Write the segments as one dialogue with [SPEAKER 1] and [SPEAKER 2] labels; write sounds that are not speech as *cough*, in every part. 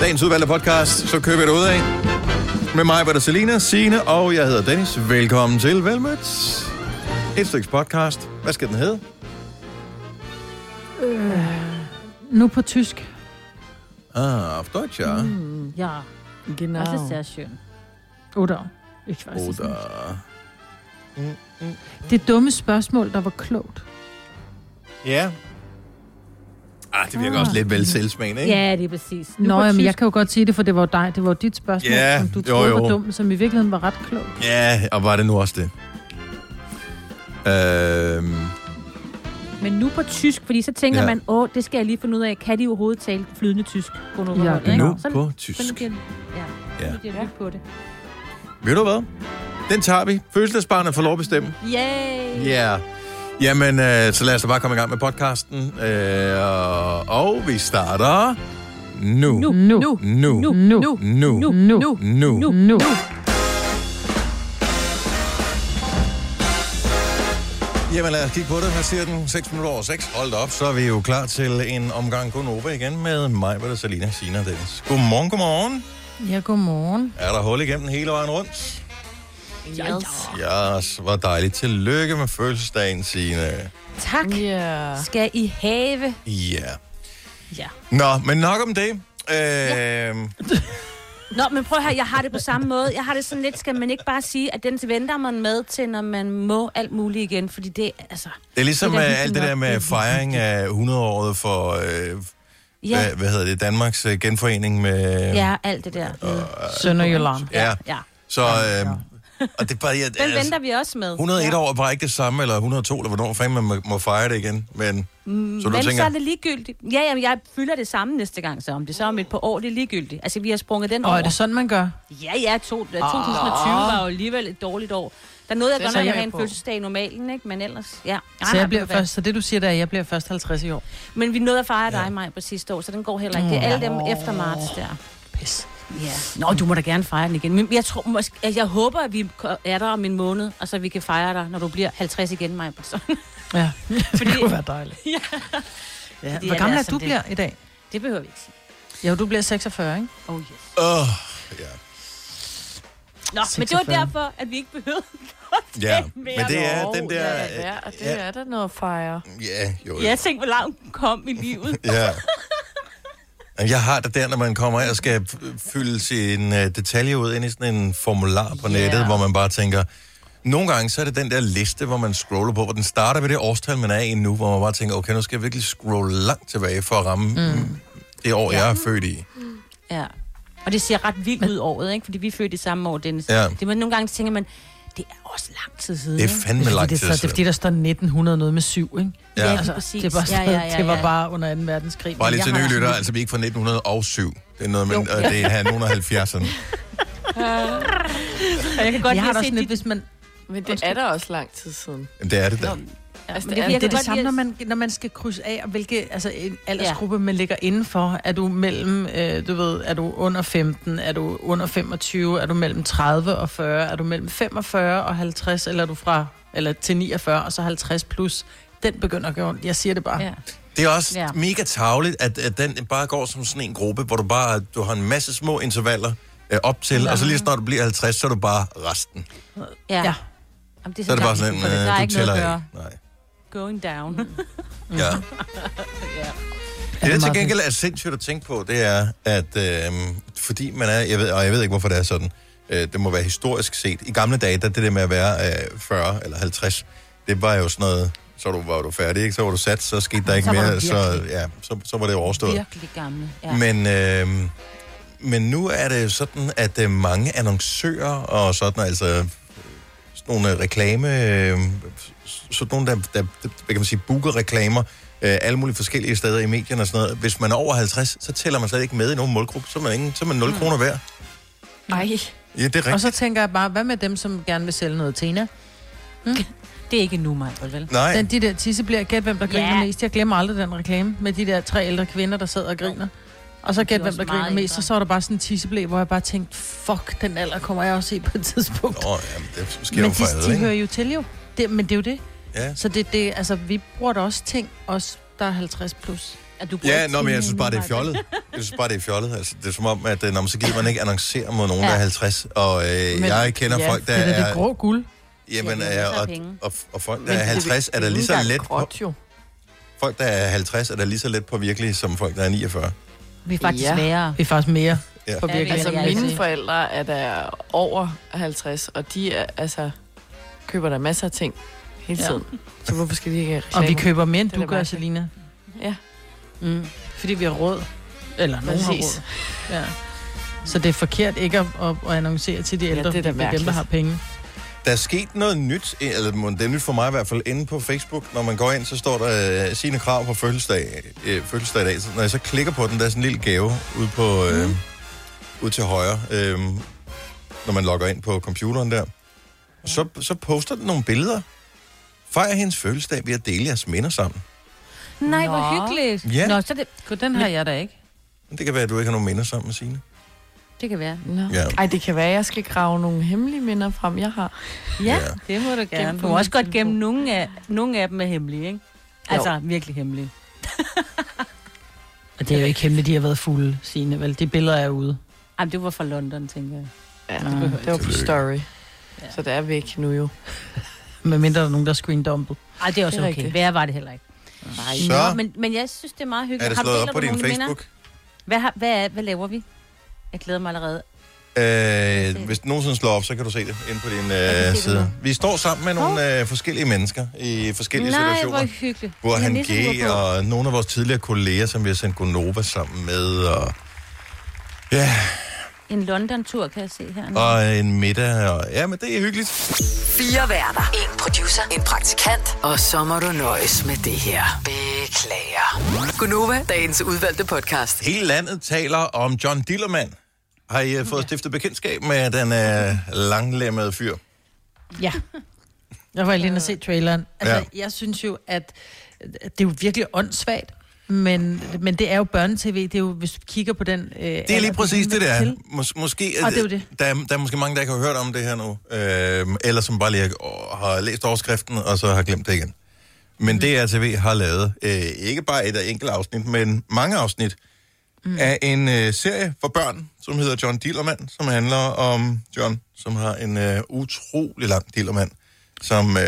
[SPEAKER 1] Dagens udvalgte podcast, så køber jeg det ud af. Med mig var der Selina, Signe og jeg hedder Dennis. Velkommen til Velmødt. Et stykke podcast. Hvad skal den hedde?
[SPEAKER 2] Øh, Nu på tysk.
[SPEAKER 1] Ah, auf Deutsch,
[SPEAKER 3] Mm.
[SPEAKER 1] ja.
[SPEAKER 2] Ja,
[SPEAKER 3] Genau.
[SPEAKER 2] das ist sehr schön. Oder. Ich weiß es
[SPEAKER 1] Oder...
[SPEAKER 2] nicht.
[SPEAKER 1] Mm.
[SPEAKER 2] Det dumme spørgsmål, der var klogt.
[SPEAKER 1] Ja. Ah, det virker også lidt vel selvsmagende, ikke?
[SPEAKER 3] Ja, det er præcis. Nu
[SPEAKER 2] Nå,
[SPEAKER 3] på
[SPEAKER 2] jamen, jeg
[SPEAKER 3] tysk-
[SPEAKER 2] kan jo godt sige det, for det var jo dig. Det var jo dit spørgsmål,
[SPEAKER 1] Ja,
[SPEAKER 2] som du
[SPEAKER 1] jo,
[SPEAKER 2] troede
[SPEAKER 1] jo.
[SPEAKER 2] var dumt, som i virkeligheden var ret klogt.
[SPEAKER 1] Ja, og var det nu også det? Øhm,
[SPEAKER 3] Men nu på tysk, fordi så tænker
[SPEAKER 1] Ja.
[SPEAKER 3] ja. man, åh, det skal jeg lige finde ud af. Kan de overhovedet tale flydende tysk på noget
[SPEAKER 2] Ja,
[SPEAKER 3] hold, ikke?
[SPEAKER 1] nu
[SPEAKER 3] Sådan-
[SPEAKER 1] på tysk.
[SPEAKER 3] Sådan bliver det. Ja,
[SPEAKER 1] Ja.
[SPEAKER 3] ja. bliver det lyt på det.
[SPEAKER 1] Ved du hvad? Den tager vi. Fødselsdagsbarnet får lov at bestemme.
[SPEAKER 3] Yay!
[SPEAKER 1] Ja. Yeah. Jamen, øh, så lad os da bare komme i gang med podcasten. Øh, og, og vi starter nu.
[SPEAKER 2] Nu.
[SPEAKER 3] Nu, nu, nu, nu,
[SPEAKER 1] Nu.
[SPEAKER 2] Nu.
[SPEAKER 3] nu, nu,
[SPEAKER 1] Nu.
[SPEAKER 2] Nu.
[SPEAKER 3] nu.
[SPEAKER 1] Nu.
[SPEAKER 2] Nu. nu.
[SPEAKER 1] Jamen, lad os kigge på det. Her siger den 6 minutter over 6. Hold da op, så er vi jo klar til en omgang Gonova igen med mig, Britta, Salina, Sina og Dennis. Godmorgen, godmorgen.
[SPEAKER 2] Ja, godmorgen.
[SPEAKER 1] Er der hul igennem hele vejen rundt?
[SPEAKER 3] Yes.
[SPEAKER 1] Ja, yes, hvor dejligt. Tillykke med fødselsdagen, Sine.
[SPEAKER 3] Tak.
[SPEAKER 2] Ja.
[SPEAKER 3] Skal I have?
[SPEAKER 1] Ja. Yeah.
[SPEAKER 3] Ja.
[SPEAKER 1] Nå, men nok om det. Øh, ja.
[SPEAKER 3] Nå, men prøv her, jeg har det på samme måde. Jeg har det sådan lidt, skal man ikke bare sige, at den venter man med til, når man må alt muligt igen, fordi det, altså...
[SPEAKER 1] Det er ligesom
[SPEAKER 3] Det er da
[SPEAKER 1] det
[SPEAKER 3] hyggeligt
[SPEAKER 1] alt det der
[SPEAKER 3] nok. Det
[SPEAKER 1] med
[SPEAKER 3] er
[SPEAKER 1] fejring af 100-året for, øh,
[SPEAKER 3] Ja,
[SPEAKER 1] hvad, hvad hedder det, Danmarks øh, genforening med...
[SPEAKER 3] ja, alt det der.
[SPEAKER 2] Sønderjylland.
[SPEAKER 1] ja. Altså,
[SPEAKER 3] ja.
[SPEAKER 1] Så, øh, og det er bare, ja,
[SPEAKER 3] *laughs* Den venter vi også med.
[SPEAKER 1] 101 år er bare ikke det samme, eller 102, eller hvornår fanden man må, må fejre det igen. Men, mm, så du
[SPEAKER 3] Men
[SPEAKER 1] tænker,
[SPEAKER 3] så er det ligegyldigt. Ja, jamen, jeg fylder det samme næste gang, så om det så er om et par år, det er ligegyldigt. Altså, vi har sprunget den
[SPEAKER 2] Og er
[SPEAKER 3] over.
[SPEAKER 2] det sådan, man gør?
[SPEAKER 3] Ja, ja, to, 2020 var jo alligevel et dårligt år. Der nåede jeg
[SPEAKER 2] Det
[SPEAKER 3] godt
[SPEAKER 2] tænker
[SPEAKER 3] nok at
[SPEAKER 2] jeg
[SPEAKER 3] have en
[SPEAKER 2] på.
[SPEAKER 3] fødselsdag i normalen, ikke? Men ellers, ja. Ej,
[SPEAKER 2] Så,
[SPEAKER 3] nej,
[SPEAKER 2] jeg bliver
[SPEAKER 3] ved du hvad.
[SPEAKER 2] først, så det, du siger, der, er, at jeg bliver først 50 i år.
[SPEAKER 3] Men vi nåede at fejre dig, mig, på sidste år, så den går heller ikke. Det er alle dem efter marts der.
[SPEAKER 2] Pis.
[SPEAKER 3] Ja. Nå, du må da gerne fejre den igen. Men jeg, tror, måske, altså, jeg håber, at vi er der om en måned, og så vi kan fejre dig, når du bliver 50 igen, *laughs* mig. Så.
[SPEAKER 2] Ja,
[SPEAKER 3] Fordi-
[SPEAKER 2] det kunne være dejligt.
[SPEAKER 3] Ja.
[SPEAKER 2] ja.
[SPEAKER 3] Fordi
[SPEAKER 2] Hvor gammel
[SPEAKER 3] at det
[SPEAKER 2] er
[SPEAKER 3] er,
[SPEAKER 2] du
[SPEAKER 3] som det
[SPEAKER 2] bliver i dag?
[SPEAKER 3] Det behøver vi ikke sige.
[SPEAKER 2] Jo, du bliver 46, ikke?
[SPEAKER 3] Oh, yes.
[SPEAKER 1] Åh, ja.
[SPEAKER 3] Nå, men det var
[SPEAKER 2] 46.
[SPEAKER 3] derfor, at vi ikke behøvede at
[SPEAKER 1] Ja,
[SPEAKER 3] tale
[SPEAKER 1] men
[SPEAKER 3] mere.
[SPEAKER 1] det er den der...
[SPEAKER 4] Ja, og det
[SPEAKER 1] ja,
[SPEAKER 4] er da noget fire.
[SPEAKER 1] ja, jo,
[SPEAKER 3] Jeg tænkte, hvor langt hun kom i livet.
[SPEAKER 1] Ja. Jeg har det der, når man kommer og skal f- fylde sine øh, detaljer ud ind i sådan en formular på nettet,
[SPEAKER 4] Ja.
[SPEAKER 1] hvor man bare tænker... Nogle gange, så er det den der liste, hvor man scroller på, hvor den starter ved det årstal, man er i nu, hvor man bare tænker, okay, nu skal jeg virkelig scrolle langt tilbage for at ramme mm. det år, jeg er født i.
[SPEAKER 3] Ja. Og det ser ret vildt ud året, ikke? Fordi vi er født i samme år, Dennis.
[SPEAKER 1] Ja.
[SPEAKER 3] Det man nogle gange tænker man, det er også lang tid siden.
[SPEAKER 1] Det er
[SPEAKER 3] ikke?
[SPEAKER 1] fandme lang tid
[SPEAKER 2] Mm. det, er, så- det er fordi,
[SPEAKER 1] siden.
[SPEAKER 2] der står 1900 noget med syv, ikke? Altså,
[SPEAKER 1] Ja. Ja, lige
[SPEAKER 3] præcis.
[SPEAKER 2] det, var sådan, ja, ja, ja, det var bare under 2. verdenskrig.
[SPEAKER 1] Bare lige
[SPEAKER 3] Jeg
[SPEAKER 1] til
[SPEAKER 3] har
[SPEAKER 1] nye
[SPEAKER 3] også
[SPEAKER 1] lytter,
[SPEAKER 3] en-
[SPEAKER 1] altså vi er ikke fra 1907. Det er noget med,
[SPEAKER 3] Jo.
[SPEAKER 1] øh, det er her nogen af 70'erne.
[SPEAKER 3] Og jeg kan godt
[SPEAKER 2] jeg har
[SPEAKER 3] lide
[SPEAKER 2] da
[SPEAKER 3] at se
[SPEAKER 2] sådan lidt,
[SPEAKER 3] dit...
[SPEAKER 2] hvis man...
[SPEAKER 4] Men det er da også lang tid siden.
[SPEAKER 1] Jamen, Det er det da.
[SPEAKER 3] Ja,
[SPEAKER 4] Altså,
[SPEAKER 3] men
[SPEAKER 4] det er-
[SPEAKER 3] fordi jeg
[SPEAKER 2] Det er
[SPEAKER 3] kan
[SPEAKER 2] det
[SPEAKER 3] godt
[SPEAKER 2] samme,
[SPEAKER 3] lide
[SPEAKER 2] når
[SPEAKER 3] at-
[SPEAKER 2] man, når man skal krydse af, og hvilke altså, en aldersgruppe man ligger indenfor. Er du mellem, øh, du ved, er du under 15, er du under 25, er du mellem 30 og 40, er du mellem 45 og 50, eller er du fra, eller til 49 og så 50 plus. Den begynder at gøre ondt. Jeg siger det bare.
[SPEAKER 3] Ja.
[SPEAKER 2] Ja.
[SPEAKER 1] Det er også ja.
[SPEAKER 3] Ja.
[SPEAKER 1] mega tavligt, at, at den bare går som sådan en gruppe, hvor du bare du har en masse små intervaller øh, op til, ja. og så lige når du bliver 50, så er du bare resten.
[SPEAKER 3] Ja.
[SPEAKER 2] Ja.
[SPEAKER 3] ja. Jamen, det er
[SPEAKER 1] Så er det bare sådan,
[SPEAKER 3] en...
[SPEAKER 1] øh,
[SPEAKER 3] Der er
[SPEAKER 1] du
[SPEAKER 3] ikke noget
[SPEAKER 1] tæller
[SPEAKER 3] at
[SPEAKER 1] ikke.
[SPEAKER 3] gøre.
[SPEAKER 1] Nej.
[SPEAKER 3] Going down.
[SPEAKER 1] Ja. Det, der til gengæld er sindssygt at tænke på, det er, at øh, fordi man er, jeg ved, og jeg ved ikke, hvorfor det er sådan, øh, det må være historisk set. I gamle dage, der det der med at være øh, 40 eller 50, det var jo sådan noget, så var du, var du færdig, ikke? så var du sat, så skete der ikke
[SPEAKER 3] var
[SPEAKER 1] mere,
[SPEAKER 3] du
[SPEAKER 1] så,
[SPEAKER 3] virkelig-
[SPEAKER 1] ja, så, så var det overstået.
[SPEAKER 3] Virkelig gamle. Ja.
[SPEAKER 1] Men, øh, men nu er det jo sådan, at øh, mange annoncører og sådan, altså øh, sådan nogle øh, reklame, øh, s- sådan nogle, der, der, der hvad kan man sige, booker reklamer, øh, alle mulige forskellige steder i medierne og sådan noget. Hvis man er over 50, så tæller man slet ikke med i nogen målgruppe, så er man, ingen, så er man
[SPEAKER 2] Mm.
[SPEAKER 1] 0 kroner værd.
[SPEAKER 4] Ej.
[SPEAKER 1] Ja, det er
[SPEAKER 2] Og
[SPEAKER 1] rigtigt.
[SPEAKER 2] så tænker jeg bare, hvad med dem, som gerne vil sælge noget Tina? Hm?
[SPEAKER 3] Det er ikke nu, mig, vel?
[SPEAKER 1] Nej,
[SPEAKER 2] Den, de der tisse bliver, gæt hvem der
[SPEAKER 3] Ja.
[SPEAKER 2] griner mest. Jeg glemmer aldrig den reklame med de der tre ældre kvinder, der sidder og griner. Og så
[SPEAKER 3] er
[SPEAKER 2] gæt hvem
[SPEAKER 3] også
[SPEAKER 2] der griner
[SPEAKER 3] meget
[SPEAKER 2] mest,
[SPEAKER 3] ældre.
[SPEAKER 2] og så var der bare sådan en tisseblæ, hvor jeg bare tænkte, fuck, den alder kommer jeg også i på et tidspunkt.
[SPEAKER 1] Nå, jamen, det sker
[SPEAKER 2] Men
[SPEAKER 1] jo for
[SPEAKER 2] de, de
[SPEAKER 1] alle,
[SPEAKER 2] hører
[SPEAKER 1] ikke?
[SPEAKER 2] jo til jo. Det, men det er jo det.
[SPEAKER 1] Ja.
[SPEAKER 2] Så det, det, altså, vi bruger da også ting, os der er 50 plus.
[SPEAKER 3] At du bruger
[SPEAKER 1] Ja,
[SPEAKER 3] ikke
[SPEAKER 1] nå, men jeg
[SPEAKER 3] timen
[SPEAKER 1] synes bare, det er
[SPEAKER 3] nu,
[SPEAKER 1] fjollet. Jeg synes bare, det er fjollet. Altså, det er som om, at øh, når man så gider man ikke annoncere mod nogen, der
[SPEAKER 3] Ja.
[SPEAKER 1] er 50. Og øh,
[SPEAKER 4] Men-
[SPEAKER 1] jeg kender
[SPEAKER 4] ja,
[SPEAKER 1] folk, der
[SPEAKER 2] Det er da
[SPEAKER 1] er...
[SPEAKER 2] det grå guld.
[SPEAKER 1] Jamen,
[SPEAKER 3] Ja, det er
[SPEAKER 1] ja,
[SPEAKER 3] masser af
[SPEAKER 1] og,
[SPEAKER 3] penge.
[SPEAKER 1] og, og folk, der
[SPEAKER 4] Men
[SPEAKER 1] er 50, er der lige så
[SPEAKER 4] ikke
[SPEAKER 1] let
[SPEAKER 4] engang
[SPEAKER 1] på,
[SPEAKER 4] gråt, jo.
[SPEAKER 1] folk, der er 50, er der lige så let på virkelig, som folk, der er 49.
[SPEAKER 3] Vi er faktisk
[SPEAKER 4] Ja.
[SPEAKER 3] værre.
[SPEAKER 2] Det er faktisk mere
[SPEAKER 1] Ja.
[SPEAKER 2] på
[SPEAKER 3] Ja,
[SPEAKER 2] virkelig.
[SPEAKER 4] Altså,
[SPEAKER 3] vil jeg
[SPEAKER 4] mine
[SPEAKER 3] sige.
[SPEAKER 4] forældre er der over 50, og de er, altså, køber der masser af ting hele
[SPEAKER 2] Ja.
[SPEAKER 4] tiden. Så hvorfor skal de ikke have
[SPEAKER 2] Og vi
[SPEAKER 4] reklamer?
[SPEAKER 2] køber mere, end
[SPEAKER 4] Det er
[SPEAKER 2] du
[SPEAKER 4] da
[SPEAKER 2] gør,
[SPEAKER 4] mærkeligt.
[SPEAKER 2] Selina.
[SPEAKER 3] Mm.
[SPEAKER 2] Fordi vi har råd. Eller nogen har
[SPEAKER 4] Præcis.
[SPEAKER 2] råd. Ja. Så det er forkert ikke at, at, at annoncere til de
[SPEAKER 4] Ja,
[SPEAKER 2] ældre,
[SPEAKER 4] det er
[SPEAKER 2] fordi
[SPEAKER 4] da
[SPEAKER 2] dem, der
[SPEAKER 4] mærkeligt.
[SPEAKER 2] har penge.
[SPEAKER 1] Der er sket noget nyt, eller må- det er nyt for mig i hvert fald, inde på Facebook. Når man går ind, så står der øh, sine krav på fødselsdag, øh, fødselsdag i dag. Så når jeg så klikker på den, der er sådan en lille gave ude, på, øh, mm. ude til højre, øh, når man logger ind på computeren der. Så, så poster den nogle billeder. Fejr hendes fødselsdag ved at dele jeres minder sammen.
[SPEAKER 3] Nej, hvor
[SPEAKER 4] Nå.
[SPEAKER 3] hyggeligt.
[SPEAKER 1] Ja.
[SPEAKER 3] Nå, så det,
[SPEAKER 2] God, den har jeg da ikke.
[SPEAKER 1] Men Det kan være, at du ikke har nogen minder sammen med sine.
[SPEAKER 3] det kan være.
[SPEAKER 4] Nå.
[SPEAKER 1] Ja.
[SPEAKER 4] Ej, det kan være, at jeg skal grave nogle hemmelige minder frem, jeg har.
[SPEAKER 3] Ja,
[SPEAKER 1] Ja.
[SPEAKER 3] det må du
[SPEAKER 4] Gem
[SPEAKER 3] gerne.
[SPEAKER 4] på
[SPEAKER 3] Du må også
[SPEAKER 4] min
[SPEAKER 3] godt
[SPEAKER 4] telefon.
[SPEAKER 3] gemme nogle af, nogle af dem er hemmelige, ikke? Altså, virkelig hemmelige.
[SPEAKER 2] Og det er jo ikke hemmeligt, de har været fulde, sine vel. De billeder er ude.
[SPEAKER 3] Jamen, det var fra London, tænker jeg.
[SPEAKER 4] Ja,
[SPEAKER 2] Nå.
[SPEAKER 4] det, det var på
[SPEAKER 1] Tillykke.
[SPEAKER 4] story.
[SPEAKER 3] Ja.
[SPEAKER 4] Så det er væk nu jo.
[SPEAKER 2] Med mindre der er nogen, der er screendumpet.
[SPEAKER 3] Ej, det er også
[SPEAKER 4] Det er
[SPEAKER 3] okay.
[SPEAKER 4] rigtigt.
[SPEAKER 3] Hvad var det heller ikke?
[SPEAKER 1] Så
[SPEAKER 3] Nå, men, men jeg synes, det er meget hyggeligt.
[SPEAKER 1] er det
[SPEAKER 3] Har du
[SPEAKER 1] slået
[SPEAKER 3] deler
[SPEAKER 1] op på
[SPEAKER 3] du
[SPEAKER 1] din
[SPEAKER 3] nogle minder?
[SPEAKER 1] Facebook.
[SPEAKER 3] Hvad, har, hvad, er, hvad laver vi? Jeg glæder mig allerede.
[SPEAKER 1] Øh, hvis den nogensinde slår op, så kan du se det inde på din
[SPEAKER 3] kan
[SPEAKER 1] øh,
[SPEAKER 3] se det
[SPEAKER 1] side. Vi står sammen med nogle øh, forskellige mennesker i forskellige
[SPEAKER 3] Nej,
[SPEAKER 1] situationer.
[SPEAKER 3] hvor hyggeligt.
[SPEAKER 1] Hvor
[SPEAKER 3] Men
[SPEAKER 1] han
[SPEAKER 3] Nisse
[SPEAKER 1] G
[SPEAKER 3] var på.
[SPEAKER 1] og nogle af vores tidligere kolleger, som vi har sendt Gonova sammen med, og, ja,
[SPEAKER 3] En London-tur, kan jeg se her.
[SPEAKER 1] og en middag. Og, ja, men det er hyggeligt.
[SPEAKER 5] Fire værter. En producer. En praktikant. Og så må du nøjes med det her. Beklager. Gunova, dagens udvalgte podcast.
[SPEAKER 1] Hele landet taler om John Dillermand. Har I øh, fået stiftet bekendtskab med den øh, langlemmede fyr?
[SPEAKER 2] Ja. Jeg var lige inde og se traileren. Altså,
[SPEAKER 1] Ja.
[SPEAKER 2] ja. jeg synes jo, at at det er jo virkelig åndssvagt, men, men det er jo børnetv. Det er jo, hvis du kigger på den... Øh,
[SPEAKER 1] Det er lige præcis det, der. Mås- måske,
[SPEAKER 2] Og det er jo det.
[SPEAKER 1] Der, er, der er måske mange, der ikke har hørt om det her nu, øh, eller som bare lige har, åh, har læst overskriften, og så har glemt det igen. Men mm. DRTV har lavet øh, ikke bare et enkelt afsnit, men mange afsnit mm. af en øh, serie for børn, som hedder John Dillermand, som handler om John, som har en øh, utrolig lang dillermand, som øh,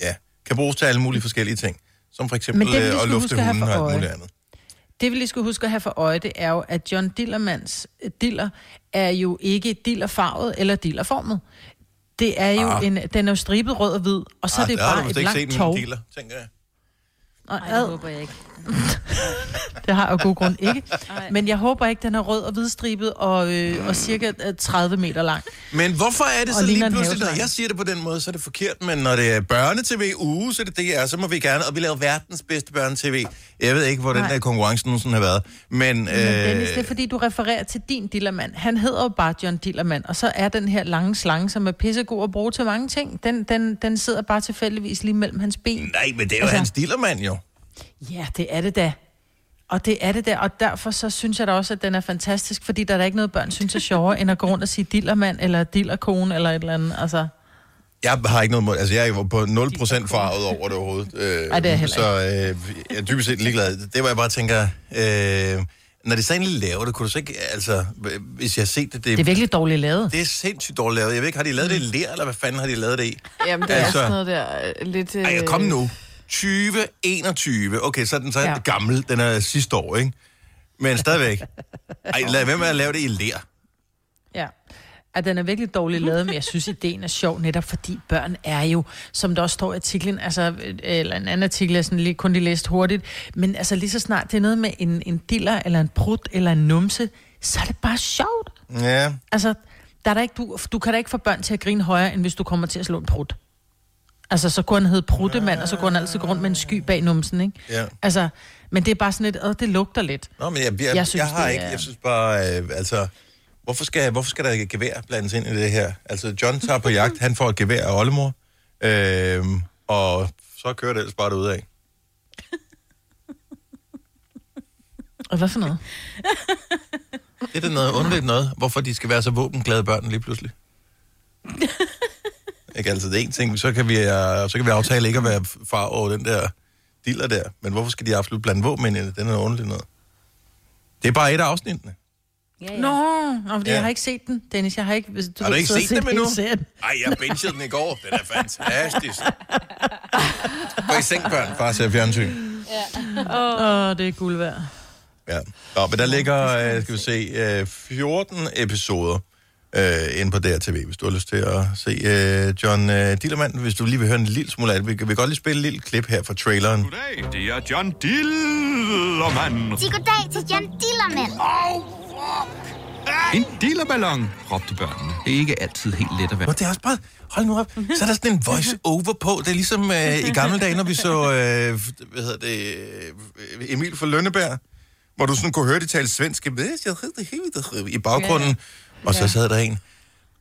[SPEAKER 1] ja, kan bruges til alle mulige forskellige ting. Som for eksempel
[SPEAKER 2] Men det, vi
[SPEAKER 1] øh,
[SPEAKER 2] lige
[SPEAKER 1] at
[SPEAKER 2] skal
[SPEAKER 1] lufte
[SPEAKER 2] huske at have
[SPEAKER 1] hunden
[SPEAKER 2] for
[SPEAKER 1] og alt
[SPEAKER 2] øje.
[SPEAKER 1] muligt andet.
[SPEAKER 2] Det vi lige skulle huske at have for øje, det er jo, at John Dillermans øh, diller er jo ikke dillerfarvet eller dillerformet. Det er jo
[SPEAKER 1] Ah.
[SPEAKER 2] ah. en, den er jo stribet rød og hvid, og så ah, er det
[SPEAKER 1] der
[SPEAKER 2] jo
[SPEAKER 1] har du
[SPEAKER 2] bare
[SPEAKER 1] vist
[SPEAKER 2] et langt
[SPEAKER 1] ikke set
[SPEAKER 2] tov.
[SPEAKER 1] min dealer, tænker jeg.
[SPEAKER 2] Og
[SPEAKER 3] Ej, det
[SPEAKER 2] ad,
[SPEAKER 3] håber jeg ikke.
[SPEAKER 2] det har jeg af god grund ikke.
[SPEAKER 3] Ej.
[SPEAKER 2] Men jeg håber ikke, den er rød og hvidstribet og, øh, og cirka øh, 30 meter lang.
[SPEAKER 1] Men hvorfor er det
[SPEAKER 2] Og
[SPEAKER 1] så
[SPEAKER 2] ligner
[SPEAKER 1] lige
[SPEAKER 2] en
[SPEAKER 1] pludselig, når
[SPEAKER 2] haveslange.
[SPEAKER 1] jeg siger det på den måde, så er det forkert, men når det er børnetv uge, så er det DR, så må vi gerne, og vi laver verdens bedste børnetv. Jeg ved ikke, hvor den
[SPEAKER 2] Nej.
[SPEAKER 1] der konkurrence nogensinde har været, men... øh, men
[SPEAKER 2] Men Dennis, det er fordi, du refererer til din dillermand. Han hedder jo bare John Dillermand, og så er den her lange slange, som er pissegod at bruge til mange ting, den, den, den sidder bare tilfældigvis lige mellem hans ben.
[SPEAKER 1] Nej, men det er jo altså...
[SPEAKER 2] Altså-
[SPEAKER 1] hans dillermand jo.
[SPEAKER 2] Ja, det er det da. Og det er det der, og derfor så synes jeg da også, at den er fantastisk, fordi der er da ikke noget, børn synes er sjovere, end at gå rundt og sige dillermand, eller dillerkone, eller et eller andet. Altså,
[SPEAKER 1] Jeg har ikke noget mod, altså jeg er jo på 0% farvet over det overhovedet. Øh,
[SPEAKER 2] Ej, det er jeg heller
[SPEAKER 1] Så øh, jeg er dybest set ligeglad. Det var jeg bare tænker, øh, når det så egentlig laver det, kunne du så ikke, altså, hvis jeg har set det, det,
[SPEAKER 2] det er virkelig dårligt lavet.
[SPEAKER 1] det er sindssygt dårligt lavet. Jeg ved ikke, har de lavet det i ler, eller hvad fanden har de lavet det i?
[SPEAKER 4] Jamen, det er
[SPEAKER 1] Altså-
[SPEAKER 4] altså... sådan noget der øh, lidt... Øh...
[SPEAKER 1] Ej, kom nu. 2021. Okay, så er den så ja.
[SPEAKER 2] Ja.
[SPEAKER 1] gammel. Den er sidste år, ikke? Men stadigvæk. Ej, lad være med at lave det i lær.
[SPEAKER 2] Ja. At den er virkelig dårligt lavet, men jeg synes, ideen er sjov, netop fordi børn er jo, som der også står i artiklen, altså, eller en anden artikel, jeg sådan lige, kun lige læst hurtigt, men altså lige så snart det er noget med en, en diller, eller en prut, eller en numse, så er det bare sjovt.
[SPEAKER 1] Ja.
[SPEAKER 2] Altså, der er der ikke, du, du kan da ikke få børn til at grine højere, end hvis du kommer til at slå en prut. Altså, så kunne han hedde pruttemand, og så kunne han altid gå rundt med en sky bag numsen, ikke?
[SPEAKER 1] Ja.
[SPEAKER 2] Altså, men det er bare sådan lidt, åh, det lugter lidt.
[SPEAKER 1] Nå, men jeg, jeg, jeg,
[SPEAKER 2] Jeg
[SPEAKER 1] synes,
[SPEAKER 2] synes,
[SPEAKER 1] jeg har
[SPEAKER 2] det
[SPEAKER 1] ikke...
[SPEAKER 2] er-
[SPEAKER 1] Jeg synes bare, øh, altså... Hvorfor skal, hvorfor skal der et gevær blandes ind i det her? Altså, John tager på jagt. Han får et gevær af oldemor. Øh, og så kører det ellers bare ud af.
[SPEAKER 2] Og hvad for noget?
[SPEAKER 1] Det er da noget underligt noget, hvorfor de skal være så våbenglade børn lige pludselig. Ikke altid det er en ting, så kan vi, øh, så kan vi aftale ikke at være far over den der diller der, men hvorfor skal de absolut blande våben ind i det? Den er ordentligt noget. Det er bare et af afsnittene.
[SPEAKER 2] Ja, ja. Nå, nå fordi
[SPEAKER 1] Ja.
[SPEAKER 2] ja. jeg har ikke set den, Dennis. Jeg har ikke... hvis- Du
[SPEAKER 1] har du
[SPEAKER 2] ved,
[SPEAKER 1] ikke
[SPEAKER 2] sidder
[SPEAKER 1] set
[SPEAKER 2] og
[SPEAKER 1] dem
[SPEAKER 2] set
[SPEAKER 1] endnu?
[SPEAKER 2] hele
[SPEAKER 1] *laughs*
[SPEAKER 2] serien.
[SPEAKER 1] Nej, jeg bingede den i går. Den er fantastisk. Gå i seng, børn. Bare se fjernsyn.
[SPEAKER 2] Åh, ja. oh, det er guld værd.
[SPEAKER 1] Ja. Nå, men der ligger, øh, skal vi se, øh, 14 episoder øh, inde på DRTV, hvis du har lyst til at se øh, John øh, Dillermand. Hvis du lige vil høre en lille smule af det. Vi kan, vi kan godt lige spille et lille klip her fra traileren.
[SPEAKER 6] Goddag, det er John Dillermand.
[SPEAKER 7] Sig goddag til John Dillermand.
[SPEAKER 6] En dillerballon, råbte børnene. Det er ikke altid helt let at
[SPEAKER 1] Nå, det er også bare... Hold nu op. Så er der sådan en voice-over på. Det er ligesom øh, i gamle dage, når vi så... Øh, hvad hedder det? øh, Emil fra Lønneberg. Hvor du sådan kunne høre, de talte svensk. I baggrunden. Og så sad der en.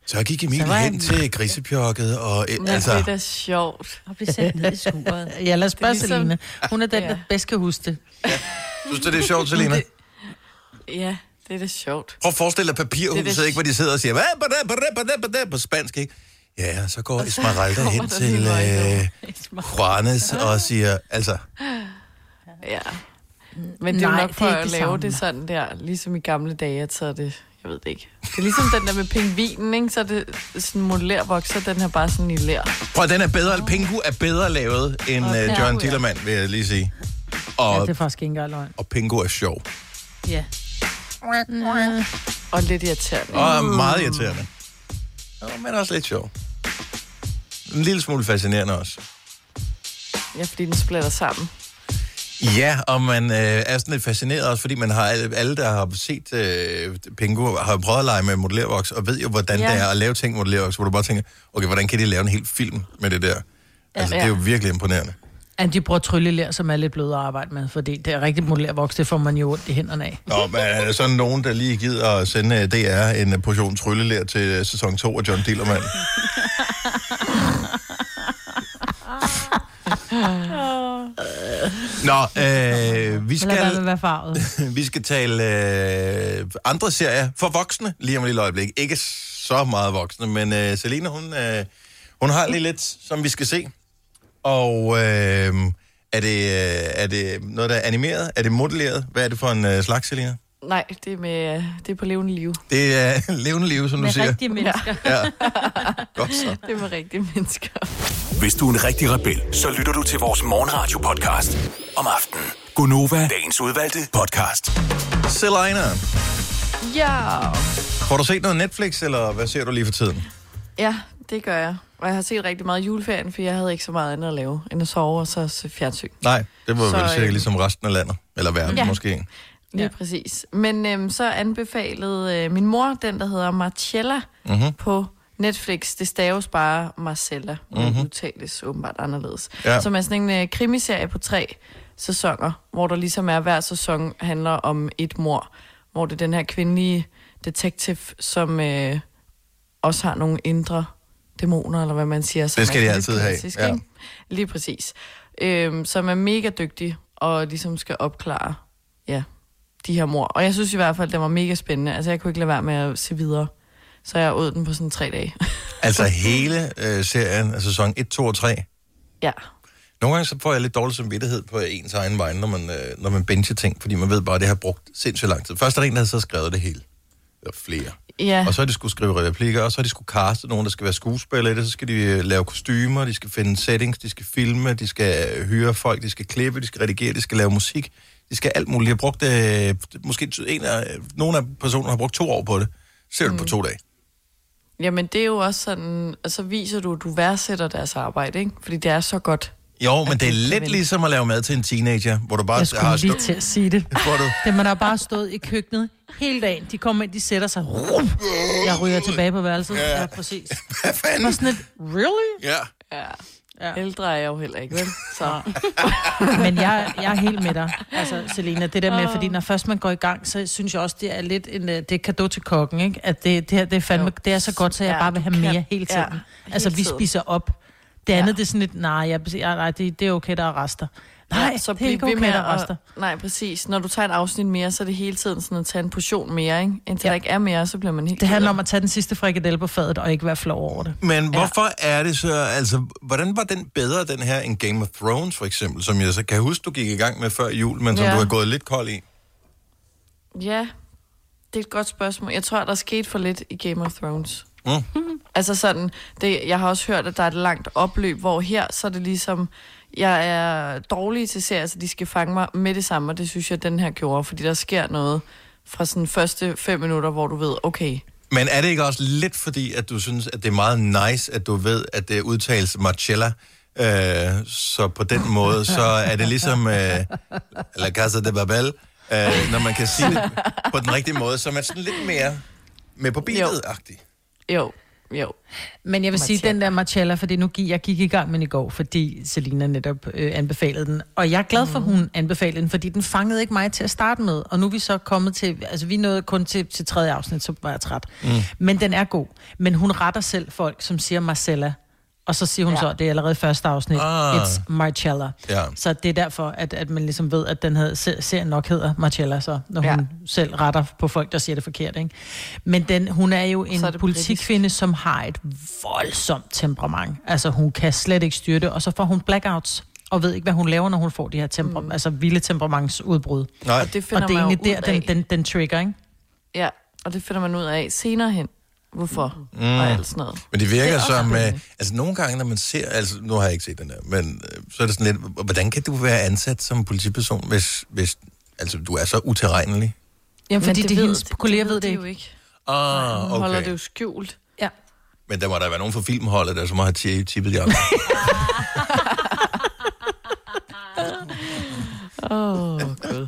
[SPEAKER 1] Så gik Emil
[SPEAKER 2] Så var
[SPEAKER 1] hen
[SPEAKER 2] han-
[SPEAKER 1] til grisepjokket, og øh,
[SPEAKER 4] Altså. Det er
[SPEAKER 1] altså...
[SPEAKER 4] da sjovt.
[SPEAKER 3] Og blive sendt ned i skuret.
[SPEAKER 2] *laughs* Ja, lad os spørge
[SPEAKER 4] ligesom-
[SPEAKER 2] ligesom... Selina. Hun er den,
[SPEAKER 4] Ja.
[SPEAKER 2] der bedst kan huske det.
[SPEAKER 1] Synes du, det er sjovt, Selina?
[SPEAKER 4] Ja, det er da sjovt.
[SPEAKER 1] Prøv at forestille dig
[SPEAKER 4] Det er
[SPEAKER 1] papirhuset,
[SPEAKER 4] det-
[SPEAKER 1] ikke, hvor de sidder og siger... "Hvad, bada, bada, bada, bada," På spansk, ikke? Ja, så går
[SPEAKER 4] så
[SPEAKER 1] Esmeralda
[SPEAKER 4] kommer
[SPEAKER 1] hen
[SPEAKER 4] der
[SPEAKER 1] til
[SPEAKER 4] lige løgn
[SPEAKER 1] øh, Juanes og siger... Altså,
[SPEAKER 4] Ja. Men det er jo
[SPEAKER 2] Nej,
[SPEAKER 4] nok
[SPEAKER 2] det er
[SPEAKER 4] for
[SPEAKER 2] ikke
[SPEAKER 4] at
[SPEAKER 2] det
[SPEAKER 4] lave
[SPEAKER 2] samme.
[SPEAKER 4] det sådan der, ligesom i gamle dage, at så er det, jeg ved det ikke. Det er ligesom den der med pingvinen, ikke? Så er det sådan en modellervoks, så er den her bare sådan i lær.
[SPEAKER 1] Prøv, den er bedre, Pingu er bedre lavet end uh, John Dillermand, vil jeg lige sige.
[SPEAKER 2] Ja,
[SPEAKER 1] Og,
[SPEAKER 2] det er faktisk ikke engang løgn.
[SPEAKER 1] og Pingu er sjov.
[SPEAKER 2] Ja.
[SPEAKER 4] Og lidt irriterende.
[SPEAKER 1] Og
[SPEAKER 2] Mm.
[SPEAKER 1] er meget irriterende. Nå, men også lidt sjov. En lille smule fascinerende også.
[SPEAKER 4] Ja, fordi den splatter sammen.
[SPEAKER 1] Ja, og man øh, er sådan lidt fascineret også, fordi man har alle, alle der har set øh, Pingu, har jo prøvet at lege med modellervoks, og ved jo, hvordan ja.
[SPEAKER 4] Ja.
[SPEAKER 1] det er at lave ting med modellervoks, hvor du bare tænker, okay, hvordan kan de lave en hel film med det der? Altså, det er jo virkelig imponerende.
[SPEAKER 2] Ja, de bruger trylleler, som er lidt bløde at arbejde med, fordi det er rigtig modellervoks, det får man jo ondt i hænderne af.
[SPEAKER 1] Nå, men er der sådan nogen, der lige gider at sende øh, DR en øh, portion tryllelærer til øh, sæson 2 af John Dillermand? *laughs*
[SPEAKER 8] Ah.
[SPEAKER 1] Nå, øh, vi,
[SPEAKER 2] Så lad være med at
[SPEAKER 1] skal,
[SPEAKER 2] være farvet.
[SPEAKER 1] *laughs* vi skal tale øh, andre serier for voksne lige om et lille øjeblik. Ikke så meget voksne, men øh, Selina, hun, øh, hun har lige lidt, som vi skal se. Og øh, er, det, øh, er det noget, der er animeret? Er det modelleret? Hvad er det for en øh, slags, Selina?
[SPEAKER 4] Nej, det er, med, det er på levende liv.
[SPEAKER 1] Det er *laughs* levende liv, som du
[SPEAKER 2] Med
[SPEAKER 1] siger.
[SPEAKER 2] rigtige mennesker.
[SPEAKER 4] *laughs*
[SPEAKER 1] Godt så.
[SPEAKER 4] Det er med rigtige mennesker.
[SPEAKER 9] Hvis du er en rigtig rebel, så lytter du til vores morgenradio-podcast om aftenen. Gunova, dagens udvalgte podcast.
[SPEAKER 1] Selina,
[SPEAKER 4] Ja.
[SPEAKER 1] får du set noget Netflix, eller hvad ser du lige for tiden?
[SPEAKER 4] ja, det gør jeg. Og jeg har set rigtig meget i juleferien, for jeg havde ikke så meget andet at lave, end at sove og så se fjernsyn.
[SPEAKER 1] Nej, det var
[SPEAKER 4] Så,
[SPEAKER 1] vel cirka
[SPEAKER 4] øh,
[SPEAKER 1] ligesom resten af landet. Eller verden ja.
[SPEAKER 4] Ja.
[SPEAKER 1] måske.
[SPEAKER 4] Lige ja. præcis. Men øhm, så anbefalede øh, min mor den, der hedder Marcella mm-hmm. på Netflix. Det staves bare Marcella, men mm-hmm. udtales åbenbart anderledes.
[SPEAKER 1] Ja.
[SPEAKER 4] Ja. Som er sådan en øh, krimiserie på tre sæsoner, hvor der ligesom er, hver sæson handler om et mor. Hvor det er den her kvindelige detektiv, som øh, også har nogle indre dæmoner, eller hvad man siger. som
[SPEAKER 1] Det skal
[SPEAKER 4] er
[SPEAKER 1] de
[SPEAKER 4] sådan
[SPEAKER 1] altid
[SPEAKER 4] lidt
[SPEAKER 1] have,
[SPEAKER 4] klassisk,
[SPEAKER 1] ja.
[SPEAKER 4] ikke? Lige præcis. Øhm, som er mega dygtig, og ligesom skal opklare, ja, de her mor. Og jeg synes i hvert fald, den var mega spændende. Altså, jeg kunne ikke lade være med at se videre. Så jeg åd den på sådan tre dage. *laughs*
[SPEAKER 1] Altså hele øh, serien af sæson 1, 2 og 3.
[SPEAKER 4] ja.
[SPEAKER 1] Nogle gange så får jeg lidt dårlig samvittighed på ens egen vegne, når man, øh, når man bencher ting, fordi man ved bare, at det har brugt sindssygt lang tid. Først er der en, der har så skrevet det hele. Eller flere.
[SPEAKER 4] Ja,
[SPEAKER 1] Og så har de skulle skrive replikker, og så har de skulle kaste nogen, der skal være skuespillere i det, så skal de øh, lave kostymer, de skal finde settings, de skal filme, de skal øh, hyre folk, de skal klippe, de skal redigere, de skal lave musik, de skal alt muligt. Jeg har brugt, øh, måske t- en af, nogle af personerne har brugt to år på det. Ser du mm. på to dage?
[SPEAKER 4] jamen det er jo også sådan, og så viser du, at du værdsætter deres arbejde, ikke? Fordi det er så godt.
[SPEAKER 1] Jo, men det er lidt ligesom at lave mad til en teenager, hvor du bare
[SPEAKER 2] Jeg skulle
[SPEAKER 1] har
[SPEAKER 2] lige
[SPEAKER 1] stå-
[SPEAKER 2] til at sige det.
[SPEAKER 1] hvor du,
[SPEAKER 2] Det, man har bare stået i køkkenet hele dagen. De kommer ind, de sætter sig. Rum. Jeg ryger tilbage på værelset.
[SPEAKER 1] Ja.
[SPEAKER 2] Ja, præcis.
[SPEAKER 1] Hvad
[SPEAKER 2] Og
[SPEAKER 1] fanden?
[SPEAKER 2] sådan et, really?
[SPEAKER 1] *laughs* Ja.
[SPEAKER 4] Ja. Ældre er jeg jo heller ikke, vel? Så
[SPEAKER 2] *laughs* Men jeg, jeg er helt med dig, altså, Selena. Det der med, fordi når først man går i gang, så synes jeg også, det er lidt en, øh, det er kado til kokken, ikke? At det, det her, det er fandme, det er så godt, så jeg
[SPEAKER 4] Ja,
[SPEAKER 2] bare vil
[SPEAKER 4] du
[SPEAKER 2] have
[SPEAKER 4] kan-
[SPEAKER 2] mere hele
[SPEAKER 4] ja,
[SPEAKER 2] tiden.
[SPEAKER 4] hele
[SPEAKER 2] altså, vi
[SPEAKER 4] tiden.
[SPEAKER 2] spiser op. Det andet, det er sådan lidt, nej, jeg, jeg, nej det, det er okay, der er rester. Nej,
[SPEAKER 4] så
[SPEAKER 2] det er ikke
[SPEAKER 4] bliv ved
[SPEAKER 2] okay,
[SPEAKER 4] med
[SPEAKER 2] der
[SPEAKER 4] at-
[SPEAKER 2] er rester.
[SPEAKER 4] Nej, præcis. Når du tager et afsnit mere, så er det hele tiden sådan at tage en portion mere, ikke? Indtil ja. der ikke er mere, så bliver man helt
[SPEAKER 2] Det handler
[SPEAKER 4] ked af
[SPEAKER 2] om at tage den sidste frikadelle på fadet og ikke være flov over det.
[SPEAKER 1] Men hvorfor er det så, altså, hvordan var den bedre, den her, end Game of Thrones, for eksempel, som jeg så kan huske, du gik i gang med før jul, men som
[SPEAKER 4] Ja.
[SPEAKER 1] du har gået lidt kold i?
[SPEAKER 4] Ja, det er et godt spørgsmål. Jeg tror, der skete for lidt i Game of Thrones.
[SPEAKER 1] Mm.
[SPEAKER 4] *laughs* Altså sådan, det, jeg har også hørt, at der er et langt opløb, hvor her, så er det ligesom, jeg er dårlig til serier, så de skal fange mig med det samme, og det synes jeg, den her gjorde, fordi der sker noget fra sådan første fem minutter, hvor du ved, okay,
[SPEAKER 1] Men er det ikke også lidt fordi, at du synes, at det er meget nice, at du ved, at det udtales Marcella, øh, så på den måde, så er det ligesom øh, La Casa de Babel, øh, når man kan sige det på den rigtige måde, så er man sådan lidt mere med på billedet-agtig.
[SPEAKER 4] jo, jo.
[SPEAKER 2] Men jeg vil sige,
[SPEAKER 4] Marcella.
[SPEAKER 2] den der Marcella, fordi nu gik jeg gik i gang med den i går, fordi Selina netop øh, anbefalede den. Og jeg er glad for, at hun anbefalede den, fordi den fangede ikke mig til at starte med. Og nu er vi så kommet til, altså vi nåede kun til, til tredje afsnit, så var jeg træt. Mm. Men den er god. Men hun retter selv folk, som siger Marcella. Og så siger hun ja.
[SPEAKER 4] Ja.
[SPEAKER 2] så, at det er allerede første afsnit,
[SPEAKER 1] Ah.
[SPEAKER 2] ah. it's Marcella.
[SPEAKER 1] Ja.
[SPEAKER 2] Så det er derfor, at, at man ligesom ved, at den havde, se- serien nok hedder Marcella, så, når ja.
[SPEAKER 4] Ja.
[SPEAKER 2] hun selv retter på folk, der siger det forkert. Ikke? Men den, hun er jo en
[SPEAKER 4] så er det
[SPEAKER 2] politikkvinde, som har et voldsomt temperament. Altså, hun kan slet ikke styre det, og så får hun blackouts og ved ikke, hvad hun laver, når hun får de her temper- mm. altså, vilde temperamentsudbrud.
[SPEAKER 1] Nej,
[SPEAKER 4] Og det finder
[SPEAKER 2] Og det er
[SPEAKER 4] man
[SPEAKER 2] egentlig
[SPEAKER 4] jo
[SPEAKER 2] der,
[SPEAKER 4] ud
[SPEAKER 2] den,
[SPEAKER 4] af.
[SPEAKER 2] den, den trigger, ikke?
[SPEAKER 4] Ja, og det finder man ud af senere hen. Hvorfor? Mm. Og alt sådan noget.
[SPEAKER 1] men det virker
[SPEAKER 4] Det
[SPEAKER 1] det
[SPEAKER 4] er også
[SPEAKER 1] som, øh,
[SPEAKER 4] spændende.
[SPEAKER 1] altså nogle gange, når man ser, altså nu har jeg ikke set den der, men øh, så er det sådan lidt, hvordan kan du være ansat som politiperson, hvis, hvis altså, du er så utilregnelig?
[SPEAKER 2] Jamen,
[SPEAKER 4] Men
[SPEAKER 2] fordi det, det
[SPEAKER 4] ved-
[SPEAKER 2] hendes kolleger ved det
[SPEAKER 4] de
[SPEAKER 2] ikke.
[SPEAKER 4] jo ikke.
[SPEAKER 1] Ah,
[SPEAKER 4] Hun holder det jo skjult.
[SPEAKER 2] Ja.
[SPEAKER 1] Men der må der være nogen fra filmholdet, der som har ti- tippet jer.
[SPEAKER 4] Åh, oh, gud.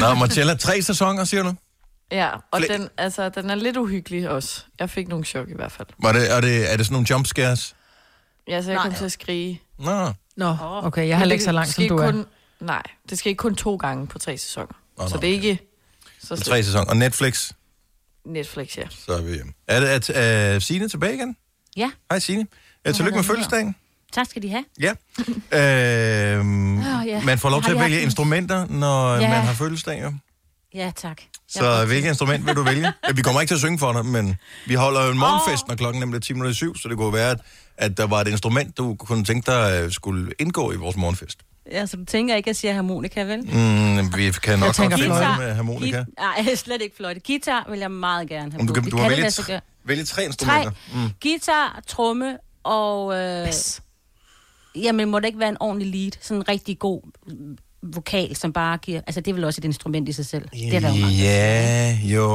[SPEAKER 1] Nå, Marcella, tre sæsoner, siger du?
[SPEAKER 4] Ja, og
[SPEAKER 1] Flæ-
[SPEAKER 4] den, altså, den er lidt uhyggelig også. Jeg fik nogle chok i hvert fald.
[SPEAKER 1] Var det, er, det, er det sådan nogle jumpscares?
[SPEAKER 4] Ja, så jeg kom til at skrige.
[SPEAKER 1] Nå,
[SPEAKER 2] Nå, okay, jeg har
[SPEAKER 4] Men
[SPEAKER 2] heller
[SPEAKER 4] det
[SPEAKER 2] ikke så langt, som
[SPEAKER 4] sker
[SPEAKER 2] du er.
[SPEAKER 4] kun, Nej, det skal ikke kun to gange på tre sæsoner.
[SPEAKER 1] Nå,
[SPEAKER 4] Oh, så
[SPEAKER 1] nå,
[SPEAKER 4] det er ikke... Så
[SPEAKER 1] tre sæsoner. Og Netflix,
[SPEAKER 4] Netflix, ja.
[SPEAKER 1] så er vi hjemme. Er det at, at Signe tilbage igen?
[SPEAKER 3] Ja,
[SPEAKER 1] Hej Signe. Uh, tillykke med fødselsdagen.
[SPEAKER 3] tak skal de have. *laughs*
[SPEAKER 1] Ja. Øhm,
[SPEAKER 3] Åh, ja.
[SPEAKER 1] Man får lov
[SPEAKER 3] Jeg
[SPEAKER 1] til at
[SPEAKER 3] har
[SPEAKER 1] vælge
[SPEAKER 3] jakken.
[SPEAKER 1] instrumenter, når
[SPEAKER 3] Ja.
[SPEAKER 1] man har fødselsdag. jo.
[SPEAKER 3] Ja, tak. Jeg
[SPEAKER 1] Så hvilket instrument vil du
[SPEAKER 3] *laughs*
[SPEAKER 1] vælge? Ja, vi kommer ikke til at synge for dig, men vi holder jo en morgenfest, når klokken nemlig er 10 minutter i syv, så det kunne være, at, at der var et instrument, du kunne tænke dig øh, skulle indgå i vores morgenfest.
[SPEAKER 3] Ja, så du tænker ikke, at jeg siger harmonika, vel?
[SPEAKER 1] Mm, vi kan nok
[SPEAKER 2] tænker
[SPEAKER 1] godt finde
[SPEAKER 2] fløjte.
[SPEAKER 1] noget med harmonika.
[SPEAKER 3] Git- Nej, slet ikke fløjte. Guitar vil jeg meget gerne have
[SPEAKER 1] Om du
[SPEAKER 3] på.
[SPEAKER 1] kan,
[SPEAKER 3] Det
[SPEAKER 1] du har
[SPEAKER 3] det
[SPEAKER 1] vælge,
[SPEAKER 3] lade sig gøre.
[SPEAKER 1] tre, vælge tre instrumenter.
[SPEAKER 3] Tre. Mm. Guitar, tromme og... Øh,
[SPEAKER 2] Bas.
[SPEAKER 3] jamen, må det ikke være en ordentlig lead? Sådan en rigtig god øh, vokal, som bare giver... Altså, det er vel også et instrument i sig selv. Det er der jo mange,
[SPEAKER 1] Ja, jo.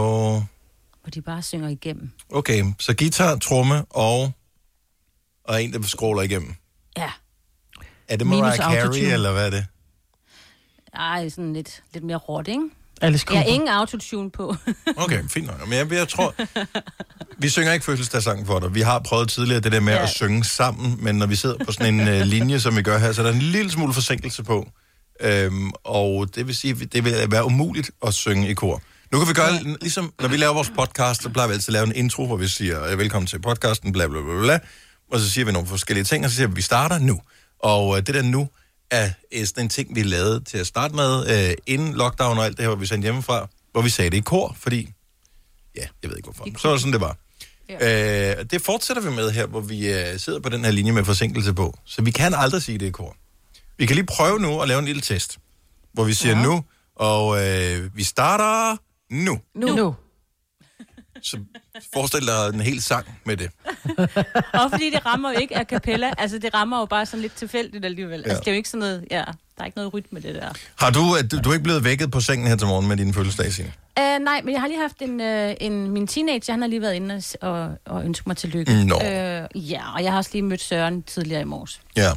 [SPEAKER 3] hvor de bare synger igennem.
[SPEAKER 1] Okay, så guitar, tromme og, og en, der scroller igennem.
[SPEAKER 3] Ja.
[SPEAKER 1] Er det
[SPEAKER 2] Minus
[SPEAKER 1] Mariah Carey,
[SPEAKER 2] autotune.
[SPEAKER 1] eller hvad er det?
[SPEAKER 3] Ej, sådan lidt, lidt mere råt, ikke?
[SPEAKER 2] Alice
[SPEAKER 3] Jeg
[SPEAKER 2] Cooper.
[SPEAKER 3] har ingen autotune på. *laughs*
[SPEAKER 1] Okay, fint nok. Men jeg, jeg tror, vi synger ikke fødselsdagssangen for dig. Vi har prøvet tidligere det der med ja.
[SPEAKER 3] Ja.
[SPEAKER 1] at synge sammen, men når vi sidder på sådan en øh, linje, som vi gør her, så er der en lille smule forsinkelse på. Øhm, og det vil sige, at det vil være umuligt at synge i kor. Nu kan vi gøre, ligesom når vi laver vores podcast, så plejer vi altid at lave en intro, hvor vi siger, øh, velkommen til podcasten, bla bla bla bla. Og så siger vi nogle forskellige ting, og så siger vi, vi starter nu. Og øh, det der nu er øh, sådan en ting, vi lavede til at starte med, øh, inden lockdown og alt det her, hvor vi sendte hjemmefra, hvor vi sagde det i kor, fordi Ja, jeg ved ikke hvorfor. Så var det sådan, det var. Ja. Øh, det fortsætter vi med her, hvor vi øh, sidder på den her linje med forsinkelse på. Så vi kan aldrig sige det i kor. Vi kan lige prøve nu at lave en lille test, hvor vi siger ja. nu, og øh, vi starter nu.
[SPEAKER 2] Nu. nu.
[SPEAKER 1] Så forestil dig en hel sang med det.
[SPEAKER 3] Og fordi det rammer jo ikke a cappella. Altså, det rammer jo bare sådan lidt tilfældigt alligevel. Ja. Altså, det er jo ikke sådan noget... Ja, der er ikke noget rytme, det der.
[SPEAKER 1] Har du, øh, du, du er ikke blevet vækket på sengen her til morgen med din fødselsdag, Signe?
[SPEAKER 3] Uh, nej, men jeg har lige haft en, uh, en... Min teenager, han har lige været inde og, s- og, og ønske mig tillykke.
[SPEAKER 1] Nå.
[SPEAKER 3] Øh, ja, og jeg har også lige mødt Søren tidligere i morges,
[SPEAKER 1] Ja.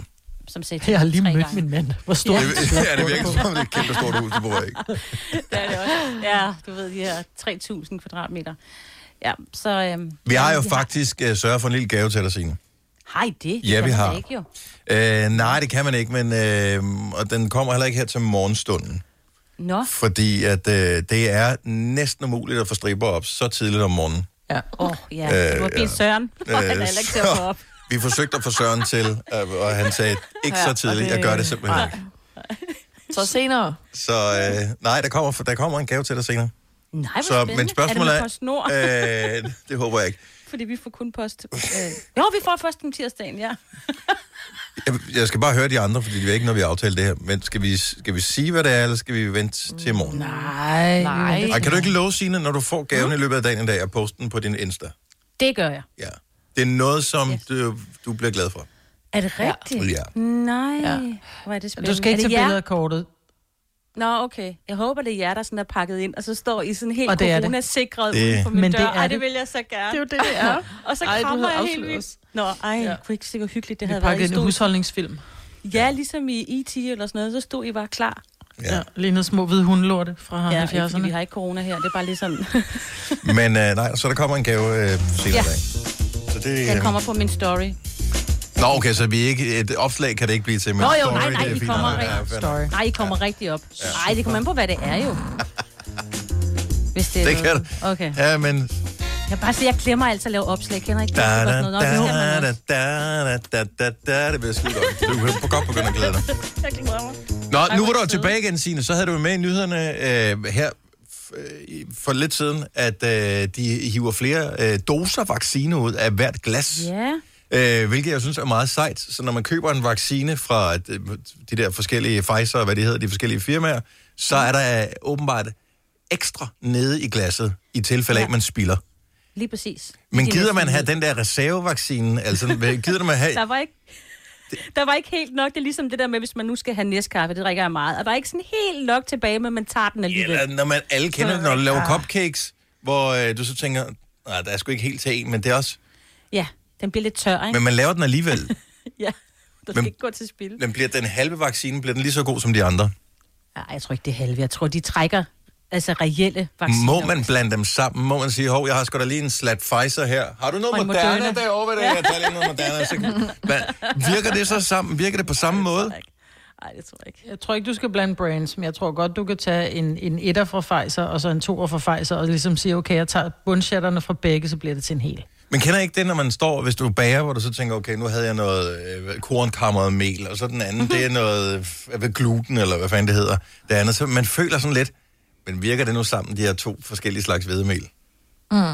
[SPEAKER 3] som sagde
[SPEAKER 2] Jeg har lige
[SPEAKER 3] tre
[SPEAKER 2] mødt
[SPEAKER 3] gange.
[SPEAKER 2] min mand. Hvor stor
[SPEAKER 1] Det,
[SPEAKER 2] er det?
[SPEAKER 1] ja, det virker som om det er et kæmpe stort hus, du bor i.
[SPEAKER 3] *laughs* Det er det også. Ja, du ved, de her 3.000 kvadratmeter. Ja, så... Øhm,
[SPEAKER 1] Vi har jo
[SPEAKER 3] ja,
[SPEAKER 1] faktisk øh, sørget for en lille gave til dig, Signe.
[SPEAKER 3] Hej, det. det
[SPEAKER 1] Ja,
[SPEAKER 3] kan
[SPEAKER 1] vi
[SPEAKER 3] man
[SPEAKER 1] har.
[SPEAKER 3] da Ikke, jo.
[SPEAKER 1] Øh, nej, det kan man ikke, men øh, og den kommer heller ikke her til morgenstunden.
[SPEAKER 3] Nå,
[SPEAKER 1] Fordi at, øh, det er næsten umuligt at få striber op så tidligt om morgenen.
[SPEAKER 3] åh, oh, ja.
[SPEAKER 1] Øh,
[SPEAKER 3] Du har
[SPEAKER 1] ja. Øh,
[SPEAKER 3] bedt Søren, og *laughs* han er heller ikke til at
[SPEAKER 1] så
[SPEAKER 3] få op.
[SPEAKER 1] Vi forsøgte at få Søren til, øh, og han sagde, ikke så
[SPEAKER 4] Ja, og
[SPEAKER 1] tidligt,
[SPEAKER 4] det-
[SPEAKER 1] jeg gør det simpelthen ikke.
[SPEAKER 4] Så senere.
[SPEAKER 1] Så øh, nej, der kommer, der kommer en gave til dig senere.
[SPEAKER 3] Nej, hvor
[SPEAKER 1] så,
[SPEAKER 3] spændende.
[SPEAKER 1] men spørgsmålet
[SPEAKER 3] er... det med
[SPEAKER 4] *laughs*
[SPEAKER 3] PostNord?
[SPEAKER 1] er... Øh, det håber jeg ikke.
[SPEAKER 3] Fordi vi får kun post... Øh. Jo, vi får først om tirsdagen, ja.
[SPEAKER 1] Jeg, jeg skal bare høre de andre, fordi det er ikke, når vi har aftalt det her. Men skal vi, skal vi sige, hvad det er, eller skal vi vente til i morgen?
[SPEAKER 2] Nej.
[SPEAKER 4] Nej.
[SPEAKER 1] Ej, kan du ikke love, Signe, når du får gaven i løbet af dagen i dag, at poste den på din Insta?
[SPEAKER 3] Det gør jeg.
[SPEAKER 1] Ja. Det er noget, som yes. du, du bliver glad for.
[SPEAKER 3] Er det rigtigt?
[SPEAKER 1] Ja.
[SPEAKER 3] Nej.
[SPEAKER 2] Ja.
[SPEAKER 3] Hvor er det spændende.
[SPEAKER 2] Du skal ikke tage
[SPEAKER 3] er det jer?
[SPEAKER 2] billeder af kortet.
[SPEAKER 3] Nå, okay. Jeg håber, det er jer, der sådan er pakket ind, og så står I sådan helt
[SPEAKER 2] Og det er det.
[SPEAKER 3] coronasikret
[SPEAKER 1] Det-
[SPEAKER 3] ude på min
[SPEAKER 2] Men
[SPEAKER 3] dør.
[SPEAKER 2] det er
[SPEAKER 3] ej, det
[SPEAKER 2] det.
[SPEAKER 3] vil jeg så gerne.
[SPEAKER 2] Det er jo det, det er.
[SPEAKER 3] *laughs* Og så
[SPEAKER 2] Ej, du
[SPEAKER 3] krammer
[SPEAKER 2] havde
[SPEAKER 3] jeg helt
[SPEAKER 2] afsløret
[SPEAKER 3] vildt. Nå, ej, ja. kunne ikke sikkert hyggeligt, det
[SPEAKER 2] Vi
[SPEAKER 3] havde været. I
[SPEAKER 2] pakkede en
[SPEAKER 3] stod,
[SPEAKER 2] husholdningsfilm.
[SPEAKER 3] ja, ligesom i E.T. eller sådan noget, så stod I bare klar.
[SPEAKER 1] Ja.
[SPEAKER 2] Ja. Lignede små hvide hundelorte fra
[SPEAKER 3] Ja,
[SPEAKER 2] ja,
[SPEAKER 3] ikke, fordi
[SPEAKER 2] 70'erne.
[SPEAKER 3] vi har ikke corona her, det er bare ligesom...
[SPEAKER 1] Men øh, nej, så der kommer en gave øh, senere ja.
[SPEAKER 3] Ja.
[SPEAKER 1] dag. Så
[SPEAKER 3] *laughs*
[SPEAKER 1] det,
[SPEAKER 3] Den
[SPEAKER 1] øh,
[SPEAKER 3] kommer på min story.
[SPEAKER 1] Nå, okay, så vi er ikke, et opslag kan det ikke blive til. Men
[SPEAKER 3] Nå, jo,
[SPEAKER 1] story,
[SPEAKER 3] nej, nej,
[SPEAKER 1] det er
[SPEAKER 3] vi
[SPEAKER 1] fint.
[SPEAKER 3] kommer
[SPEAKER 1] Ja,
[SPEAKER 3] rent.
[SPEAKER 1] fair nok.
[SPEAKER 2] Story.
[SPEAKER 3] Nej, I kommer ja. rigtig op. Nej, det kommer an på, hvad det er jo. Hvis det, er
[SPEAKER 1] Det kan
[SPEAKER 3] noget.
[SPEAKER 1] du.
[SPEAKER 3] Okay.
[SPEAKER 1] Ja, men...
[SPEAKER 3] Jeg kan bare sige, jeg glemmer altid at lave opslag. Jeg kender ikke det så
[SPEAKER 1] Da,
[SPEAKER 3] godt
[SPEAKER 1] da,
[SPEAKER 3] noget. Nå, det
[SPEAKER 1] da,
[SPEAKER 3] skal man
[SPEAKER 1] da,
[SPEAKER 3] også.
[SPEAKER 1] da, da, da, da, det bliver skide godt. Du kan godt begynde at glæde dig.
[SPEAKER 3] Jeg glemmer mig.
[SPEAKER 1] Nå, nu
[SPEAKER 3] hvor
[SPEAKER 1] var du
[SPEAKER 3] søde.
[SPEAKER 1] tilbage igen, Signe. Så havde du jo med i nyhederne øh, her f- øh, i- for lidt siden, at øh, de hiver flere øh, doser vaccine ud af hvert glas.
[SPEAKER 3] Ja.
[SPEAKER 1] Øh, hvilket jeg synes er meget sejt. Så når man køber en vaccine fra de, de der forskellige Pfizer og hvad det hedder, de forskellige firmaer, så er der øh, åbenbart ekstra nede i glasset, i tilfælde af, at man spilder.
[SPEAKER 3] Lige præcis.
[SPEAKER 1] Men
[SPEAKER 3] De
[SPEAKER 1] gider
[SPEAKER 3] næste
[SPEAKER 1] man have
[SPEAKER 3] nyheder.
[SPEAKER 1] den der reservevaccine? Altså, hvad- gider man
[SPEAKER 3] *laughs*
[SPEAKER 1] have...
[SPEAKER 3] Der var ikke... Der var ikke helt nok. Det er ligesom det der med, hvis man nu skal have næstkaffe, det drikker jeg meget. Og der er ikke sådan helt nok tilbage, men man tager den alligevel.
[SPEAKER 1] Eller når man alle kender det, når du laver cupcakes, hvor øh, du så tænker, nej, der er sgu ikke helt til en, men det er også...
[SPEAKER 3] Ja, den bliver lidt tør, ikke?
[SPEAKER 1] Men man laver den alligevel.
[SPEAKER 3] Ja. Der skal
[SPEAKER 1] Men-
[SPEAKER 3] ikke gå til spil.
[SPEAKER 1] Den bliver den halve vaccine, bliver den lige så god som de andre.
[SPEAKER 3] Nej, jeg tror ikke, det er halve. Jeg tror, de trækker altså reelle vacciner.
[SPEAKER 1] Må man blande dem sammen? Må man sige, hov, jeg har sgu da lige en slat Pfizer her. Har du
[SPEAKER 3] Og
[SPEAKER 1] noget
[SPEAKER 3] en
[SPEAKER 1] Moderna,
[SPEAKER 3] Moderna.
[SPEAKER 1] derovre? Hvad det er? Jeg tager lige noget Moderna. Så... Hvad- Virker det så sammen? Virker det på samme måde?
[SPEAKER 3] Nej, det tror jeg ikke.
[SPEAKER 2] Jeg tror ikke, du skal blande brands, men jeg tror godt, du kan tage en, en etter fra Pfizer, og så en toer fra Pfizer, og ligesom sige, okay, jeg tager bundshatterne fra begge, så bliver det til en hel.
[SPEAKER 1] Men kender I ikke det, når man står, hvis du bager, hvor du så tænker, okay, nu havde jeg noget øh, kornkammeret mel, og så den anden, det er noget øh, hvad, gluten, eller hvad fanden det hedder. Det andet, så man føler sådan lidt, men virker det nu sammen, de her to forskellige slags hvedemel? Ja,
[SPEAKER 4] Mm.
[SPEAKER 3] Ja,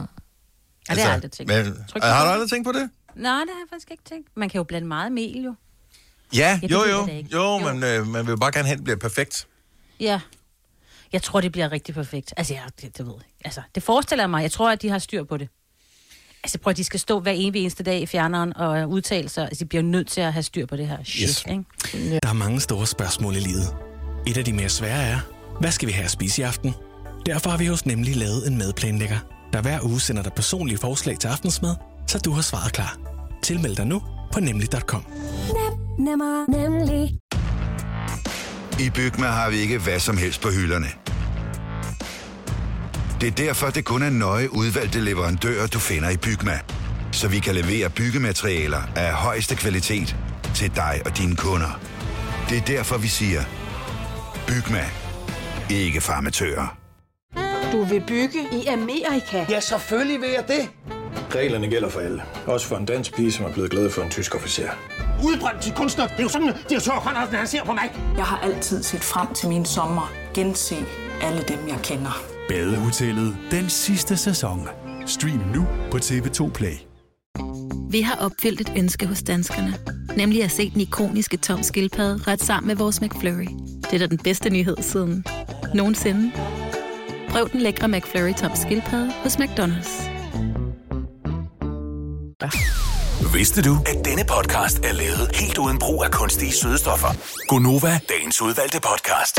[SPEAKER 1] altså,
[SPEAKER 3] det har jeg aldrig tænkt.
[SPEAKER 1] Men,
[SPEAKER 3] Tryk på
[SPEAKER 1] har du
[SPEAKER 3] det.
[SPEAKER 1] aldrig tænkt på det?
[SPEAKER 3] Nej, det har jeg faktisk ikke tænkt. Man kan jo blande meget mel, jo.
[SPEAKER 1] Ja,
[SPEAKER 3] det
[SPEAKER 1] jo,
[SPEAKER 3] ved
[SPEAKER 1] jo,
[SPEAKER 3] jeg da ikke.
[SPEAKER 1] jo,
[SPEAKER 3] Jo.
[SPEAKER 1] men øh, man vil jo bare gerne have, at det bliver perfekt.
[SPEAKER 3] Ja. Jeg tror, det bliver rigtig perfekt. Altså, jeg, det, det ved jeg. ikke. Altså, det forestiller jeg mig. Jeg tror, at de har styr på det. Altså, prøv at de skal stå hver evig eneste dag i fjerneren og øh, udtale sig. Altså, de bliver nødt til at have styr på det her shit,
[SPEAKER 1] Yes.
[SPEAKER 3] yes. ikke?
[SPEAKER 10] Der er mange store spørgsmål i livet. Et af de mere svære er, hvad skal vi have at spise i aften? Derfor har vi hos Nemlig lavet en madplanlægger, der hver uge sender dig personlige forslag til aftensmad, så du har svaret klar. Tilmeld dig nu på nemlig.com.
[SPEAKER 11] Nemmer, nemlig.
[SPEAKER 12] I Bygma har vi ikke hvad som helst på hylderne. Det er derfor, det kun er nøje udvalgte leverandører, du finder i Bygma. Så vi kan levere byggematerialer af højeste kvalitet til dig og dine kunder. Det er derfor, vi siger, Bygma. Ikke farmatører.
[SPEAKER 11] Du vil bygge i Amerika?
[SPEAKER 9] Ja, selvfølgelig vil jeg det.
[SPEAKER 10] Reglerne gælder for alle. Også for en dansk pige, som er blevet glad for en tysk officer.
[SPEAKER 9] Udbrændt til kunstner. Det er jo sådan, at de har Conradsen, han ser på mig.
[SPEAKER 11] Jeg har altid set frem til min sommer. Gense alle dem, jeg kender.
[SPEAKER 10] Badehotellet. Den sidste sæson. Stream nu på TV2 Play.
[SPEAKER 11] Vi har opfyldt et ønske hos danskerne. Nemlig at se den ikoniske tom skildpadde ret sammen med vores McFlurry. Det er da den bedste nyhed siden nogensinde. Prøv den lækre McFlurry tom skildpadde hos McDonald's.
[SPEAKER 9] Vidste du, at denne podcast er lavet helt uden brug af kunstige sødestoffer? Gonova, dagens udvalgte podcast.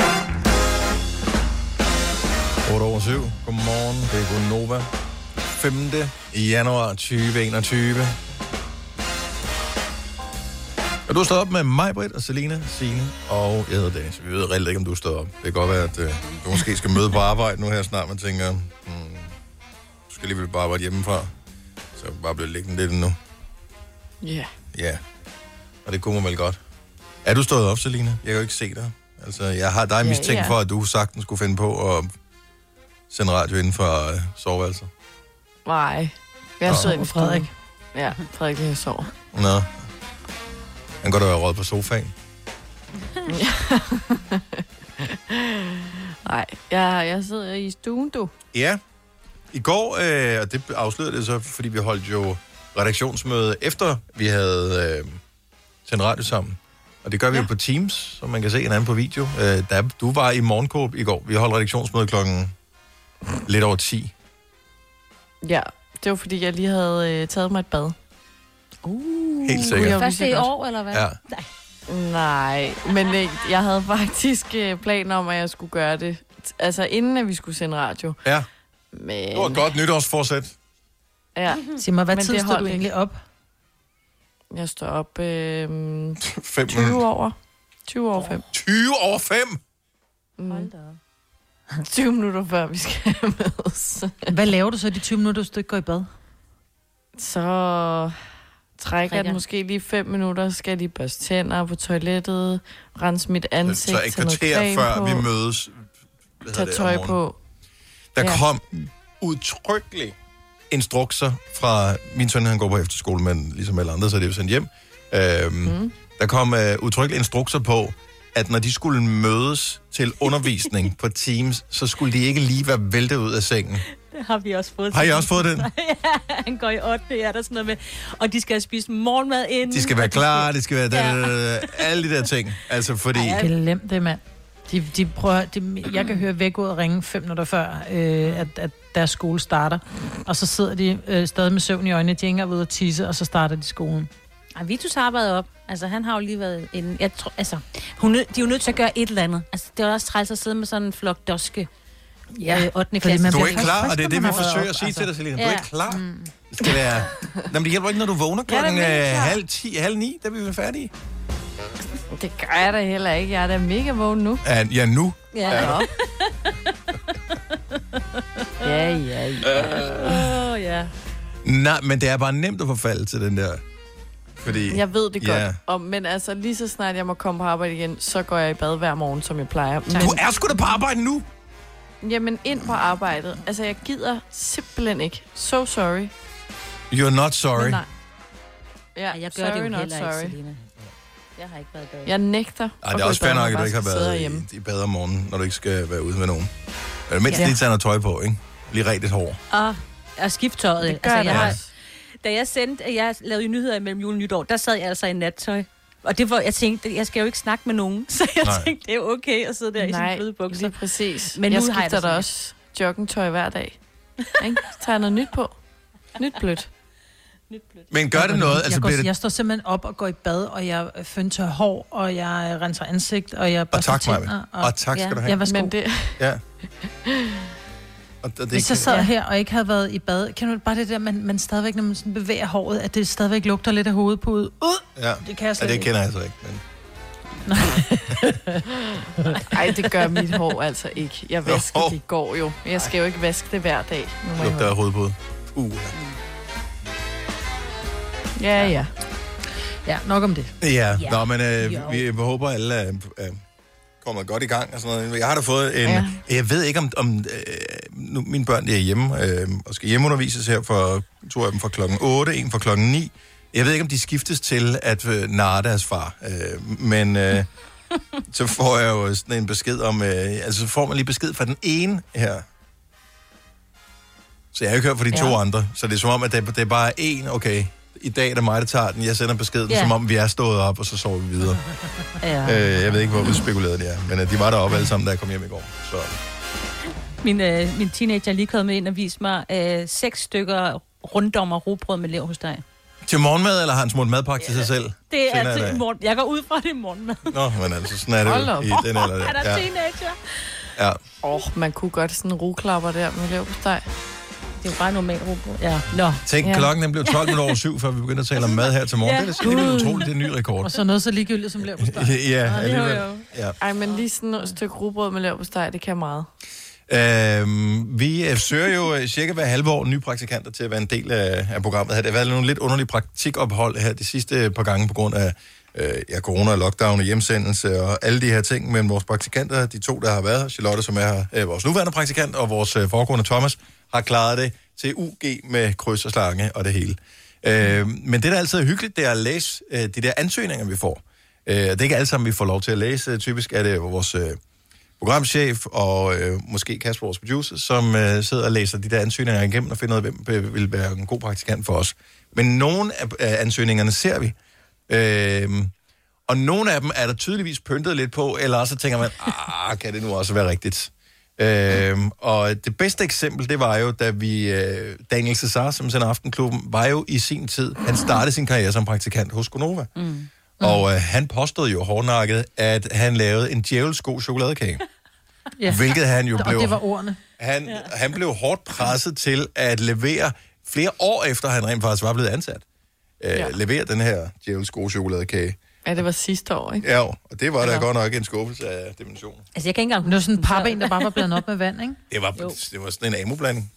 [SPEAKER 1] 8 over 7. Godmorgen, det er Nova. 5. januar 2021. Og du har stået op med mig, Britt og Selina, Signe og jeg hedder Dennis. Vi ved reelt ikke, om du står op. Det kan godt være, at øh, du måske skal møde på arbejde nu her snart. Man tænker, hmm, du skal alligevel bare arbejde hjemmefra. Så jeg bare blive liggende lidt nu.
[SPEAKER 4] Ja.
[SPEAKER 1] Ja, og det kunne man vel godt. Er du stået op, Selina? Jeg kan jo ikke se dig. Altså, jeg har dig mistænkt
[SPEAKER 4] ja.
[SPEAKER 1] for, at du sagtens skulle finde på at sende radio inden for øh, soveværelset.
[SPEAKER 4] Nej. Jeg sidder i min
[SPEAKER 2] Frederik.
[SPEAKER 4] Ja, Frederik lige sover.
[SPEAKER 1] Nå. Han går da være råd på sofaen.
[SPEAKER 4] *laughs* Nej, jeg, jeg sidder i stuen, du.
[SPEAKER 1] Ja. I går, øh, og det afslørede det så, fordi vi holdt jo redaktionsmøde efter vi havde øh, sendt radio sammen. Og det gør vi ja. jo på Teams, som man kan se hinanden på video. Øh, der, du var i morgenkåb i går. Vi holdt redaktionsmøde klokken lidt over 10.
[SPEAKER 4] Ja, det var fordi, jeg lige havde øh, taget mig et bad.
[SPEAKER 1] Uh, Helt
[SPEAKER 3] Uh,
[SPEAKER 1] sikkert.
[SPEAKER 3] Første i år, eller hvad?
[SPEAKER 1] Ja.
[SPEAKER 3] Nej.
[SPEAKER 4] Nej, men øh, jeg havde faktisk øh, planer om, at jeg skulle gøre det. t- Altså, inden at vi skulle sende radio.
[SPEAKER 1] Ja.
[SPEAKER 4] Men...
[SPEAKER 1] Det var et godt nytårsforsæt.
[SPEAKER 4] Ja.
[SPEAKER 2] Sig mig, hvad
[SPEAKER 4] Men
[SPEAKER 2] tid
[SPEAKER 4] det
[SPEAKER 2] står du
[SPEAKER 4] holdt
[SPEAKER 2] egentlig op?
[SPEAKER 4] Jeg står op øh,
[SPEAKER 1] *laughs* 5
[SPEAKER 4] 20 over. 20 over 5.
[SPEAKER 1] 20 over 5?
[SPEAKER 4] Hold da *laughs* op. 20 Mm. minutter før vi skal med. Så,
[SPEAKER 2] Hvad laver du så de 20 minutter, hvis du ikke går i bad?
[SPEAKER 4] så trækker jeg
[SPEAKER 2] Drikker.
[SPEAKER 4] den måske lige 5 minutter, skal jeg lige børste tænder på toilettet, rense mit ansigt,
[SPEAKER 1] Så et
[SPEAKER 4] tage noget
[SPEAKER 1] kvarter
[SPEAKER 4] creme
[SPEAKER 1] før
[SPEAKER 4] på,
[SPEAKER 1] vi mødes. hvad hedder
[SPEAKER 4] tage
[SPEAKER 1] det, om
[SPEAKER 4] tøj
[SPEAKER 1] morgenen.
[SPEAKER 4] på.
[SPEAKER 1] Der
[SPEAKER 4] Ja. Mm.
[SPEAKER 1] ja. kom udtrykkeligt instrukser fra min søn, han går på efterskole, men ligesom alle andre, så er det jo sendt hjem. Øhm, mm. Der kom øh, udtrykkeligt instrukser på, at når de skulle mødes til undervisning på Teams, så skulle de ikke lige være væltet ud af sengen.
[SPEAKER 3] Det har vi også fået.
[SPEAKER 1] Har I også fået den?
[SPEAKER 3] *laughs* ja, han går i 8. Ja, der er sådan noget med. Og de skal have spist morgenmad inden.
[SPEAKER 4] Mm.
[SPEAKER 1] De skal være klar, de skal være... Da, da, da, da, alle de der ting. Altså, fordi...
[SPEAKER 2] Glem det, mand. De, de prøver, de, jeg kan høre væk ud og ringe fem minutter før, øh, at, at deres skole starter. Og så sidder de øh, stadig med søvn i øjnene, de er ikke engang ved at tisse, og så starter de skolen.
[SPEAKER 3] Ej, Vitus har arbejdet op. Altså, han har jo lige været inden. Jeg tror, altså, hun, nød- de er jo nødt til at gøre et eller andet. Altså, det er jo også træls at sidde med sådan en flok doske. Ja, øh, 8. klasse.
[SPEAKER 1] du er ikke klar, og det er det, vi forsøger at sige altså. til dig, Selina. Du er
[SPEAKER 3] Ja.
[SPEAKER 1] ikke klar. Mm. Skal være... Jamen, det hjælper ikke, når du vågner
[SPEAKER 4] Jeg er da
[SPEAKER 1] klokken
[SPEAKER 4] mega
[SPEAKER 1] øh,
[SPEAKER 4] klar.
[SPEAKER 1] halv ti, halv ni, da vi er færdige.
[SPEAKER 4] Det gør jeg da heller ikke. Jeg er da mega vågen nu.
[SPEAKER 1] Ja, ja nu.
[SPEAKER 4] Ja.
[SPEAKER 1] Er du.
[SPEAKER 4] *laughs* Ja, ja, ja. Oh, ja.
[SPEAKER 1] Nej, men det er bare nemt at forfalde til den der. Fordi,
[SPEAKER 4] Jeg ved det godt. Og, men altså, lige så snart jeg må komme på arbejde igen, så går jeg i bad hver morgen, som jeg plejer. Men,
[SPEAKER 1] Du er sgu da på arbejde nu.
[SPEAKER 4] Jamen, ind på arbejdet. Altså, jeg gider simpelthen ikke. So sorry.
[SPEAKER 1] You're not sorry.
[SPEAKER 4] Men nej. Ja,
[SPEAKER 3] Jeg gør sorry, det jo heller ikke,
[SPEAKER 4] sorry.
[SPEAKER 3] Selina. Jeg har ikke været bad.
[SPEAKER 4] Jeg nægter.
[SPEAKER 1] Ej, det
[SPEAKER 4] gå
[SPEAKER 1] er
[SPEAKER 4] i
[SPEAKER 1] også
[SPEAKER 4] bad,
[SPEAKER 1] fair
[SPEAKER 4] når
[SPEAKER 1] nok, at
[SPEAKER 4] jeg
[SPEAKER 1] du
[SPEAKER 4] bare
[SPEAKER 1] ikke har
[SPEAKER 4] skal sidde
[SPEAKER 1] været
[SPEAKER 4] herhjemme.
[SPEAKER 1] i, i bad om morgenen, når du ikke skal være ude med nogen. Men mindst
[SPEAKER 3] Ja.
[SPEAKER 1] ja. lige tage noget tøj på, ikke? Lige rigtig hår.
[SPEAKER 3] Og, og skifte tøjet. Altså,
[SPEAKER 4] Det gør jeg da
[SPEAKER 3] jeg har,
[SPEAKER 4] også.
[SPEAKER 3] da jeg sendte, jeg lavede jo nyheder imellem jul og nytår, der sad jeg altså i nattøj. Og det var, jeg tænkte, jeg skal jo ikke snakke med nogen. *laughs* Så jeg
[SPEAKER 4] Nej.
[SPEAKER 3] Nej. tænkte, det er okay at sidde der i
[SPEAKER 4] Nej,
[SPEAKER 3] sine bløde bukser.
[SPEAKER 4] lige præcis.
[SPEAKER 3] Men
[SPEAKER 4] Men jeg
[SPEAKER 3] nu har jeg
[SPEAKER 4] skifter
[SPEAKER 3] det
[SPEAKER 4] da
[SPEAKER 3] sådan
[SPEAKER 4] også joggingtøj hver
[SPEAKER 3] *laughs*
[SPEAKER 4] dag. Ikke? Så tager jeg noget nyt på. Nyt blødt.
[SPEAKER 2] *laughs*
[SPEAKER 1] Men gør det noget?
[SPEAKER 2] Jeg,
[SPEAKER 1] Altså,
[SPEAKER 2] går,
[SPEAKER 1] bliver
[SPEAKER 2] jeg
[SPEAKER 1] det...
[SPEAKER 2] står simpelthen op og går i bad, og jeg øh, fønter hår, og jeg øh, renser ansigt, og jeg børster
[SPEAKER 1] tak, Maja.
[SPEAKER 2] tænder,
[SPEAKER 1] Og tak skal
[SPEAKER 2] ja,
[SPEAKER 1] du have.
[SPEAKER 2] Ja, værsgo.
[SPEAKER 4] Men det,
[SPEAKER 1] Ja. Og det,
[SPEAKER 2] Hvis jeg sad her og ikke havde været i bad, kan du bare det der, man, man stadigvæk, når man sådan bevæger håret, at det stadigvæk lugter lidt af hovedet på ud. Uh!
[SPEAKER 1] Ja,
[SPEAKER 2] Det kan jeg slet
[SPEAKER 1] ja, det
[SPEAKER 2] ikke.
[SPEAKER 1] kender jeg så ikke. Men...
[SPEAKER 4] Ej, det gør mit hår altså ikke. Jeg vasker det i går jo. Men Jeg skal jo ikke vaske det hver dag. Nu må jeg
[SPEAKER 1] Lugter af
[SPEAKER 4] holde.
[SPEAKER 1] hovedbud. Uh.
[SPEAKER 4] Ja, ja.
[SPEAKER 2] Ja, nok om det.
[SPEAKER 1] Ja,
[SPEAKER 2] Ja.
[SPEAKER 1] Nå, men øh,
[SPEAKER 2] Jo.
[SPEAKER 1] vi håber alle er øh, kommet godt i gang og sådan noget. Jeg har da fået en...
[SPEAKER 2] Ja.
[SPEAKER 1] Ja. Jeg ved ikke om... om øh, nu, mine børn de er hjemme øh, og skal hjemmeundervises her for to af dem fra klokken 8, en fra klokken 9. Jeg ved ikke, om de skiftes til at øh, narre deres far, øh, men øh, så får jeg jo sådan en besked om... Øh, altså, så får man lige besked fra den ene her. Så jeg har ikke hørt fra de ja. to
[SPEAKER 13] Ja.
[SPEAKER 1] andre. Så det er som om, at det, det er bare en, okay, i dag er det mig, der tager den. Jeg sender beskeden,
[SPEAKER 13] Ja.
[SPEAKER 1] ja. som om vi er stået op, og så sover vi videre.
[SPEAKER 3] Ja.
[SPEAKER 1] Øh, jeg ved ikke, hvor udspekuleret det er, men øh, de var deroppe alle sammen, da jeg kom hjem i går. Så.
[SPEAKER 3] Min, øh, min teenager er lige kommet ind og viste mig øh, seks stykker runddommer rugbrød med lever hos dig.
[SPEAKER 1] Til morgenmad, eller har han smurt madpakke til sig selv?
[SPEAKER 3] Det er
[SPEAKER 1] Senere i
[SPEAKER 3] til
[SPEAKER 1] dag.
[SPEAKER 3] morgen. Jeg går ud fra at det er morgenmad.
[SPEAKER 1] Nå, men altså, sådan er det
[SPEAKER 4] Hold
[SPEAKER 1] jo
[SPEAKER 4] op.
[SPEAKER 1] i den alder.
[SPEAKER 3] Han er
[SPEAKER 1] der.
[SPEAKER 3] ja.
[SPEAKER 1] Ja.
[SPEAKER 3] teenager.
[SPEAKER 1] ja.
[SPEAKER 4] Åh, oh, man kunne godt sådan en rugklapper der med lev på steg.
[SPEAKER 3] Det er jo bare normal rugbrød. Ja. Nå.
[SPEAKER 1] Tænk,
[SPEAKER 4] Ja.
[SPEAKER 1] klokken den blev 12 minutter over syv, før vi begyndte at tale om mad her til morgen.
[SPEAKER 4] Ja.
[SPEAKER 1] Det er da det er utroligt, det er en ny rekord.
[SPEAKER 2] Og så noget så ligegyldigt som lever på *laughs* steg.
[SPEAKER 1] ja, alligevel. Ja.
[SPEAKER 4] Ej, men lige sådan et stykke rugbrød med lev på steg, det
[SPEAKER 2] *laughs*
[SPEAKER 4] kan meget.
[SPEAKER 1] Øhm, vi øh, søger jo øh, cirka hver halve år nye praktikanter til at være en del af, af programmet. her. Det har været nogle lidt underlige praktikophold her de sidste øh, par gange på grund af øh, ja, corona, lockdown og hjemsendelse og alle de her ting. Men vores praktikanter, de to, der har været her, Charlotte, som er her, øh, vores nuværende praktikant, og vores øh, foregående Thomas, har klaret det til UG med kryds og slange og det hele. Øh, men det, der altid er hyggeligt, det er at læse øh, de der ansøgninger, vi får. Øh, og det er ikke alle sammen, vi får lov til at læse. Typisk er det jo vores... Øh, programchef og øh, måske Kasper, vores producer, som øh, sidder og læser de der ansøgninger igennem og finder ud af, hvem øh, vil være en god praktikant for os. Men nogle af, af ansøgningerne ser vi. Øh, og nogle af dem er der tydeligvis pyntet lidt på, eller også tænker man, ah, kan det nu også være rigtigt? Øhm, og det bedste eksempel, det var jo, da vi, øh, Daniel Cesar, som sender Aftenklubben, var jo i sin tid, han startede sin karriere som praktikant hos Gonova. Mm. Mm. Og øh, han påstod jo hårdnakket, at han lavede en djævelsk god chokoladekage.
[SPEAKER 2] Ja.
[SPEAKER 1] Hvilket han jo
[SPEAKER 2] og
[SPEAKER 1] blev.
[SPEAKER 2] det var ordene.
[SPEAKER 1] Han, ja. han blev hårdt presset til at levere, flere år efter han rent faktisk var blevet ansat, øh,
[SPEAKER 4] Ja.
[SPEAKER 1] ja. levere den her djævelsk gode chokoladekage.
[SPEAKER 4] Ja, det var sidste år, ikke?
[SPEAKER 1] Ja, og det var da godt nok en skuffelse af dimensioner.
[SPEAKER 3] Altså, jeg kan ikke engang
[SPEAKER 2] Det var sådan en papben, der bare var blandet op med vand, ikke?
[SPEAKER 1] Det var, det var sådan en amoblanding.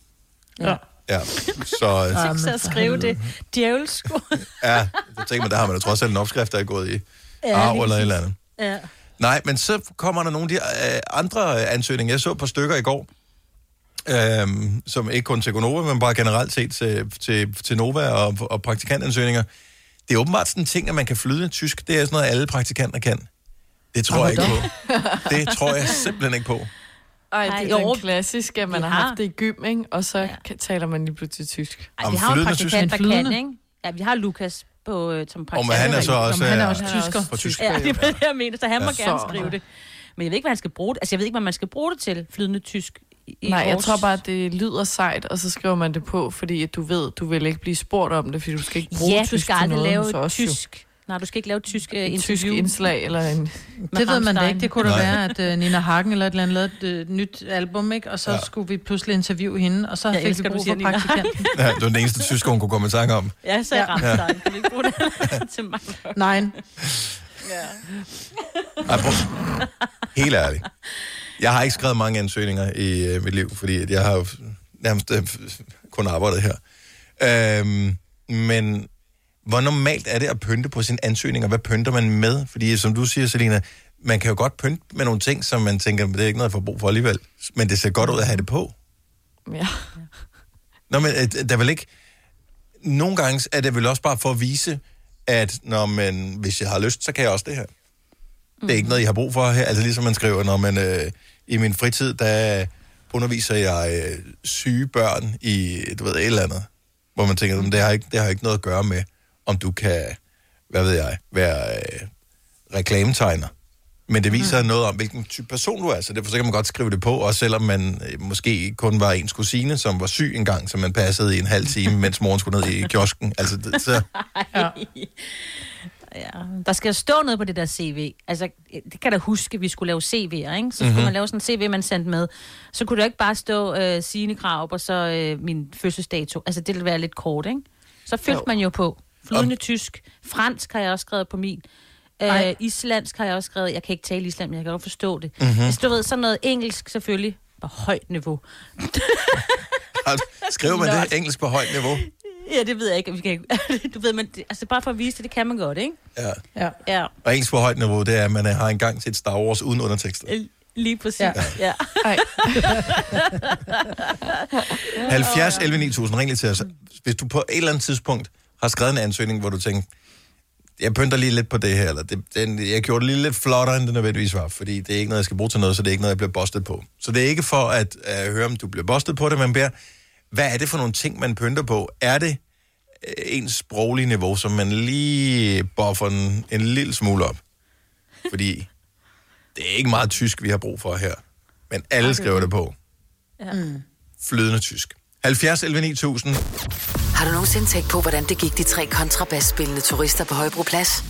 [SPEAKER 2] Ja.
[SPEAKER 1] Ja, så...
[SPEAKER 3] *laughs*
[SPEAKER 1] øh,
[SPEAKER 3] Jeg fik så at skrive det.
[SPEAKER 1] Mhm. Ah,
[SPEAKER 3] Djævelsko.
[SPEAKER 1] Ja, så tænker man, der har man jo trods alt en opskrift, der er gået i
[SPEAKER 3] Ja,
[SPEAKER 1] arv
[SPEAKER 3] lige
[SPEAKER 1] eller et
[SPEAKER 3] præcis.
[SPEAKER 1] eller andet.
[SPEAKER 3] Ja.
[SPEAKER 1] Nej, men så kommer der nogle af de øh, andre øh, ansøgninger. Jeg så et par stykker i går, øhm, som ikke kun til Gonova, men bare generelt set til, til, til Nova og, og praktikantansøgninger. Det er åbenbart sådan en ting, at man kan flyde tysk. Det er sådan noget, alle praktikanter kan. Det tror jeg ikke på. Det tror jeg simpelthen ikke på.
[SPEAKER 4] Ej,
[SPEAKER 3] Ej,
[SPEAKER 4] det
[SPEAKER 3] jo.
[SPEAKER 4] er den klassiske, at man
[SPEAKER 3] Vi
[SPEAKER 4] har
[SPEAKER 3] har.
[SPEAKER 4] haft det i gym, ikke? Og så ja. taler man lige pludselig tysk.
[SPEAKER 3] Ej, vi har jo en praktikant, der kan,
[SPEAKER 4] Flydende.
[SPEAKER 3] ikke? Ja, vi har Lukas på, øh, som praktikant.
[SPEAKER 1] Og men han er så også,
[SPEAKER 3] men han er
[SPEAKER 1] øh,
[SPEAKER 3] også
[SPEAKER 1] han er
[SPEAKER 3] tysker.
[SPEAKER 1] også fra Tyskland.
[SPEAKER 3] Ja, det er det, jeg mener. Så han må
[SPEAKER 4] Ja.
[SPEAKER 3] gerne
[SPEAKER 4] Så-
[SPEAKER 3] skrive det. Men jeg ved ikke, hvad han skal bruge det. Altså, jeg ved ikke, hvad man skal bruge det til, flydende tysk. I
[SPEAKER 4] Nej, jeg
[SPEAKER 3] vores-
[SPEAKER 4] tror bare, at det lyder sejt, og så skriver man det på, fordi at du ved, du vil ikke blive spurgt om det, fordi du skal ikke bruge
[SPEAKER 3] Ja,
[SPEAKER 4] tysk
[SPEAKER 3] du skal
[SPEAKER 4] til
[SPEAKER 3] aldrig
[SPEAKER 4] noget
[SPEAKER 3] lave
[SPEAKER 4] hos os, jo.
[SPEAKER 3] tysk. Nej, du skal ikke lave et tysk øh,
[SPEAKER 4] Et
[SPEAKER 3] interview.
[SPEAKER 4] tysk indslag eller en...
[SPEAKER 2] Det ved man da
[SPEAKER 3] Rammstein.
[SPEAKER 2] ikke. Det kunne da
[SPEAKER 4] Nej.
[SPEAKER 2] være, at øh, Nina Hagen eller et eller andet lavede et øh, nyt album, ikke? Og så ja. skulle vi pludselig interviewe hende, og så
[SPEAKER 3] Jeg
[SPEAKER 2] fik
[SPEAKER 3] elsker,
[SPEAKER 2] vi
[SPEAKER 3] du
[SPEAKER 2] brug
[SPEAKER 3] siger
[SPEAKER 2] for
[SPEAKER 3] Nina Hagen.
[SPEAKER 2] praktikanten.
[SPEAKER 1] Ja, det var den eneste tysker, hun kunne komme i tanke om.
[SPEAKER 3] Ja, så er *laughs* jeg ramt dig. Kan vi ikke bruge
[SPEAKER 2] *laughs*
[SPEAKER 3] det til mig?
[SPEAKER 2] Nej.
[SPEAKER 3] Ja.
[SPEAKER 1] Ej, prøv. Helt ærligt. Jeg har ikke skrevet mange ansøgninger i øh, mit liv, fordi at jeg har jo nærmest øh, kun arbejdet her. Øhm, men hvor normalt er det at pynte på sine ansøgninger? Hvad pynter man med? Fordi som du siger, Selina, man kan jo godt pynte med nogle ting, som man tænker, det er ikke noget, jeg får brug for alligevel. Men det ser godt ud at have det på.
[SPEAKER 4] Ja.
[SPEAKER 1] Nå, men øh, der er vel ikke... Nogle gange er det vel også bare for at vise, at når man, hvis jeg har lyst, så kan jeg også det her. Det er ikke noget, jeg har brug for her. Altså ligesom man skriver, når man øh, i min fritid, der underviser jeg øh, syge børn i, du ved, et eller andet. Hvor man tænker, "Men det har, ikke, det har ikke noget at gøre med, om du kan, hvad ved jeg, være øh, reklametegner. Men det viser mm. noget om, hvilken type person du er, så derfor så kan man godt skrive det på, også selvom man øh, måske kun var ens kusine, som var syg engang, som man passede i en halv time, mens moren skulle ned i kiosken. Altså, det, så,
[SPEAKER 3] Ja. ja. Der skal jo stå noget på det der CV. Altså, det kan jeg da huske, vi skulle lave CV'er, ikke? Så skulle
[SPEAKER 13] Mhm.
[SPEAKER 3] mm-hmm. man lave sådan en CV, man sendte med. Så kunne der ikke bare stå øh, sine krav og så øh, min fødselsdato. Altså, det ville være lidt kort, ikke? Så fyldte
[SPEAKER 13] Jo.
[SPEAKER 3] man jo på. Flydende tysk. Fransk har jeg også skrevet på min. Øh, islandsk har jeg også skrevet. Jeg kan ikke tale island, men jeg kan godt forstå det.
[SPEAKER 1] Mhm.
[SPEAKER 3] Mm-hmm. Hvis du ved, sådan noget engelsk selvfølgelig. På højt niveau.
[SPEAKER 1] altså, skriver man
[SPEAKER 3] Lort.
[SPEAKER 1] det engelsk på højt niveau?
[SPEAKER 3] Ja, det ved jeg ikke. Vi kan *laughs* ikke. Du ved, men det, altså bare for at vise det, det kan man godt, ikke?
[SPEAKER 1] Ja.
[SPEAKER 2] Ja.
[SPEAKER 3] Ja,
[SPEAKER 1] Og engelsk på højt niveau, det er, at man har engang set Star Wars uden undertekster.
[SPEAKER 3] lige præcis. Ja. ja. *laughs*
[SPEAKER 1] Ja, 70 11 9000, ring lige til os. Hvis du på et eller andet tidspunkt har skrevet en ansøgning, hvor du tænker, jeg pynter lige lidt på det her, eller det, den, jeg gjorde det lige lidt flottere, end det nødvendigvis var, fordi det er ikke noget, jeg skal bruge til noget, så det er ikke noget, jeg bliver bostet på. Så det er ikke for at øh, høre, om du bliver bostet på det, man beder, hvad er det for nogle ting, man pynter på? Er det øh, ens sproglige niveau, som man lige buffer en, en lille smule op? Fordi det er ikke meget tysk, vi har brug for her, men alle skriver det på
[SPEAKER 3] ja.
[SPEAKER 2] Mm.
[SPEAKER 1] flydende tysk. 70 11 9000.
[SPEAKER 5] Har du nogensinde tænkt på, hvordan det gik de tre kontrabasspillende turister på Højbroplads?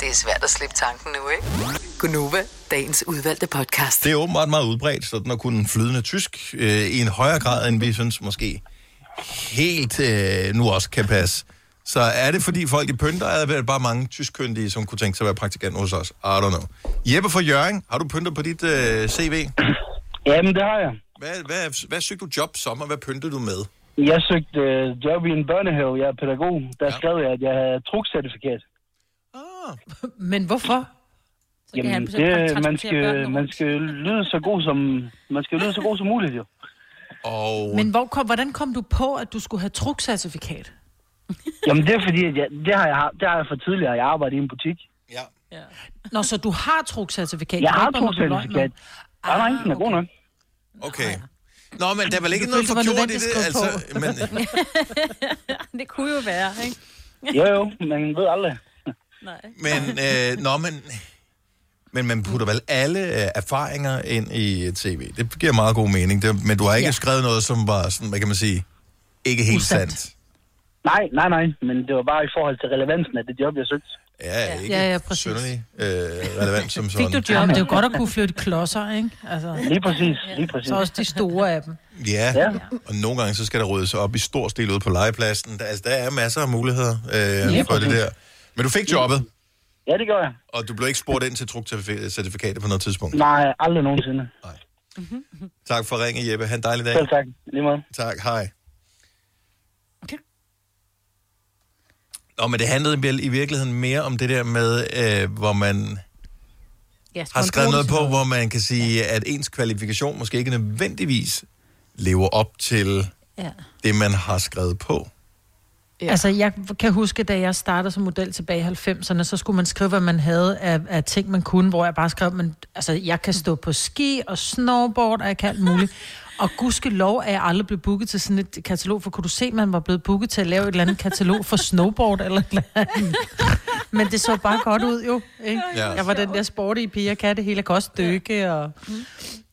[SPEAKER 5] Det er svært at slippe tanken nu, ikke? Gunova, dagens udvalgte podcast.
[SPEAKER 1] Det er åbenbart meget udbredt, sådan at kunne flydende tysk øh, i en højere grad, end vi synes måske helt øh, nu også kan passe. Så er det, fordi folk i pynter, er der bare mange tyskkyndige, som kunne tænke sig at være praktikant hos os? I don't know. Jeppe fra Jørgen, har du pynter på dit øh, CV?
[SPEAKER 14] Jamen, det har jeg.
[SPEAKER 1] Hvad, hvad, hvad søgte du job som, og hvad pyntede du med?
[SPEAKER 14] Jeg søgte øh, job i en børnehave. Jeg er pædagog. Der ja. skrev jeg, at jeg havde trukcertifikat.
[SPEAKER 2] Men hvorfor?
[SPEAKER 14] Jamen,
[SPEAKER 2] han
[SPEAKER 14] det,
[SPEAKER 2] transportere
[SPEAKER 14] man, skal,
[SPEAKER 2] børnene
[SPEAKER 14] man skal lyde så god som, man skal lyde så god som muligt, jo.
[SPEAKER 1] Og...
[SPEAKER 2] Men hvor kom, hvordan kom du på, at du skulle have trukcertifikat?
[SPEAKER 14] Jamen, det er fordi, at jeg, det, har jeg, det har jeg for tidligere. Jeg arbejder i en butik.
[SPEAKER 1] Ja.
[SPEAKER 2] Ja. Nå, så du har trukcertifikat?
[SPEAKER 14] Jeg
[SPEAKER 2] det er
[SPEAKER 14] har
[SPEAKER 2] ikke bare, når du Ah, løg med-
[SPEAKER 14] trukcertifikat. Der er ingen, der er god nok.
[SPEAKER 1] Okay. Nå, men der er vel ikke
[SPEAKER 14] Du
[SPEAKER 1] noget
[SPEAKER 14] følte, det var
[SPEAKER 1] forkert i det,
[SPEAKER 14] nødvendigt at
[SPEAKER 1] altså.
[SPEAKER 14] skrive på.
[SPEAKER 1] Men,
[SPEAKER 3] det kunne jo være, ikke?
[SPEAKER 14] Jo, jo, men ved aldrig.
[SPEAKER 1] men, øh, nå, men, men man putter vel alle øh, erfaringer ind i et tv. Det giver meget god mening. Det, men du har ikke ja. skrevet noget, som var sådan, hvad kan man sige, ikke helt
[SPEAKER 14] Usandt.
[SPEAKER 1] sandt. sandt.
[SPEAKER 14] Nej, nej, nej, men det var bare i forhold til relevansen af det job, jeg søgte.
[SPEAKER 1] Ja, ikke
[SPEAKER 2] Ja, ja, præcis.
[SPEAKER 1] synderlig øh, relevant som sådan.
[SPEAKER 2] Fik du job? Det er jo godt at kunne flytte klodser, ikke? Altså,
[SPEAKER 14] Lige præcis, lige præcis.
[SPEAKER 2] så også de store af dem.
[SPEAKER 1] Ja, og nogle gange så skal der ryddes op i stor stil ude på legepladsen. Der, altså, der er masser af muligheder øh,
[SPEAKER 14] Ja,
[SPEAKER 1] for det
[SPEAKER 14] præcis.
[SPEAKER 1] der. Men du fik jobbet,
[SPEAKER 14] Ja, det gør jeg.
[SPEAKER 1] og du blev ikke spurgt ind til trukcertifikatet på noget tidspunkt.
[SPEAKER 14] Nej, aldrig nogensinde.
[SPEAKER 1] Tak for ringen, Jeppe. Ha' en dejlig dag.
[SPEAKER 14] Selv tak. Lige måde.
[SPEAKER 1] Tak, hej. Nå, men det handlede vel i virkeligheden mere om det der med, øh, hvor man
[SPEAKER 3] Ja,
[SPEAKER 1] har skrevet noget på, hvor man kan sige, at ens kvalifikation måske ikke nødvendigvis lever op til
[SPEAKER 3] Ja.
[SPEAKER 1] det, man har skrevet på.
[SPEAKER 2] Ja. Altså, jeg kan huske, da jeg startede som model tilbage i 90'erne, så skulle man skrive, hvad man havde af, af ting, man kunne, hvor jeg bare skrev, men, altså, jeg kan stå på ski og snowboard, og jeg kan alt *laughs* muligt. Og gudske lov, at jeg aldrig blev booket til sådan et katalog, for kunne du se, at man var blevet booket til at lave et eller andet katalog for snowboard eller et eller andet. Men det så bare godt ud, jo. Ikke?
[SPEAKER 1] Ja.
[SPEAKER 2] Ja. Jeg var den der sportige pige, jeg kan det hele, jeg kan også dykke, og...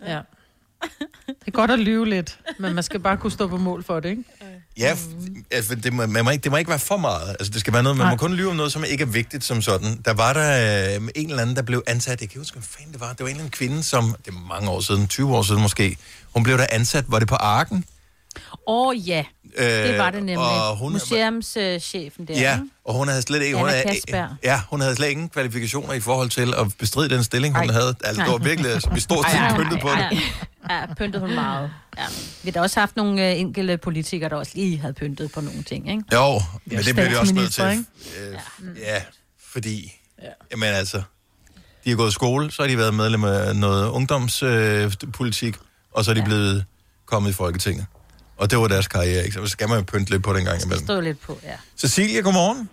[SPEAKER 2] Ja. Det er godt at lyve lidt, men man skal bare kunne stå på mål for det, ikke?
[SPEAKER 1] Ja, f- altså, det, må, man må ikke, det må ikke være for meget. Altså, det skal være noget, man må kun lyve om noget, som ikke er vigtigt som sådan. Der var der øh, en eller anden, der blev ansat. Jeg kan ikke huske, hvad fanden det var. Det var en eller anden kvinde, som, det er mange år siden, 20 år siden måske, hun blev der ansat, var det på Arken?
[SPEAKER 3] Åh oh, ja, det var det
[SPEAKER 1] Øh,
[SPEAKER 3] nemlig.
[SPEAKER 1] og hun-
[SPEAKER 3] Museumschefen der.
[SPEAKER 1] Ja,
[SPEAKER 3] ikke?
[SPEAKER 1] og hun havde slet ikke... Hun
[SPEAKER 3] Anna
[SPEAKER 1] havde,
[SPEAKER 3] Kastberg.
[SPEAKER 1] ja, hun havde slet ingen kvalifikationer i forhold til at bestride den stilling, hun Ej. havde. Altså, det var
[SPEAKER 3] Nej.
[SPEAKER 1] virkelig, altså, vi stod til
[SPEAKER 3] Ej, ej,
[SPEAKER 1] pyntet på
[SPEAKER 3] ej,
[SPEAKER 1] det.
[SPEAKER 3] ej. Ja, pyntet hun meget. Ja. Vi har da også haft nogle øh, enkelte politikere, der også lige havde pyntet på nogle ting, ikke?
[SPEAKER 1] Jo, men det bliver vi også nødt til.
[SPEAKER 3] Statsminister,
[SPEAKER 1] Øh, ja, fordi... Jamen altså, de har gået i skole, så har de været medlem af noget ungdomspolitik, øh, politik, og så er de ja. blevet kommet i Folketinget. Og det var deres karriere, ikke? Så skal man jo pynte lidt på den gang imellem.
[SPEAKER 3] Stå lidt på, ja.
[SPEAKER 1] Cecilia, godmorgen.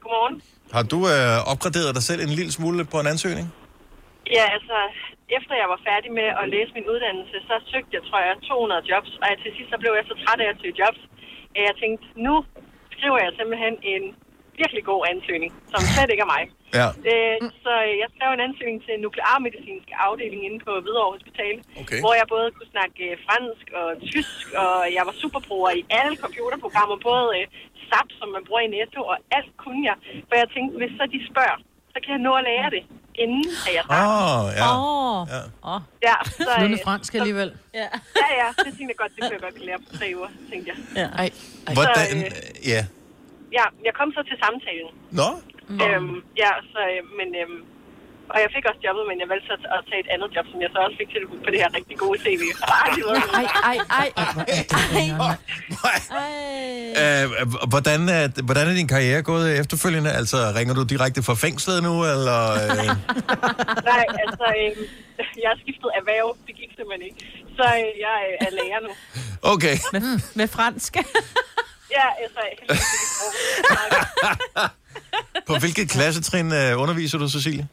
[SPEAKER 13] Godmorgen.
[SPEAKER 1] Har du øh, opgraderet dig selv en lille smule på en ansøgning?
[SPEAKER 13] Ja, altså, efter jeg var færdig med at læse min uddannelse, så søgte jeg, tror jeg, 200 jobs. Og til sidst, så blev jeg så træt af at søge jobs, at jeg tænkte, nu skriver jeg simpelthen en virkelig god ansøgning, som slet ikke er mig.
[SPEAKER 1] Ja.
[SPEAKER 13] Øh, så jeg skrev en ansøgning til nuklearmedicinsk afdeling inde på Hvidovre Hospital,
[SPEAKER 1] Okay.
[SPEAKER 13] hvor jeg både kunne snakke øh, fransk og tysk, og jeg var superbruger i alle computerprogrammer, både øh, SAP, som man bruger i Netto, og alt kunne jeg. For jeg tænkte, hvis så de spørger, så kan jeg nå at lære det, inden at jeg starter.
[SPEAKER 1] Åh, Ah, ja.
[SPEAKER 3] Åh.
[SPEAKER 1] Ja.
[SPEAKER 3] Åh.
[SPEAKER 13] Ja, så, øh,
[SPEAKER 2] Flydende fransk alligevel.
[SPEAKER 13] Ja. ja, ja, det tænkte jeg godt, det kunne jeg godt kunne lære på tre uger, tænkte jeg.
[SPEAKER 2] Ja.
[SPEAKER 4] Ej.
[SPEAKER 1] Hvordan?
[SPEAKER 13] Så, øh,
[SPEAKER 1] Ja.
[SPEAKER 13] ja, jeg kom så til samtalen.
[SPEAKER 1] Nå?
[SPEAKER 13] Mm. Øhm, ja, så, øh, men, øhm, og jeg fik også jobbet, men jeg valgte så at tage et andet job, som jeg så også fik tilbudt på det her rigtig gode CV. Ej, det var jo-
[SPEAKER 4] *laughs* Ej, ej, ej.
[SPEAKER 1] Øh, hvordan, er, hvordan er din karriere gået efterfølgende? Altså, ringer du direkte fra fængslet nu, eller... Øh,
[SPEAKER 13] Nej, altså, øhm, jeg har skiftet erhverv, det gik simpelthen ikke. Så øh, jeg øh, er lærer nu.
[SPEAKER 1] okay.
[SPEAKER 2] Med, med fransk.
[SPEAKER 13] Ja, altså,
[SPEAKER 1] På hvilket klassetrin øh, underviser du, Cecilie?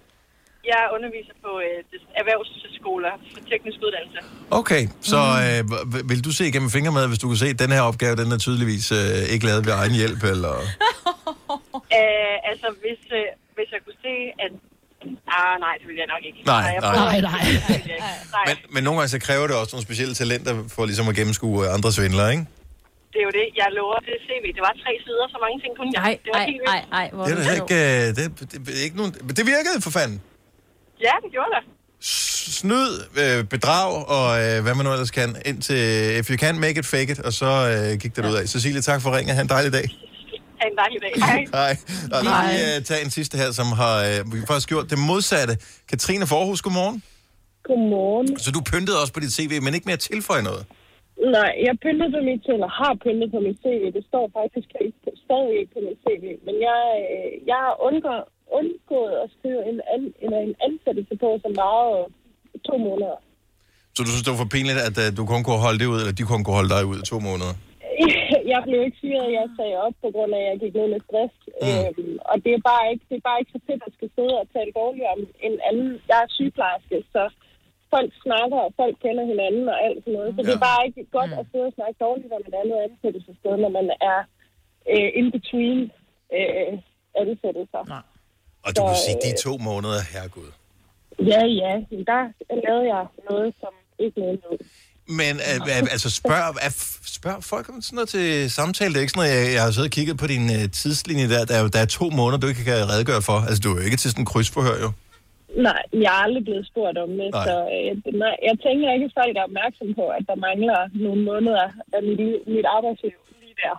[SPEAKER 13] jeg underviser på øh, erhvervsskoler for teknisk
[SPEAKER 4] *laughs*
[SPEAKER 13] uddannelse.
[SPEAKER 1] Okay, så øh, h- h- vil du se igennem fingre med, hvis du kan se, at den her opgave, den er tydeligvis øh, ikke lavet ved egen hjælp, eller...
[SPEAKER 13] Øh, altså, hvis, øh, hvis jeg kunne se, at... Ah, nej, det ville jeg nok ikke.
[SPEAKER 1] Nej,
[SPEAKER 13] jeg
[SPEAKER 1] nej.
[SPEAKER 13] prøver-
[SPEAKER 1] Nej,
[SPEAKER 13] *laughs* det ville jeg ikke. nej.
[SPEAKER 1] Men, men nogle gange så kræver det også nogle specielle talenter for ligesom at gennemskue øh, andre svindlere, ikke?
[SPEAKER 13] Det er jo det, jeg lover. Det CV, det var tre sider, så mange ting kunne jeg.
[SPEAKER 3] Ej,
[SPEAKER 13] det var
[SPEAKER 3] ej,
[SPEAKER 13] helt vildt.
[SPEAKER 3] ej, ej, hvor
[SPEAKER 1] Det er da heller ikke... Øh, det, det, det, er ikke nogen, men det virkede, for fanden!
[SPEAKER 13] Ja, det gjorde det.
[SPEAKER 1] snyd, øh, bedrag og øh, hvad man nu ellers kan, indtil øh, if you can make it, fake it, og så øh, gik det ja. ud af. Cecilie, tak for ringen. Ha' en dejlig dag.
[SPEAKER 13] Ha' en dejlig dag. Hej.
[SPEAKER 1] Hej. Lad os
[SPEAKER 13] Hej.
[SPEAKER 1] lige øh, tage en sidste her, som har øh, vi har faktisk gjort det modsatte. Katrine Forhus, godmorgen.
[SPEAKER 15] Godmorgen.
[SPEAKER 1] Så du pyntede også på dit CV, men ikke med at tilføje noget.
[SPEAKER 15] Nej, jeg pyntede på mit, eller har pyntet på mit CV. Det står faktisk ikke, stadig ikke på mit CV. Men jeg, øh, jeg har undgår, undgået at skrive en, an, eller en ansættelse på så meget øh, to måneder.
[SPEAKER 1] Så du synes, det var for pinligt, at øh, du kun kunne holde det ud, eller de kun kunne holde dig ud i to måneder?
[SPEAKER 15] *laughs* jeg blev ikke fyret, jeg sagde op på grund af, at jeg gik ned med stress. Mm. Øhm, og det er, bare ikke, det er bare ikke så fedt at skal sidde og tale dårligt om en anden. Jeg er sygeplejerske, så folk snakker, og folk kender hinanden og alt sådan noget. Så ja. Mm. det er bare ikke godt at sidde og snakke dårligt om et andet ansættelsessted, når man er øh, in between øh, ansættelser. Nej.
[SPEAKER 1] Og du kan sige, de to måneder, herregud.
[SPEAKER 15] Ja, ja. Men Der lavede jeg noget, som ikke nogen ved.
[SPEAKER 1] Men øh, øh, altså, spørg, øh, spørg folk om sådan noget til samtale. Det er ikke sådan noget, jeg, jeg har siddet og kigget på din øh, tidslinje der. Der er, jo- der er to måneder, du ikke kan redegøre for. Altså, du er jo ikke til sådan en krydsforhør, jo.
[SPEAKER 15] Nej, jeg er aldrig blevet spurgt om det,
[SPEAKER 1] Nej.
[SPEAKER 15] så øh, nej, jeg tænker ikke, at folk er opmærksom på, at der mangler nogle måneder af mit, mit arbejdsliv lige der.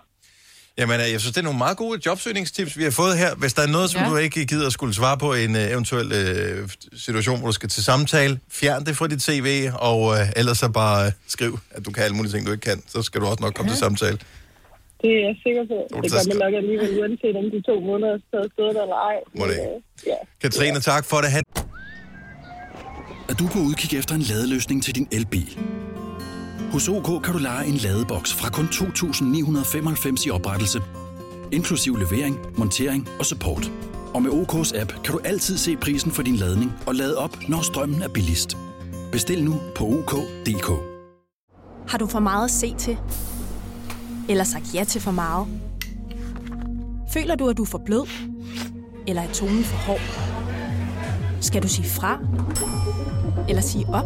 [SPEAKER 1] Jamen, øh, jeg synes, det er nogle meget gode jobsøgningstips, vi har fået her. Hvis der er noget, som
[SPEAKER 15] Ja.
[SPEAKER 1] ja. du ikke gider at skulle svare på i en øh, eventuel øh, situation, hvor du skal til samtale, fjern det fra dit CV, og øh, ellers så bare øh, skriv, at du kan alle mulige ting, du ikke kan. Så skal du også nok komme ja. til samtale.
[SPEAKER 15] Det er jeg sikker på.
[SPEAKER 1] Jo,
[SPEAKER 15] det
[SPEAKER 1] så
[SPEAKER 15] gør man
[SPEAKER 1] skal-
[SPEAKER 15] nok alligevel, uanset om de to måneder er stadig stedet eller ej.
[SPEAKER 1] Må det ikke.
[SPEAKER 15] Øh, ja.
[SPEAKER 1] Katrine, ja. tak for det. Han...
[SPEAKER 10] Er du på udkig efter en ladeløsning til din elbil? Hos OK kan du lege en ladeboks fra kun 2.995 i oprettelse, inklusiv levering, montering og support. Og med OK's app kan du altid se prisen for din ladning og lade op, når strømmen er billigst. Bestil nu på OK.dk.
[SPEAKER 16] Har du for meget at se til? Eller sagt ja til for meget? Føler du, at du er for blød? Eller er tonen for hård? Skal du sige fra? Eller sige op?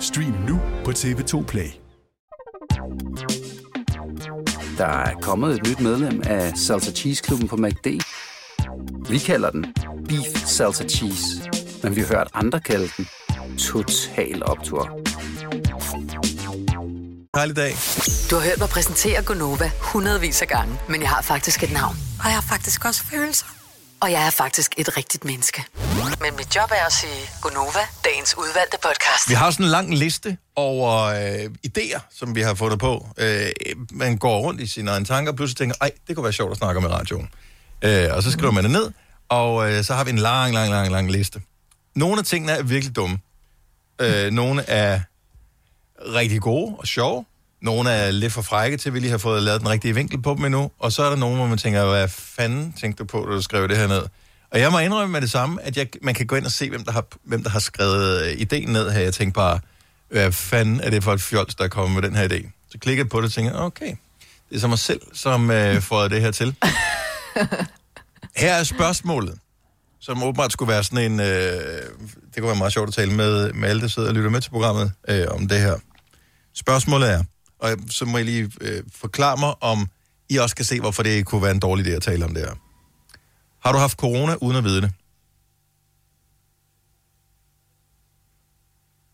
[SPEAKER 17] Stream nu på TV2 Play.
[SPEAKER 18] Der er kommet et nyt medlem af Salsa Cheese Klubben på MACD. Vi kalder den Beef Salsa Cheese, men vi har hørt andre kalde den Total Optor.
[SPEAKER 1] Dejlig dag.
[SPEAKER 5] Du har hørt mig præsentere Gonova hundredvis af gange, men jeg har faktisk et navn.
[SPEAKER 19] Og jeg har faktisk også følelser.
[SPEAKER 5] Og jeg er faktisk et rigtigt menneske. Men mit job er at sige Gonova, dagens udvalgte podcast.
[SPEAKER 1] Vi har sådan en lang liste over øh, idéer, som vi har fundet på. Øh, man går rundt i sine egne tanker, og pludselig tænker, ej, det kunne være sjovt at snakke om i radioen. Øh, og så skriver man det ned, og øh, så har vi en lang, lang, lang, lang liste. Nogle af tingene er virkelig dumme. Øh, nogle er rigtig gode og sjove. Nogle er lidt for frække til, at vi lige har fået lavet den rigtige vinkel på dem endnu. Og så er der nogle, hvor man tænker, hvad fanden tænkte du på, da du skrev det her ned? Og jeg må indrømme med det samme, at jeg, man kan gå ind og se, hvem der har, hvem der har skrevet øh, ideen ned her. Jeg tænkte bare, hvad fanden er det for et fjols, der er kommet med den her idé? Så klikker jeg på det og tænker, okay, det er så mig selv, som øh, får det her til. Her er spørgsmålet, som åbenbart skulle være sådan en... Øh, det kunne være meget sjovt at tale med, med alle, der sidder og lytter med til programmet øh, om det her. Spørgsmålet er, og jeg- så må I lige øh, forklare mig, om I også kan se, hvorfor det kunne være en dårlig idé at tale om det her. Har du haft corona uden at vide det?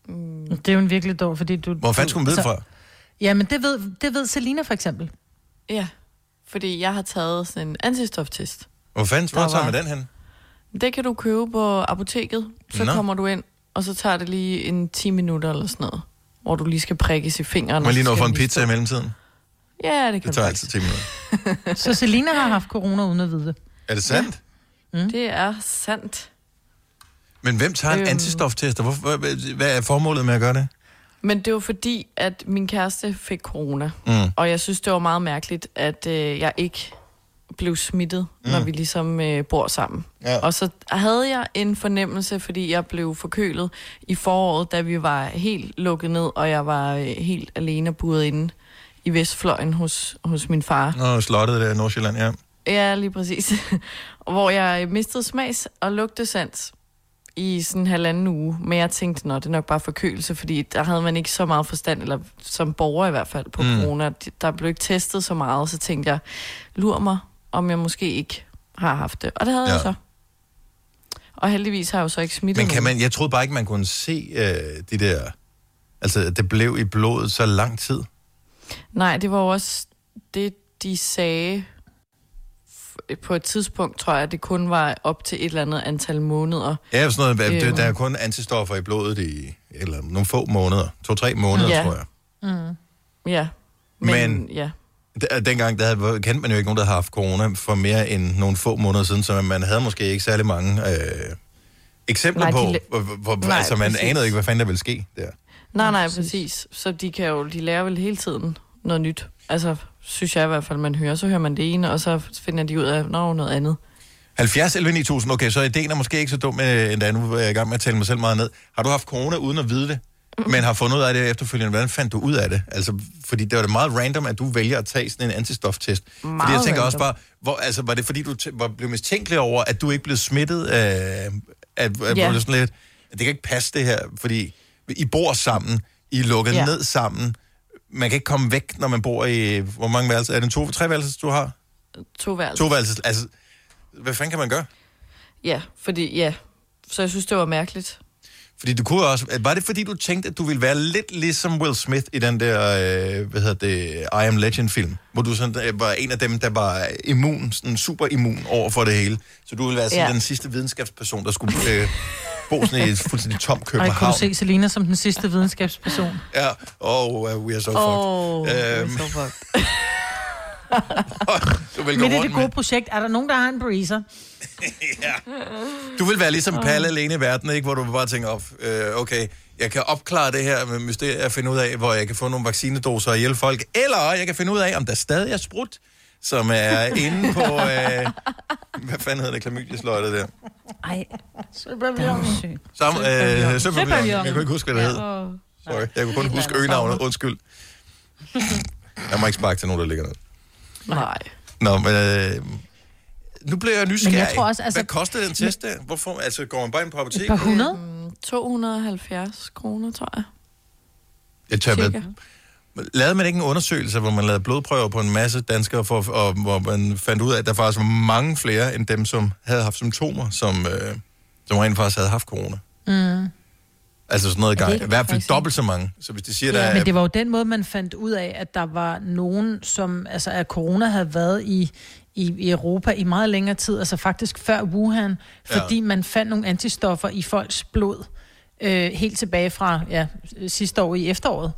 [SPEAKER 2] Mm. Det er jo en virkelig dårlig, fordi du...
[SPEAKER 1] Hvor fanden skulle man vide det
[SPEAKER 2] altså,
[SPEAKER 1] fra?
[SPEAKER 2] Jamen, det ved, det ved Selina for eksempel.
[SPEAKER 4] Ja, fordi jeg har taget sådan en antistoftest.
[SPEAKER 1] Hvor fanden
[SPEAKER 4] Der
[SPEAKER 1] hvor tager
[SPEAKER 4] var-
[SPEAKER 1] man den hen?
[SPEAKER 4] Det kan du købe på apoteket. Så
[SPEAKER 1] Nå.
[SPEAKER 4] Nå. kommer du ind, og så tager det lige en 10 minutter eller sådan noget, hvor du lige skal prikkes i fingrene.
[SPEAKER 1] Må jeg lige
[SPEAKER 4] og så
[SPEAKER 1] nå for
[SPEAKER 4] skal
[SPEAKER 1] en
[SPEAKER 4] den lige
[SPEAKER 1] pizza i mellemtiden?
[SPEAKER 4] stå- Ja, det kan
[SPEAKER 1] Det
[SPEAKER 4] det du.
[SPEAKER 1] tager altid 10 minutter.
[SPEAKER 4] *laughs*
[SPEAKER 2] Så Selina har haft corona uden at vide det.
[SPEAKER 1] Er det sandt?
[SPEAKER 4] Mm. Det er sandt.
[SPEAKER 1] Men hvem tager en
[SPEAKER 4] Øhm.
[SPEAKER 1] antistoftest, og hvorfor, hvad, hvad er formålet med at gøre det?
[SPEAKER 4] Men det var fordi, at min kæreste fik corona.
[SPEAKER 1] Mm.
[SPEAKER 4] Og jeg synes, det var meget mærkeligt, at øh, jeg ikke blev smittet, mm. når vi ligesom øh, bor sammen.
[SPEAKER 1] Ja.
[SPEAKER 4] Og så havde jeg en fornemmelse, fordi jeg blev forkølet i foråret, da vi var helt lukket ned, og jeg var øh, helt alene og buret inde i Vestfløjen hos, hos min far.
[SPEAKER 1] Nå, slottet der i Nordsjælland, ja.
[SPEAKER 4] Ja, lige præcis. *laughs* Hvor jeg mistede smags og lugtesans i sådan en halvanden uge. Men jeg tænkte, nå, det er nok bare forkølelse, fordi der havde man ikke så meget forstand, eller som borger i hvert fald, på
[SPEAKER 20] Mm.
[SPEAKER 4] mm. corona. De- Der blev ikke testet så meget, så tænkte jeg, lur mig, om jeg måske ikke har haft det. Og det havde ja.
[SPEAKER 1] Ja.
[SPEAKER 4] jeg så. Og heldigvis har jeg jo så ikke smittet
[SPEAKER 1] Men kan
[SPEAKER 4] nogen.
[SPEAKER 1] man, jeg troede bare ikke, man kunne se øh, de der... Altså, at det blev i blodet så lang tid.
[SPEAKER 4] Nej, det var jo også det, de sagde f- på et tidspunkt, tror jeg, at det kun var op til et eller andet antal måneder.
[SPEAKER 1] Ja, sådan noget, hvad-
[SPEAKER 4] Øhm.
[SPEAKER 1] det, der er kun antistoffer i blodet i eller, nogle få måneder. To-tre måneder,
[SPEAKER 4] Ja.
[SPEAKER 1] ja. tror jeg.
[SPEAKER 4] Mm. Ja,
[SPEAKER 1] Men, Men
[SPEAKER 4] ja.
[SPEAKER 1] d- dengang der havde, kendte man jo ikke nogen, der havde haft corona for mere end nogle få måneder siden, så man havde måske ikke særlig mange øh, eksempler
[SPEAKER 4] Nej,
[SPEAKER 1] Nej,
[SPEAKER 4] de
[SPEAKER 1] på,
[SPEAKER 4] la-
[SPEAKER 1] hvor, hvor,
[SPEAKER 4] Nej,
[SPEAKER 1] Nej, altså man
[SPEAKER 4] præcis.
[SPEAKER 1] præcis. anede ikke, hvad fanden der ville ske der.
[SPEAKER 4] Nej, nej, præcis. Så de kan jo, de lærer vel hele tiden noget nyt. Altså, synes jeg i hvert fald, man hører. Så hører man det ene, og så finder de ud af, nå, noget andet.
[SPEAKER 1] 70 11 9000, okay, så ideen er måske ikke så dum øh, endda. Nu er jeg i gang med at tale mig selv meget ned. Har du haft corona uden at vide det? Men har fundet ud af det efterfølgende. Hvordan fandt du ud af det? Altså, fordi det var da meget random, at du vælger at tage sådan en antistoftest. Meget fordi jeg
[SPEAKER 4] Meget
[SPEAKER 1] tænker også
[SPEAKER 4] random.
[SPEAKER 1] bare, hvor, altså, var det fordi, du tæ- var, blev mistænkelig over, at du ikke blev smittet? Øh, at, at, ja.
[SPEAKER 4] Ja.
[SPEAKER 1] Blev sådan lidt, det kan ikke passe det her, fordi I bor sammen, I er lukket
[SPEAKER 4] Ja.
[SPEAKER 1] ja. ned sammen. Man kan ikke komme væk, når man bor i... Hvor mange værelser? Er det en to, tre værelser, du har?
[SPEAKER 4] To værelser.
[SPEAKER 1] To værelser. Altså, hvad fanden kan man gøre?
[SPEAKER 4] Ja, fordi, ja. Så jeg synes, det var mærkeligt.
[SPEAKER 1] Fordi du kunne også... Var det fordi, du tænkte, at du ville være lidt ligesom Will Smith i den der, øh, hvad hedder det, I Am Legend-film? Hvor du sådan, øh, var en af dem, der var immun, sådan super immun over for det hele. Så du ville være sådan
[SPEAKER 2] Ja.
[SPEAKER 1] ja. den sidste videnskabsperson, der skulle øh, bo sådan i et fuldstændig tomt
[SPEAKER 2] Og jeg kunne
[SPEAKER 1] København.
[SPEAKER 2] se Selina som den sidste videnskabsperson.
[SPEAKER 1] Ja, oh, uh, we are so
[SPEAKER 2] Åh,
[SPEAKER 1] fucked.
[SPEAKER 2] we are
[SPEAKER 1] Øhm,
[SPEAKER 2] so
[SPEAKER 1] *laughs* du vil gå
[SPEAKER 2] Men det er det
[SPEAKER 1] rundt med,
[SPEAKER 2] gode projekt. Er der nogen, der har en breezer?
[SPEAKER 1] ja. Du vil være ligesom Palle alene i verden, ikke? Hvor du bare tænker, op, øh, okay, jeg kan opklare det her med mysteriet, jeg finde ud af, hvor jeg kan få nogle vaccinedoser og hjælpe folk, eller jeg kan finde ud af, om der stadig er sprut, som er inde på, øh, hvad fanden hedder det, klamydiesløjtet der?
[SPEAKER 3] Ej,
[SPEAKER 2] Søpavillon.
[SPEAKER 1] Sam, øh, Søpavillon.
[SPEAKER 2] Søpavillon.
[SPEAKER 1] Jeg kunne ikke huske, hvad det hed.
[SPEAKER 2] hed.
[SPEAKER 1] Sorry, jeg kunne kun huske øgenavnet,
[SPEAKER 4] *laughs*
[SPEAKER 1] undskyld. Jeg må ikke sparke til nogen, der ligger ned.
[SPEAKER 4] Nej.
[SPEAKER 1] Nå, men øh, nu bliver jeg nysgerrig.
[SPEAKER 4] Men jeg tror også, altså-
[SPEAKER 1] Hvad kostede den test der? Hvorfor? Altså, går man bare ind på apoteket?
[SPEAKER 4] Øhm, 270 kroner, tror jeg.
[SPEAKER 1] Jeg tør med.
[SPEAKER 4] Cirka.
[SPEAKER 1] Lavede man ikke en undersøgelse, hvor man lavede blodprøver på en masse danskere, for, og hvor man fandt ud af, at der faktisk var mange flere end dem, som havde haft symptomer, som, øh, som rent faktisk havde haft corona?
[SPEAKER 2] Mm.
[SPEAKER 1] Altså sådan noget
[SPEAKER 2] Er det
[SPEAKER 1] gang.
[SPEAKER 2] ikke
[SPEAKER 1] I hvert fald
[SPEAKER 2] faktisk-
[SPEAKER 1] dobbelt så mange. Så hvis de siger, der
[SPEAKER 2] Ja,
[SPEAKER 1] er...
[SPEAKER 2] men det var jo den måde, man fandt ud af, at der var nogen, som, altså at corona havde været i, i, i Europa i meget længere tid, altså faktisk før Wuhan,
[SPEAKER 14] Ja.
[SPEAKER 2] fordi man fandt nogle antistoffer i folks blod, øh, helt tilbage fra ja, sidste år i efteråret,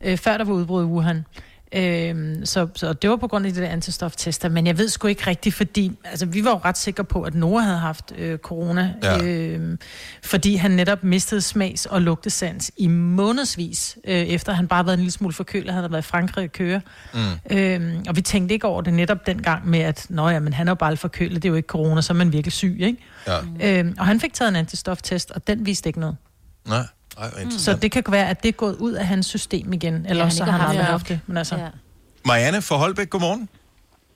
[SPEAKER 2] øh, før der var udbrud i Wuhan. Øhm, så, så det var på grund af det der antistoftester, men jeg ved sgu ikke rigtigt, fordi altså, vi var jo ret sikre på, at Nora havde haft øh, corona,
[SPEAKER 14] Ja.
[SPEAKER 2] ja. øh, fordi han netop mistede smags- og lugtesans i månedsvis, øh, efter han bare havde været en lille smule forkølet, han havde været i Frankrig at køre. Mm. Øhm, og vi tænkte ikke over det netop dengang med, at Nå, ja, men han er jo bare lidt forkølet, det er jo ikke corona, så er man virkelig syg, ikke?
[SPEAKER 1] Ja.
[SPEAKER 2] Øhm, og han fik taget en antistoftest, og den viste ikke noget.
[SPEAKER 1] Nej, Ej, hvor
[SPEAKER 2] Så
[SPEAKER 1] interessant.
[SPEAKER 2] det kan være, at det er gået ud af hans system igen, eller
[SPEAKER 3] Ja,
[SPEAKER 2] ja,
[SPEAKER 3] han
[SPEAKER 2] så
[SPEAKER 3] ikke
[SPEAKER 2] har han
[SPEAKER 3] har
[SPEAKER 2] aldrig haft
[SPEAKER 3] haft det.
[SPEAKER 2] det. Men altså, ja.
[SPEAKER 1] Marianne fra Holbæk, godmorgen.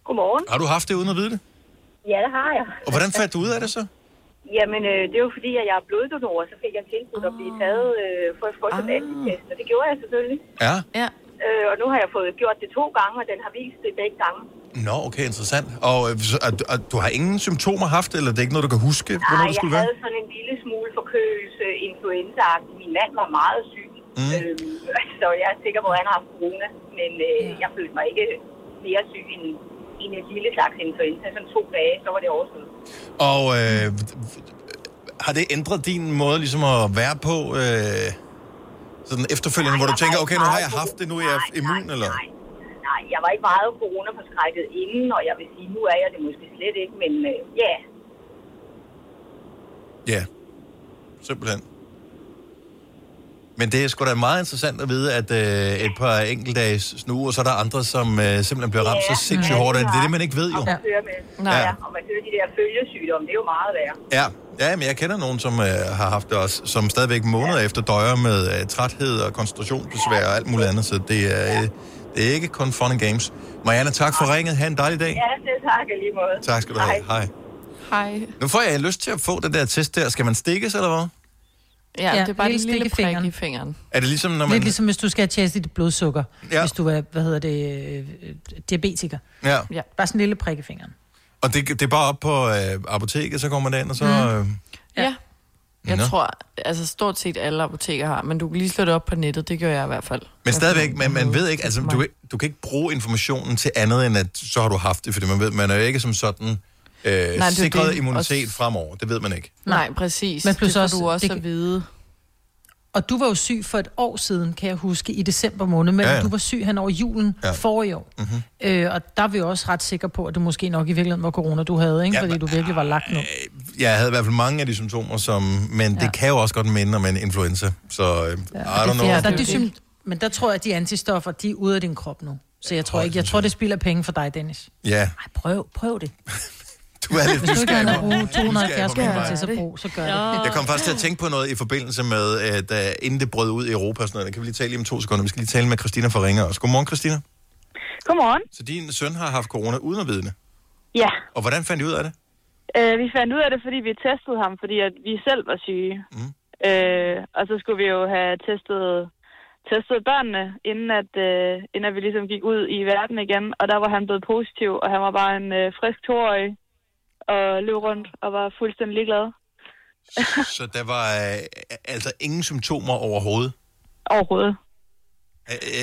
[SPEAKER 14] Godmorgen.
[SPEAKER 1] Har du haft det uden at vide det?
[SPEAKER 14] Ja, det har jeg.
[SPEAKER 1] Og hvordan fandt du ud af det så?
[SPEAKER 14] Jamen, øh, det er jo fordi, at jeg er bloddonor, så fik jeg tilbudt at
[SPEAKER 3] Ah.
[SPEAKER 14] blive taget øh, for at få sådan en antitest, og det gjorde jeg selvfølgelig.
[SPEAKER 1] Ja.
[SPEAKER 4] Ja.
[SPEAKER 14] Øh, og nu har jeg fået gjort det to gange, og den har vist det begge gange.
[SPEAKER 1] Nå, okay, interessant. Og, øh, så- og, og du har ingen symptomer haft, eller det er ikke noget, du kan huske, hvornår
[SPEAKER 14] Nej,
[SPEAKER 1] det
[SPEAKER 14] jeg
[SPEAKER 1] skulle være?
[SPEAKER 14] havde sådan en lille smule forkølelse, influenza Min mand var meget syg, mm.
[SPEAKER 1] Mm.
[SPEAKER 14] øh, *laughs* så jeg er sikker på, at han har haft corona, men øh, jeg følte mig ikke mere syg end, end en lille slags influenza. Sådan to dage, så var det overstået.
[SPEAKER 1] Og øh, har det ændret din måde ligesom at være på øh, sådan efterfølgende, hvor du tænker, okay, nu har jeg haft det, nu er jeg immun, eller?
[SPEAKER 14] Nej, jeg var ikke meget coronaforskrækket inden, og jeg vil sige, nu er jeg det måske slet ikke, men øh, ja,
[SPEAKER 1] Ja, simpelthen. Men det er sgu da meget interessant at vide, at øh, et par enkeltdages snu, og så er der andre, som øh, simpelthen bliver ramt så sindssygt hårdt af det. Det er det, man ikke ved jo.
[SPEAKER 14] Og man hører med.
[SPEAKER 1] Nej.
[SPEAKER 14] Ja. Og man hører de der følgesygdomme, det er jo meget værre.
[SPEAKER 1] Ja, ja men jeg kender nogen, som øh, har haft det også, som stadigvæk måneder efter døjer med øh, træthed og koncentrationsbesvær og alt muligt andet, så det er, øh, det er ikke kun fun and games. Marianne, tak for ringet. Ha' en dejlig dag.
[SPEAKER 14] Ja, selv tak i lige måde.
[SPEAKER 1] Tak skal du have. Hej.
[SPEAKER 4] Hej.
[SPEAKER 1] Nu får jeg lyst til at få den der test der. Skal man stikkes, eller hvad?
[SPEAKER 4] Ja,
[SPEAKER 2] Ja,
[SPEAKER 4] ja det er bare
[SPEAKER 2] lille
[SPEAKER 4] en lille
[SPEAKER 2] stik i
[SPEAKER 4] prik
[SPEAKER 2] fingeren.
[SPEAKER 4] i fingeren.
[SPEAKER 1] Er det ligesom, når
[SPEAKER 2] Lidt
[SPEAKER 1] man...
[SPEAKER 2] ligesom hvis du skal have tjekket dit blodsukker,
[SPEAKER 1] Ja.
[SPEAKER 2] hvis du er, hvad hedder det, øh, øh, diabetiker.
[SPEAKER 1] Ja.
[SPEAKER 4] ja.
[SPEAKER 2] Bare sådan en lille prik i fingeren.
[SPEAKER 1] Og det, det er bare op på øh, apoteket, så kommer man derind, og så... Mm. Øh,
[SPEAKER 4] Ja. Jeg
[SPEAKER 1] Nå.
[SPEAKER 4] tror, altså stort set alle apoteker har, men du kan lige slå det op på nettet, det gør jeg i hvert fald.
[SPEAKER 1] Men stadigvæk, man, man ved ikke, altså du, kan- du kan ikke bruge informationen til andet end, at så har du haft det, fordi man ved, man er jo ikke som sådan øh,
[SPEAKER 4] det er
[SPEAKER 1] Nej, sikret
[SPEAKER 4] det.
[SPEAKER 1] det. immunitet fremover. Det ved man ikke.
[SPEAKER 4] Nej, præcis.
[SPEAKER 2] Men plus
[SPEAKER 4] det får
[SPEAKER 2] også-
[SPEAKER 4] du også
[SPEAKER 2] det-
[SPEAKER 4] at vide.
[SPEAKER 2] Og du var jo syg for et år siden, kan jeg huske, i december måned, men
[SPEAKER 4] Ja,
[SPEAKER 2] ja,
[SPEAKER 4] ja.
[SPEAKER 2] ja. du var syg hen over julen
[SPEAKER 4] Ja.
[SPEAKER 2] ja. for i år.
[SPEAKER 1] Mhm.
[SPEAKER 2] Mm-hmm. Øh, og der er vi jo også ret sikre på, at det måske nok i virkeligheden var corona, du havde, ikke? Ja, fordi du virkelig var lagt nu.
[SPEAKER 1] Jeg havde i hvert fald mange af de symptomer, som, men ja. det kan jo også godt minde om en influenza. Så øh, ja, I don't know.
[SPEAKER 2] Ja, der, er de sym- men der tror jeg, at de antistoffer, de er ude af din krop nu. Så jeg tror ikke, jeg tror, det spilder penge for dig, Dennis.
[SPEAKER 1] Ja,
[SPEAKER 2] Prøv, prøv det.
[SPEAKER 1] du er lidt
[SPEAKER 2] Hvis du ikke
[SPEAKER 1] nysgerrig
[SPEAKER 2] gerne vil
[SPEAKER 1] på-
[SPEAKER 2] bruge
[SPEAKER 1] nysgerrig på min
[SPEAKER 2] 270 kroner
[SPEAKER 1] vej.
[SPEAKER 2] til, så brug, så gør det.
[SPEAKER 1] Jeg kom faktisk til at tænke på noget i forbindelse med, at da inden det brød ud i Europa og sådan noget, det kan vi lige tale lige om to sekunder. Vi skal lige tale med Christina fra Ringer også. Godmorgen, Christina.
[SPEAKER 20] Godmorgen.
[SPEAKER 1] Så din søn har haft corona uden at vide det.
[SPEAKER 20] Ja,
[SPEAKER 1] Og hvordan fandt I ud af
[SPEAKER 20] *laughs*
[SPEAKER 1] det?
[SPEAKER 20] øh, vi fandt ud af det, fordi vi testede ham, fordi at vi selv var syge. Mm. Øh, og så skulle vi jo have testet, testet børnene, inden at, øh, inden at vi ligesom gik ud i verden igen. Og der var han blevet positiv, og han var bare en øh, frisk toårig og løb rundt og var fuldstændig ligeglad.
[SPEAKER 1] Så der var øh, altså ingen symptomer overhovedet? Øh,
[SPEAKER 20] Overhovedet.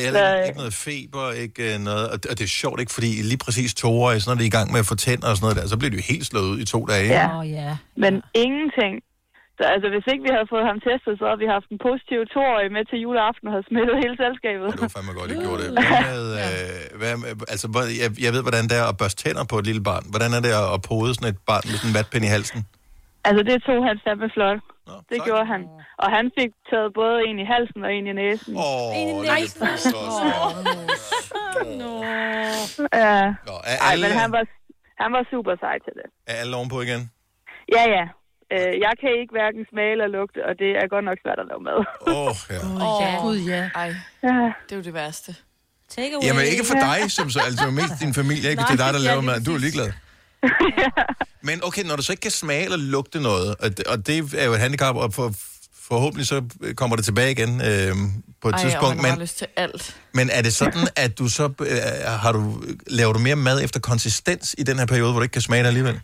[SPEAKER 1] Eller ikke noget feber, ikke øh, noget. Og det- og det er sjovt, ikke? Fordi lige præcis to år, så når de er i gang med at få tænder og sådan noget der, så bliver de jo helt slået ud i to dage. ikke?
[SPEAKER 20] Ja. Men ingenting. Så altså, hvis ikke vi havde fået ham testet, så havde vi haft en positiv toårig med til juleaften og havde smittet hele selskabet.
[SPEAKER 1] Det var fandme godt, I gjorde det.
[SPEAKER 20] *laughs*
[SPEAKER 1] Hvad med, øh, hvad med, altså, hvor- jeg, jeg ved, hvordan det er at børste tænder på et lille barn. Hvordan er det at, at pode sådan et barn med sådan en vatpind i halsen?
[SPEAKER 20] Altså, det tog han fandme flot. Nå, det gjorde han. Og han fik taget både en i halsen og en i næsen.
[SPEAKER 1] Åh,
[SPEAKER 20] en i næsen. ja.
[SPEAKER 1] er
[SPEAKER 20] Ej,
[SPEAKER 1] alle-
[SPEAKER 20] men han var, han var super sej til det.
[SPEAKER 1] Er alle ovenpå igen?
[SPEAKER 20] Ja, ja. Øh, jeg kan ikke hverken smage eller lugte, og det er godt nok svært at lave mad. *laughs*
[SPEAKER 1] Åh, oh, ja.
[SPEAKER 4] Åh, oh, ja. Gud,
[SPEAKER 2] ja.
[SPEAKER 4] Ej, det er jo det værste.
[SPEAKER 3] Take
[SPEAKER 1] Jamen ikke for dig, som så, altså mest din familie, ikke?
[SPEAKER 4] Nej,
[SPEAKER 1] Det er dig, der
[SPEAKER 4] ja,
[SPEAKER 1] laver
[SPEAKER 4] lige
[SPEAKER 1] mad. Du er ligeglad. *laughs* Men okay, når du så ikke kan smage eller lugte noget, og det, og det er jo et handicap, og for, forhåbentlig så kommer det tilbage igen øh, på et
[SPEAKER 4] Ej, og
[SPEAKER 1] tidspunkt.
[SPEAKER 4] man har
[SPEAKER 1] Men,
[SPEAKER 4] lyst til alt.
[SPEAKER 1] men er det sådan, at du så øh, har du, laver du mere mad efter konsistens i den her periode, hvor du ikke kan smage det alligevel?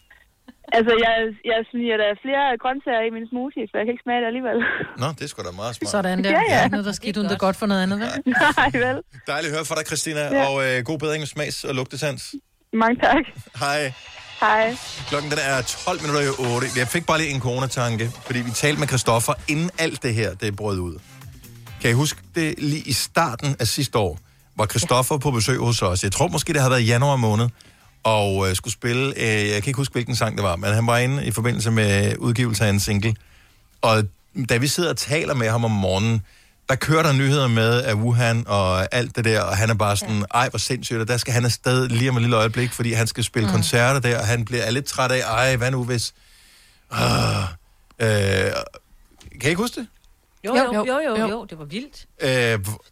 [SPEAKER 20] Altså, jeg, jeg smiger der flere grøntsager i min smoothie, for jeg kan ikke smage det alligevel.
[SPEAKER 1] Nå, det er sgu da meget smart.
[SPEAKER 2] Sådan der.
[SPEAKER 20] Ja,
[SPEAKER 2] Ja,
[SPEAKER 20] ja.
[SPEAKER 2] ja. Ikke noget, der skete uden det er godt for noget andet, vel?
[SPEAKER 20] *laughs* Nej, vel.
[SPEAKER 1] Dejligt at høre fra dig, Christina,
[SPEAKER 20] Ja.
[SPEAKER 1] ja. og øh, god bedring med smags- og lugtesands.
[SPEAKER 20] Mange tak.
[SPEAKER 1] Hej.
[SPEAKER 20] Hej.
[SPEAKER 1] Klokken den er 12 minutter i 8. Jeg fik bare lige en coronatanke, fordi vi talte med Christoffer, inden alt det her det brød ud. Kan I huske det lige i starten af sidste år, var Christoffer på besøg hos os. Jeg tror måske, det havde været i januar måned, og øh, skulle spille, øh, jeg kan ikke huske, hvilken sang det var, men han var inde i forbindelse med udgivelse af en single. Og da vi sidder og taler med ham om morgenen, der kører der nyheder med af Wuhan og alt det der, og han er bare sådan, ej, hvor sindssygt, og der skal han afsted lige om et lille øjeblik, fordi han skal spille mm. koncerter der, og han bliver er lidt træt af, ej, hvad nu hvis... Uh, øh, kan I ikke huske det?
[SPEAKER 3] Jo, jo, jo, jo, jo, jo, det var vildt.
[SPEAKER 1] Øh,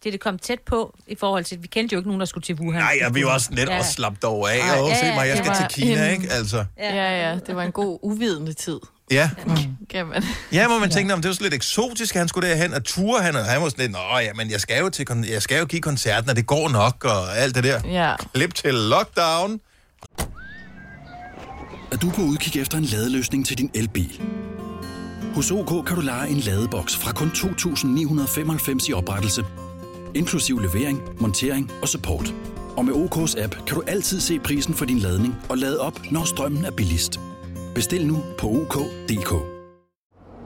[SPEAKER 3] Det, det kom tæt på i forhold til, vi kendte jo ikke nogen, der skulle til Wuhan.
[SPEAKER 1] nej, jeg vil jo også lidt ja. også slappe dig over af, og ja, se mig, jeg
[SPEAKER 4] det
[SPEAKER 1] skal
[SPEAKER 4] var
[SPEAKER 1] til Kina,
[SPEAKER 4] en-
[SPEAKER 1] ikke? Altså,
[SPEAKER 4] Ja. ja, ja, det var en god uvidende tid,
[SPEAKER 1] ja.
[SPEAKER 4] kan man.
[SPEAKER 1] Ja, hvor man tænkte, om det var så lidt eksotisk, at han skulle derhen, og ture han, og han var sådan lidt, nå ja, men jeg skal jo, til, kon- jeg skal jo give koncerten, og det går nok, og alt det der.
[SPEAKER 4] Ja.
[SPEAKER 1] Klip til lockdown.
[SPEAKER 17] Er du på udkig efter en ladeløsning til din elbil? Hos OK kan du lege en ladeboks fra kun 2.995 i oprettelse, inklusiv levering, montering og support. Og med OK's app kan du altid se prisen for din ladning og lade op, når strømmen er billigst. Bestil nu på OK.dk.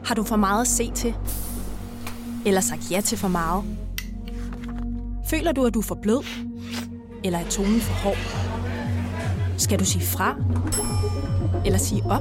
[SPEAKER 16] Har du for meget at se til? Eller sagt ja til for meget? Føler du, at du er for blød? Eller er tonen for hård? Skal du sige fra? Eller sige op?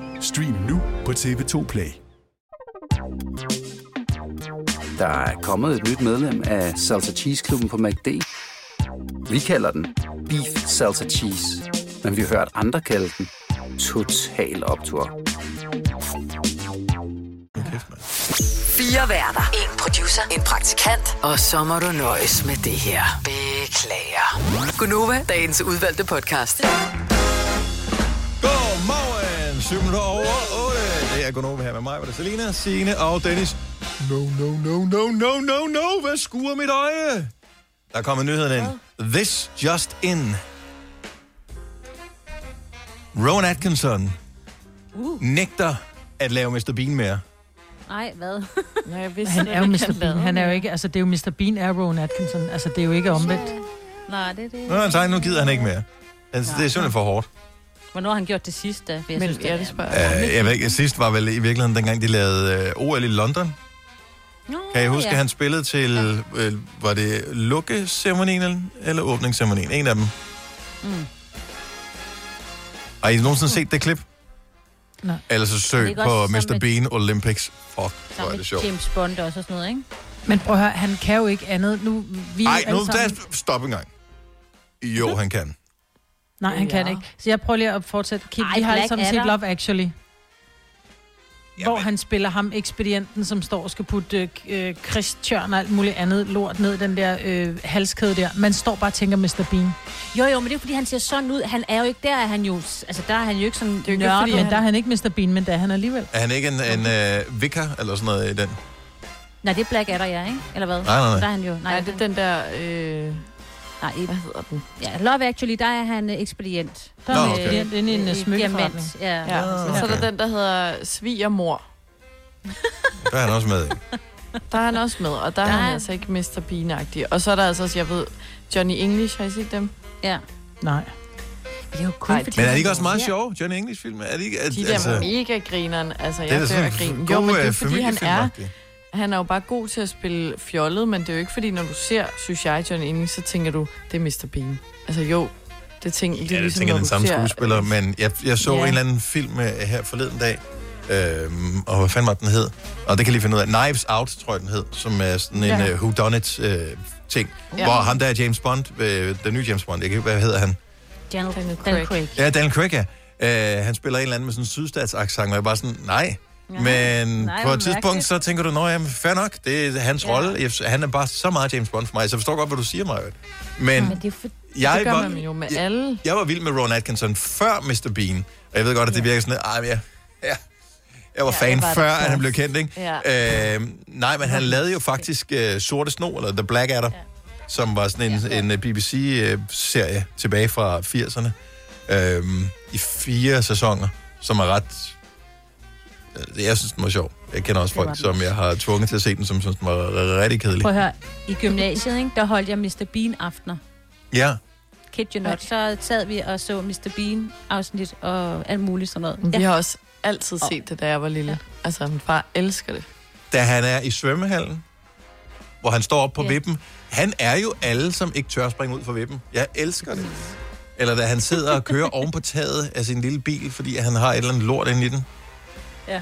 [SPEAKER 17] Stream nu på TV2 Play.
[SPEAKER 18] Der er kommet et nyt medlem af Salsa Cheese Klubben på MACD. Vi kalder den Beef Salsa Cheese, men vi har hørt andre kalde den Total Optor.
[SPEAKER 5] Fire værter. En producer. En praktikant. Og så må du nøjes med det her. Beklager. Gunova, dagens udvalgte podcast.
[SPEAKER 1] Godmorgen, 7 minutter over 8. Det er Gunova her med mig, hvor det er Selina, Signe og Dennis. No, no, no, no, no, no, no. Hvad skuer mit øje? Der kommer nyheden ind. This just in. Rowan Atkinson
[SPEAKER 3] Uh.
[SPEAKER 1] nægter at lave Mr. Bean mere.
[SPEAKER 3] Nej, hvad?
[SPEAKER 4] Nej, jeg vidste,
[SPEAKER 2] Han er jo Mr. Bean. Han er jo ikke, altså det er jo Mr. Bean er Rowan Atkinson. Altså det er jo ikke omvendt.
[SPEAKER 3] Nej, det er det.
[SPEAKER 1] Nå, nej, nu gider han ikke mere. Altså, det er simpelthen for hårdt.
[SPEAKER 3] Hvornår har han gjort det sidste? For jeg Men, synes, ja, det spørger
[SPEAKER 1] Uh, jeg ved ikke, sidst var vel i virkeligheden dengang, de lavede uh, OL i London.
[SPEAKER 3] Nå,
[SPEAKER 1] Kan I huske,
[SPEAKER 3] ja.
[SPEAKER 1] at han spillede til, øh, var det lukkeceremonien eller- eller åbningsceremonien? En af dem.
[SPEAKER 3] Mm.
[SPEAKER 1] Har I nogensinde set det klip?
[SPEAKER 2] Nej.
[SPEAKER 1] Ellers så
[SPEAKER 3] Det er
[SPEAKER 1] søg
[SPEAKER 3] ikke
[SPEAKER 1] på
[SPEAKER 3] også
[SPEAKER 1] Mr.
[SPEAKER 3] sammen
[SPEAKER 1] Bean Olympics. Fuck, hvor er
[SPEAKER 3] Sammen
[SPEAKER 1] det
[SPEAKER 3] med
[SPEAKER 1] sjovt.
[SPEAKER 3] James Bond også og sådan noget, ikke?
[SPEAKER 2] Men prøv at høre, han kan jo ikke andet. Nu, vi er
[SPEAKER 1] Ej,
[SPEAKER 2] alle
[SPEAKER 1] nu
[SPEAKER 2] sammen-
[SPEAKER 1] der, stop en gang. Jo, han kan.
[SPEAKER 2] Nej, han kan ikke. Så jeg prøver lige at fortsætte. Kim,
[SPEAKER 3] Ej,
[SPEAKER 2] vi har alle
[SPEAKER 3] Black
[SPEAKER 2] sammen set
[SPEAKER 3] Adder.
[SPEAKER 2] Love Actually. Hvor han spiller ham, ekspedienten, som står og skal putte øh, Christian og alt muligt andet lort ned i den der øh, halskæde der. Man står bare og tænker Mr. Bean.
[SPEAKER 3] Jo, jo, men det er fordi, han ser sådan ud. Han er jo ikke, der er han jo, altså der er han jo ikke sådan
[SPEAKER 2] Det er jo ikke, fordi, men der er han ikke Mr. Bean, men der er han alligevel.
[SPEAKER 1] Er han ikke en, en øh, vicar eller sådan noget i den?
[SPEAKER 3] Nej, det er Black Adder, ja, ikke? Eller hvad?
[SPEAKER 1] Nej, nej, nej.
[SPEAKER 3] Der er han jo. Nej, nej det er den der... Øh... Nej, hvad hedder den? Ja, Love Actually, der er han øh, ekspedient.
[SPEAKER 4] Der er Nå, han okay. ekspedient
[SPEAKER 2] inde i
[SPEAKER 4] *laughs*
[SPEAKER 2] en, øh, smykkeforretning.
[SPEAKER 3] diamant, Ja,
[SPEAKER 4] Ja.
[SPEAKER 1] Ah,
[SPEAKER 4] ja. Så er der den, der hedder Svigermor.
[SPEAKER 1] Der er han også med i.
[SPEAKER 4] Der er han også med, og der er han altså ikke Mr. Bean-agtig. Og så er der altså også, jeg ved, Johnny English, har I set dem?
[SPEAKER 3] Ja.
[SPEAKER 2] Nej.
[SPEAKER 3] Det er jo kun
[SPEAKER 4] Ej,
[SPEAKER 1] Men er det ikke også meget sjovt, Johnny English-film? Er det ikke... At,
[SPEAKER 4] De der altså, mega grineren, altså
[SPEAKER 1] Det er
[SPEAKER 4] jeg
[SPEAKER 1] da
[SPEAKER 4] dør
[SPEAKER 1] sådan
[SPEAKER 4] af grin.
[SPEAKER 1] en
[SPEAKER 4] Jo, men
[SPEAKER 1] god,
[SPEAKER 4] det er
[SPEAKER 1] øh,
[SPEAKER 4] fordi, han er,
[SPEAKER 1] familiefilmagtig.
[SPEAKER 4] han er jo bare god til at spille fjollet, men det er jo ikke fordi, når du ser, synes jeg, Johnny English, så tænker du, det er Mr. Bean. Altså jo, det tænker det er
[SPEAKER 1] Ja, det
[SPEAKER 4] ligesom,
[SPEAKER 1] tænker
[SPEAKER 4] når
[SPEAKER 1] den
[SPEAKER 4] du
[SPEAKER 1] samme
[SPEAKER 4] ser-
[SPEAKER 1] skuespiller, men jeg, jeg så
[SPEAKER 4] Ja.
[SPEAKER 1] en eller anden film øh, her forleden dag, øhm, og hvad fanden var den hed? Og det kan jeg lige finde ud af. Knives Out, tror jeg den hed, som er sådan en
[SPEAKER 7] Ja.
[SPEAKER 1] ja. uh, whodunit øh, ting,
[SPEAKER 7] Ja.
[SPEAKER 1] ja. hvor ham der er James Bond, øh, den nye James Bond, jeg kan ikke, hvad hedder han?
[SPEAKER 3] Daniel, Daniel Craig. Craig.
[SPEAKER 1] Ja, Daniel Craig, ja. Øh, han spiller en eller anden med sådan en sydstatsaksang, og jeg er bare sådan, nej. Men
[SPEAKER 7] Nej,
[SPEAKER 1] nej,
[SPEAKER 7] hvor
[SPEAKER 1] på et tidspunkt,
[SPEAKER 7] mærkeligt.
[SPEAKER 1] så tænker du, nå jamen, fair nok, det er hans ja. rolle. Jeg- Han er bare så meget James Bond for mig, så jeg forstår godt, hvad du siger, Maja. Men
[SPEAKER 4] Men det, er for,
[SPEAKER 1] Jeg
[SPEAKER 4] det gør
[SPEAKER 1] var-
[SPEAKER 4] man jo med alle.
[SPEAKER 1] jeg var vild med Ron Atkinson før Mr. Bean, og jeg ved godt, at det virker sådan, at jeg, ja, jeg var
[SPEAKER 4] Ja,
[SPEAKER 1] ja, fan
[SPEAKER 4] jeg var
[SPEAKER 1] før,
[SPEAKER 4] det
[SPEAKER 1] at han blev kendt, ikke?
[SPEAKER 4] Ja.
[SPEAKER 1] Øh, nej, men han lavede jo faktisk øh, Sorte Sno, eller The Black Adder, ja. som var sådan en, ja. en øh, BBC-serie tilbage fra 80'erne, øh, i fire sæsoner, som er ret... øh, Jeg synes, den var sjov. Jeg kender også
[SPEAKER 3] Det var
[SPEAKER 1] folk,
[SPEAKER 3] den.
[SPEAKER 1] som jeg har tvunget til at se den, som synes, den var rigtig kedelig.
[SPEAKER 3] Prøv at høre, i gymnasiet, ikke, der holdt jeg Mr. Bean-aftener.
[SPEAKER 1] Ja.
[SPEAKER 3] Kid you not, så sad vi og så Mr. Bean-afsnit og alt muligt sådan noget.
[SPEAKER 4] Men Vi har også altid set det, da jeg var lille. Altså, min far elsker det.
[SPEAKER 1] da han er i svømmehallen, hvor han står op på
[SPEAKER 4] Ja.
[SPEAKER 1] vippen. Han er jo alle, som ikke tør springe ud fra vippen. Jeg elsker det. Eller da han sidder og kører oven på taget af sin lille bil, fordi han har et eller andet lort inde i den,
[SPEAKER 3] Ja.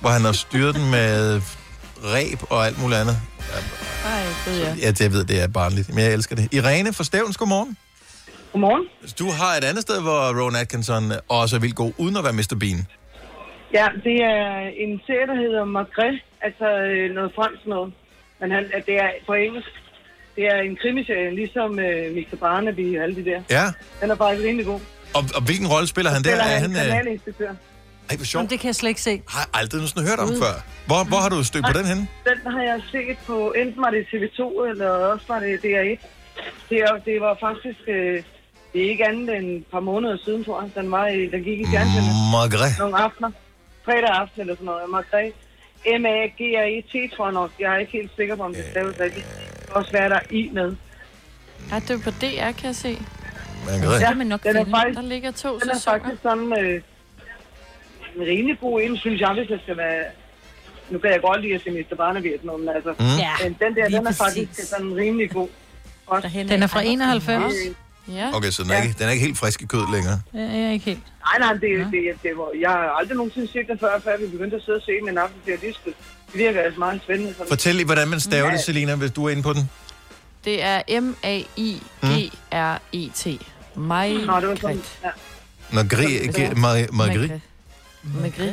[SPEAKER 1] hvor han har styret den med ræb og alt muligt andet.
[SPEAKER 4] Ej, det er
[SPEAKER 1] Ja, det jeg ved, det er barnligt, men jeg elsker det. Irene fra Stævns, godmorgen.
[SPEAKER 21] Godmorgen.
[SPEAKER 1] Du har et andet sted, hvor Rowan Atkinson også er vildt god, uden at være Mr. Bean.
[SPEAKER 21] Ja, det er en serie, der hedder Magret, altså øh, noget fransk noget. Men han, at det er på engelsk. Det er en krimiserie, ligesom øh, Mr. Barnaby og alle de der.
[SPEAKER 1] Ja,
[SPEAKER 21] Den er faktisk rimelig god.
[SPEAKER 1] og, og hvilken rolle spiller han der?
[SPEAKER 21] Eller
[SPEAKER 1] Er
[SPEAKER 21] han,
[SPEAKER 1] han, øh,
[SPEAKER 21] han
[SPEAKER 1] ej,
[SPEAKER 21] er instruktør.
[SPEAKER 1] hvor sjovt.
[SPEAKER 2] Det kan jeg slet ikke se.
[SPEAKER 1] Har jeg aldrig sådan hørt om
[SPEAKER 21] Gud.
[SPEAKER 1] før. Hvor, hvor har du stødt på den henne?
[SPEAKER 21] Den har jeg set på, enten var det TV2, eller også var det DR1. Det, er, det var faktisk, øh, det er ikke andet end et par måneder siden, tror jeg. Den, var i, den gik i fjernsynet.
[SPEAKER 1] Magret.
[SPEAKER 21] Nogle aftener. Fredag aften eller sådan noget. Magret. M-A-G-R-E-T, E tror jeg nok. Jeg er ikke helt sikker på, om
[SPEAKER 1] Øh.
[SPEAKER 21] det staves rigtigt. Det kan også være, der er i med.
[SPEAKER 4] Ja, det er på DR, kan jeg se.
[SPEAKER 1] Magret.
[SPEAKER 4] men nok
[SPEAKER 21] den er
[SPEAKER 4] finde.
[SPEAKER 21] faktisk,
[SPEAKER 4] Der ligger to
[SPEAKER 21] den er
[SPEAKER 4] sæsoner.
[SPEAKER 21] faktisk sådan øh, en rimelig god en, synes jeg, hvis jeg skal være... Nu kan jeg godt lide at se Mr. Barnaby og sådan noget, men altså...
[SPEAKER 2] Mm. Ja,
[SPEAKER 21] men den der, den er
[SPEAKER 2] lige
[SPEAKER 21] faktisk
[SPEAKER 2] præcis.
[SPEAKER 21] sådan rimelig god. Også.
[SPEAKER 2] Den er fra 91.
[SPEAKER 4] Ja.
[SPEAKER 1] Okay, så den er, ikke, den er ikke helt frisk i kød længere.
[SPEAKER 2] Ja, jeg er ikke helt.
[SPEAKER 21] Nej, nej, det, det, det, det var, jeg har aldrig nogensinde set den før, før vi begyndte at sidde og se den en aften til at diske. Det virker altså meget spændende. Sådan.
[SPEAKER 1] Fortæl lige, hvordan man staver det,
[SPEAKER 21] Ja.
[SPEAKER 1] Selina, hvis du er inde på den.
[SPEAKER 4] Det er M-A-I-G-R-E-T. E Mig.
[SPEAKER 21] Nå, det var sådan. Ja.
[SPEAKER 1] Margrit. Margrit.
[SPEAKER 4] Magritte.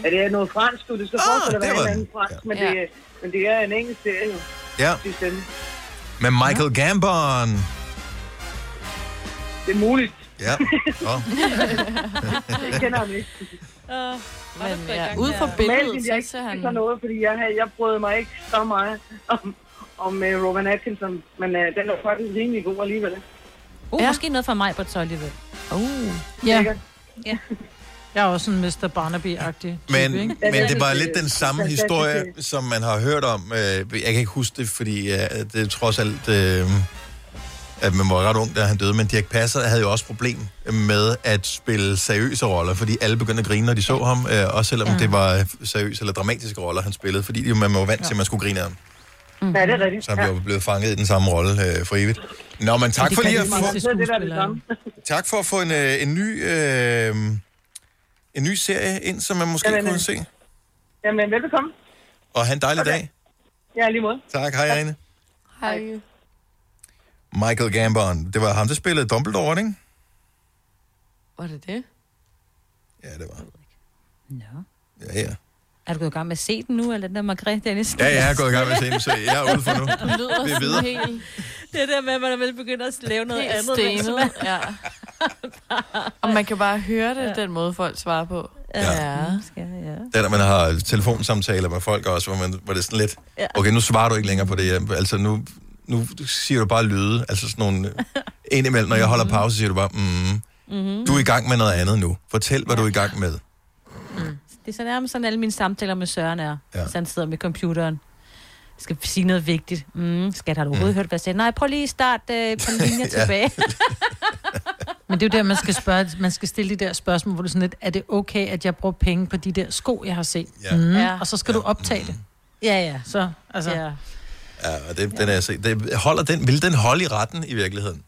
[SPEAKER 21] Ja, det er noget fransk, du. Det skal
[SPEAKER 4] Ah,
[SPEAKER 21] forestille at
[SPEAKER 4] det
[SPEAKER 21] være en
[SPEAKER 4] var
[SPEAKER 21] eller
[SPEAKER 4] den.
[SPEAKER 21] anden fransk, men,
[SPEAKER 4] Ja.
[SPEAKER 21] det, er- men det er en engelsk serie, jo.
[SPEAKER 1] Ja,
[SPEAKER 21] sidste ende.
[SPEAKER 1] med Michael Gambon.
[SPEAKER 21] Det er muligt.
[SPEAKER 1] Ja, Nå.
[SPEAKER 21] Jeg kender ham ikke.
[SPEAKER 4] Men ja, ud fra billedet,
[SPEAKER 21] Normalt ville jeg
[SPEAKER 4] så
[SPEAKER 21] ikke
[SPEAKER 4] ser han...
[SPEAKER 21] sige sådan noget, fordi jeg, havde- jeg brød mig ikke så meget om, om uh, Rowan Atkinson, men uh, den er faktisk rimelig god alligevel.
[SPEAKER 3] Uh, ja. måske noget fra mig på et så alligevel.
[SPEAKER 4] Uh.
[SPEAKER 2] Ja.
[SPEAKER 3] ja.
[SPEAKER 2] Jeg er også en Mr. Barnaby-agtig.
[SPEAKER 1] Men,
[SPEAKER 2] type, ikke?
[SPEAKER 1] men det var lidt øh, den samme
[SPEAKER 2] Fantastisk.
[SPEAKER 1] historie, som man har hørt om. Øh, Jeg kan ikke huske det, fordi øh, det er trods alt, øh, at man var ret ung, da han døde. Men Dirk Passer havde jo også problem med at spille seriøse roller, fordi alle begyndte at grine, når de så ham. øh, Også selvom det var seriøse eller dramatiske roller, han spillede. Fordi man var vant til, at man skulle grine af ham.
[SPEAKER 4] Mhm.
[SPEAKER 21] Mm. Ja, det er rigtigt.
[SPEAKER 1] Så han blev blevet fanget i den samme rolle øh, for evigt. Nå, men tak for lige at få...
[SPEAKER 21] Det er det, der er det samme.
[SPEAKER 1] Tak for at få en, øh, en ny... Øh, en ny serie ind, som man måske
[SPEAKER 21] Jamen,
[SPEAKER 1] kunne
[SPEAKER 21] øh.
[SPEAKER 1] se.
[SPEAKER 21] Jamen, velbekomme.
[SPEAKER 1] Og have en dejlig okay. dag.
[SPEAKER 21] Ja, lige måde.
[SPEAKER 1] Tak, hej Anne.
[SPEAKER 21] Hej.
[SPEAKER 1] Michael Gambon. Det var ham, der spillede Dumbledore, ikke?
[SPEAKER 4] Var det det?
[SPEAKER 1] Ja, det var.
[SPEAKER 3] Nå.
[SPEAKER 1] Ja, ja.
[SPEAKER 3] Er du gået i gang med at se den nu, eller den der Margrethe, Dennis?
[SPEAKER 1] Ja, jeg er gået i gang med at se den, så jeg er ude for nu.
[SPEAKER 3] *laughs* Du lyder
[SPEAKER 1] Det er
[SPEAKER 3] sådan
[SPEAKER 1] videre.
[SPEAKER 3] helt- Det der med, at man begynder at lave noget
[SPEAKER 4] Helt
[SPEAKER 3] andet. mens
[SPEAKER 4] stenet,
[SPEAKER 3] man-
[SPEAKER 4] ja. Og man kan bare høre det, den måde folk svarer på.
[SPEAKER 1] Ja.
[SPEAKER 3] Skal, ja.
[SPEAKER 1] Det er, når man har telefonsamtaler med folk også, hvor, man, hvor det er sådan lidt,
[SPEAKER 3] Ja.
[SPEAKER 1] okay, nu svarer du ikke længere på det. ja. Altså, nu, nu siger du bare lyde. Altså sådan *laughs* nogle... Indimellem, når jeg holder pause, siger du bare, mm,
[SPEAKER 3] Mm-hmm.
[SPEAKER 1] du er i gang med noget andet nu. Fortæl, hvad du er i gang med.
[SPEAKER 3] Det er så nærmest sådan, alle mine samtaler med Søren er.
[SPEAKER 1] Ja.
[SPEAKER 3] Ja. Så han sidder med computeren. Jeg skal sige noget vigtigt. Mm, skat, har du overhovedet mm. hørt, hvad jeg sagde? Nej, prøv lige at starte øh, på linjer
[SPEAKER 2] Ja.
[SPEAKER 3] tilbage. *laughs*
[SPEAKER 2] Men det er jo der, man skal, spørge, man skal stille de der spørgsmål, hvor du sådan lidt, er det okay, at jeg bruger penge på de der sko, jeg har set?
[SPEAKER 1] Ja.
[SPEAKER 2] Mm,
[SPEAKER 3] Ja.
[SPEAKER 2] Og så skal ja. du optage det.
[SPEAKER 3] ja, ja.
[SPEAKER 2] Så, altså.
[SPEAKER 3] Ja.
[SPEAKER 1] Ja, og det, den er jeg set. Det, holder den, vil den holde i retten i virkeligheden?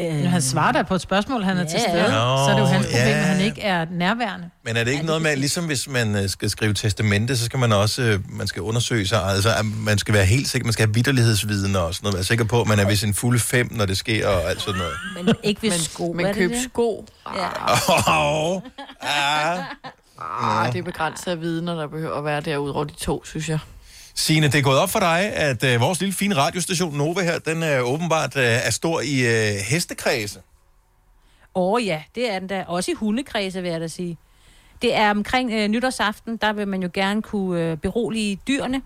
[SPEAKER 2] øh, Men han svarer da på et spørgsmål, han er
[SPEAKER 3] Ja.
[SPEAKER 2] til stede.
[SPEAKER 1] Nå,
[SPEAKER 2] så er det jo hans problem,
[SPEAKER 1] ja.
[SPEAKER 2] at han ikke er nærværende.
[SPEAKER 1] Men er det ikke noget med, at ligesom hvis man øh, skal skrive testamente, så skal man også øh, man skal undersøge sig, altså at man skal være helt sikker, man skal have vitterlighedsviden og sådan noget, være sikker på, at man er ved sin fulde fem, når det sker og alt sådan noget.
[SPEAKER 3] Men ikke ved
[SPEAKER 4] Men-
[SPEAKER 3] sko.
[SPEAKER 4] men
[SPEAKER 3] er det
[SPEAKER 4] køb
[SPEAKER 3] det?
[SPEAKER 4] sko.
[SPEAKER 3] Ja.
[SPEAKER 1] Oh, ah.
[SPEAKER 4] Ah, det er begrænset af vidner, der behøver at være derude over de to, synes jeg.
[SPEAKER 1] Signe, det er gået op for dig, at øh, vores lille fine radiostation Nova her, den er åbenbart øh, er stor i øh, hestekredse.
[SPEAKER 3] Åh oh, ja, det er den da. Også i hundekredse, vil jeg da sige. Det er omkring øh, nytårsaften, der vil man jo gerne kunne øh, berolige dyrene.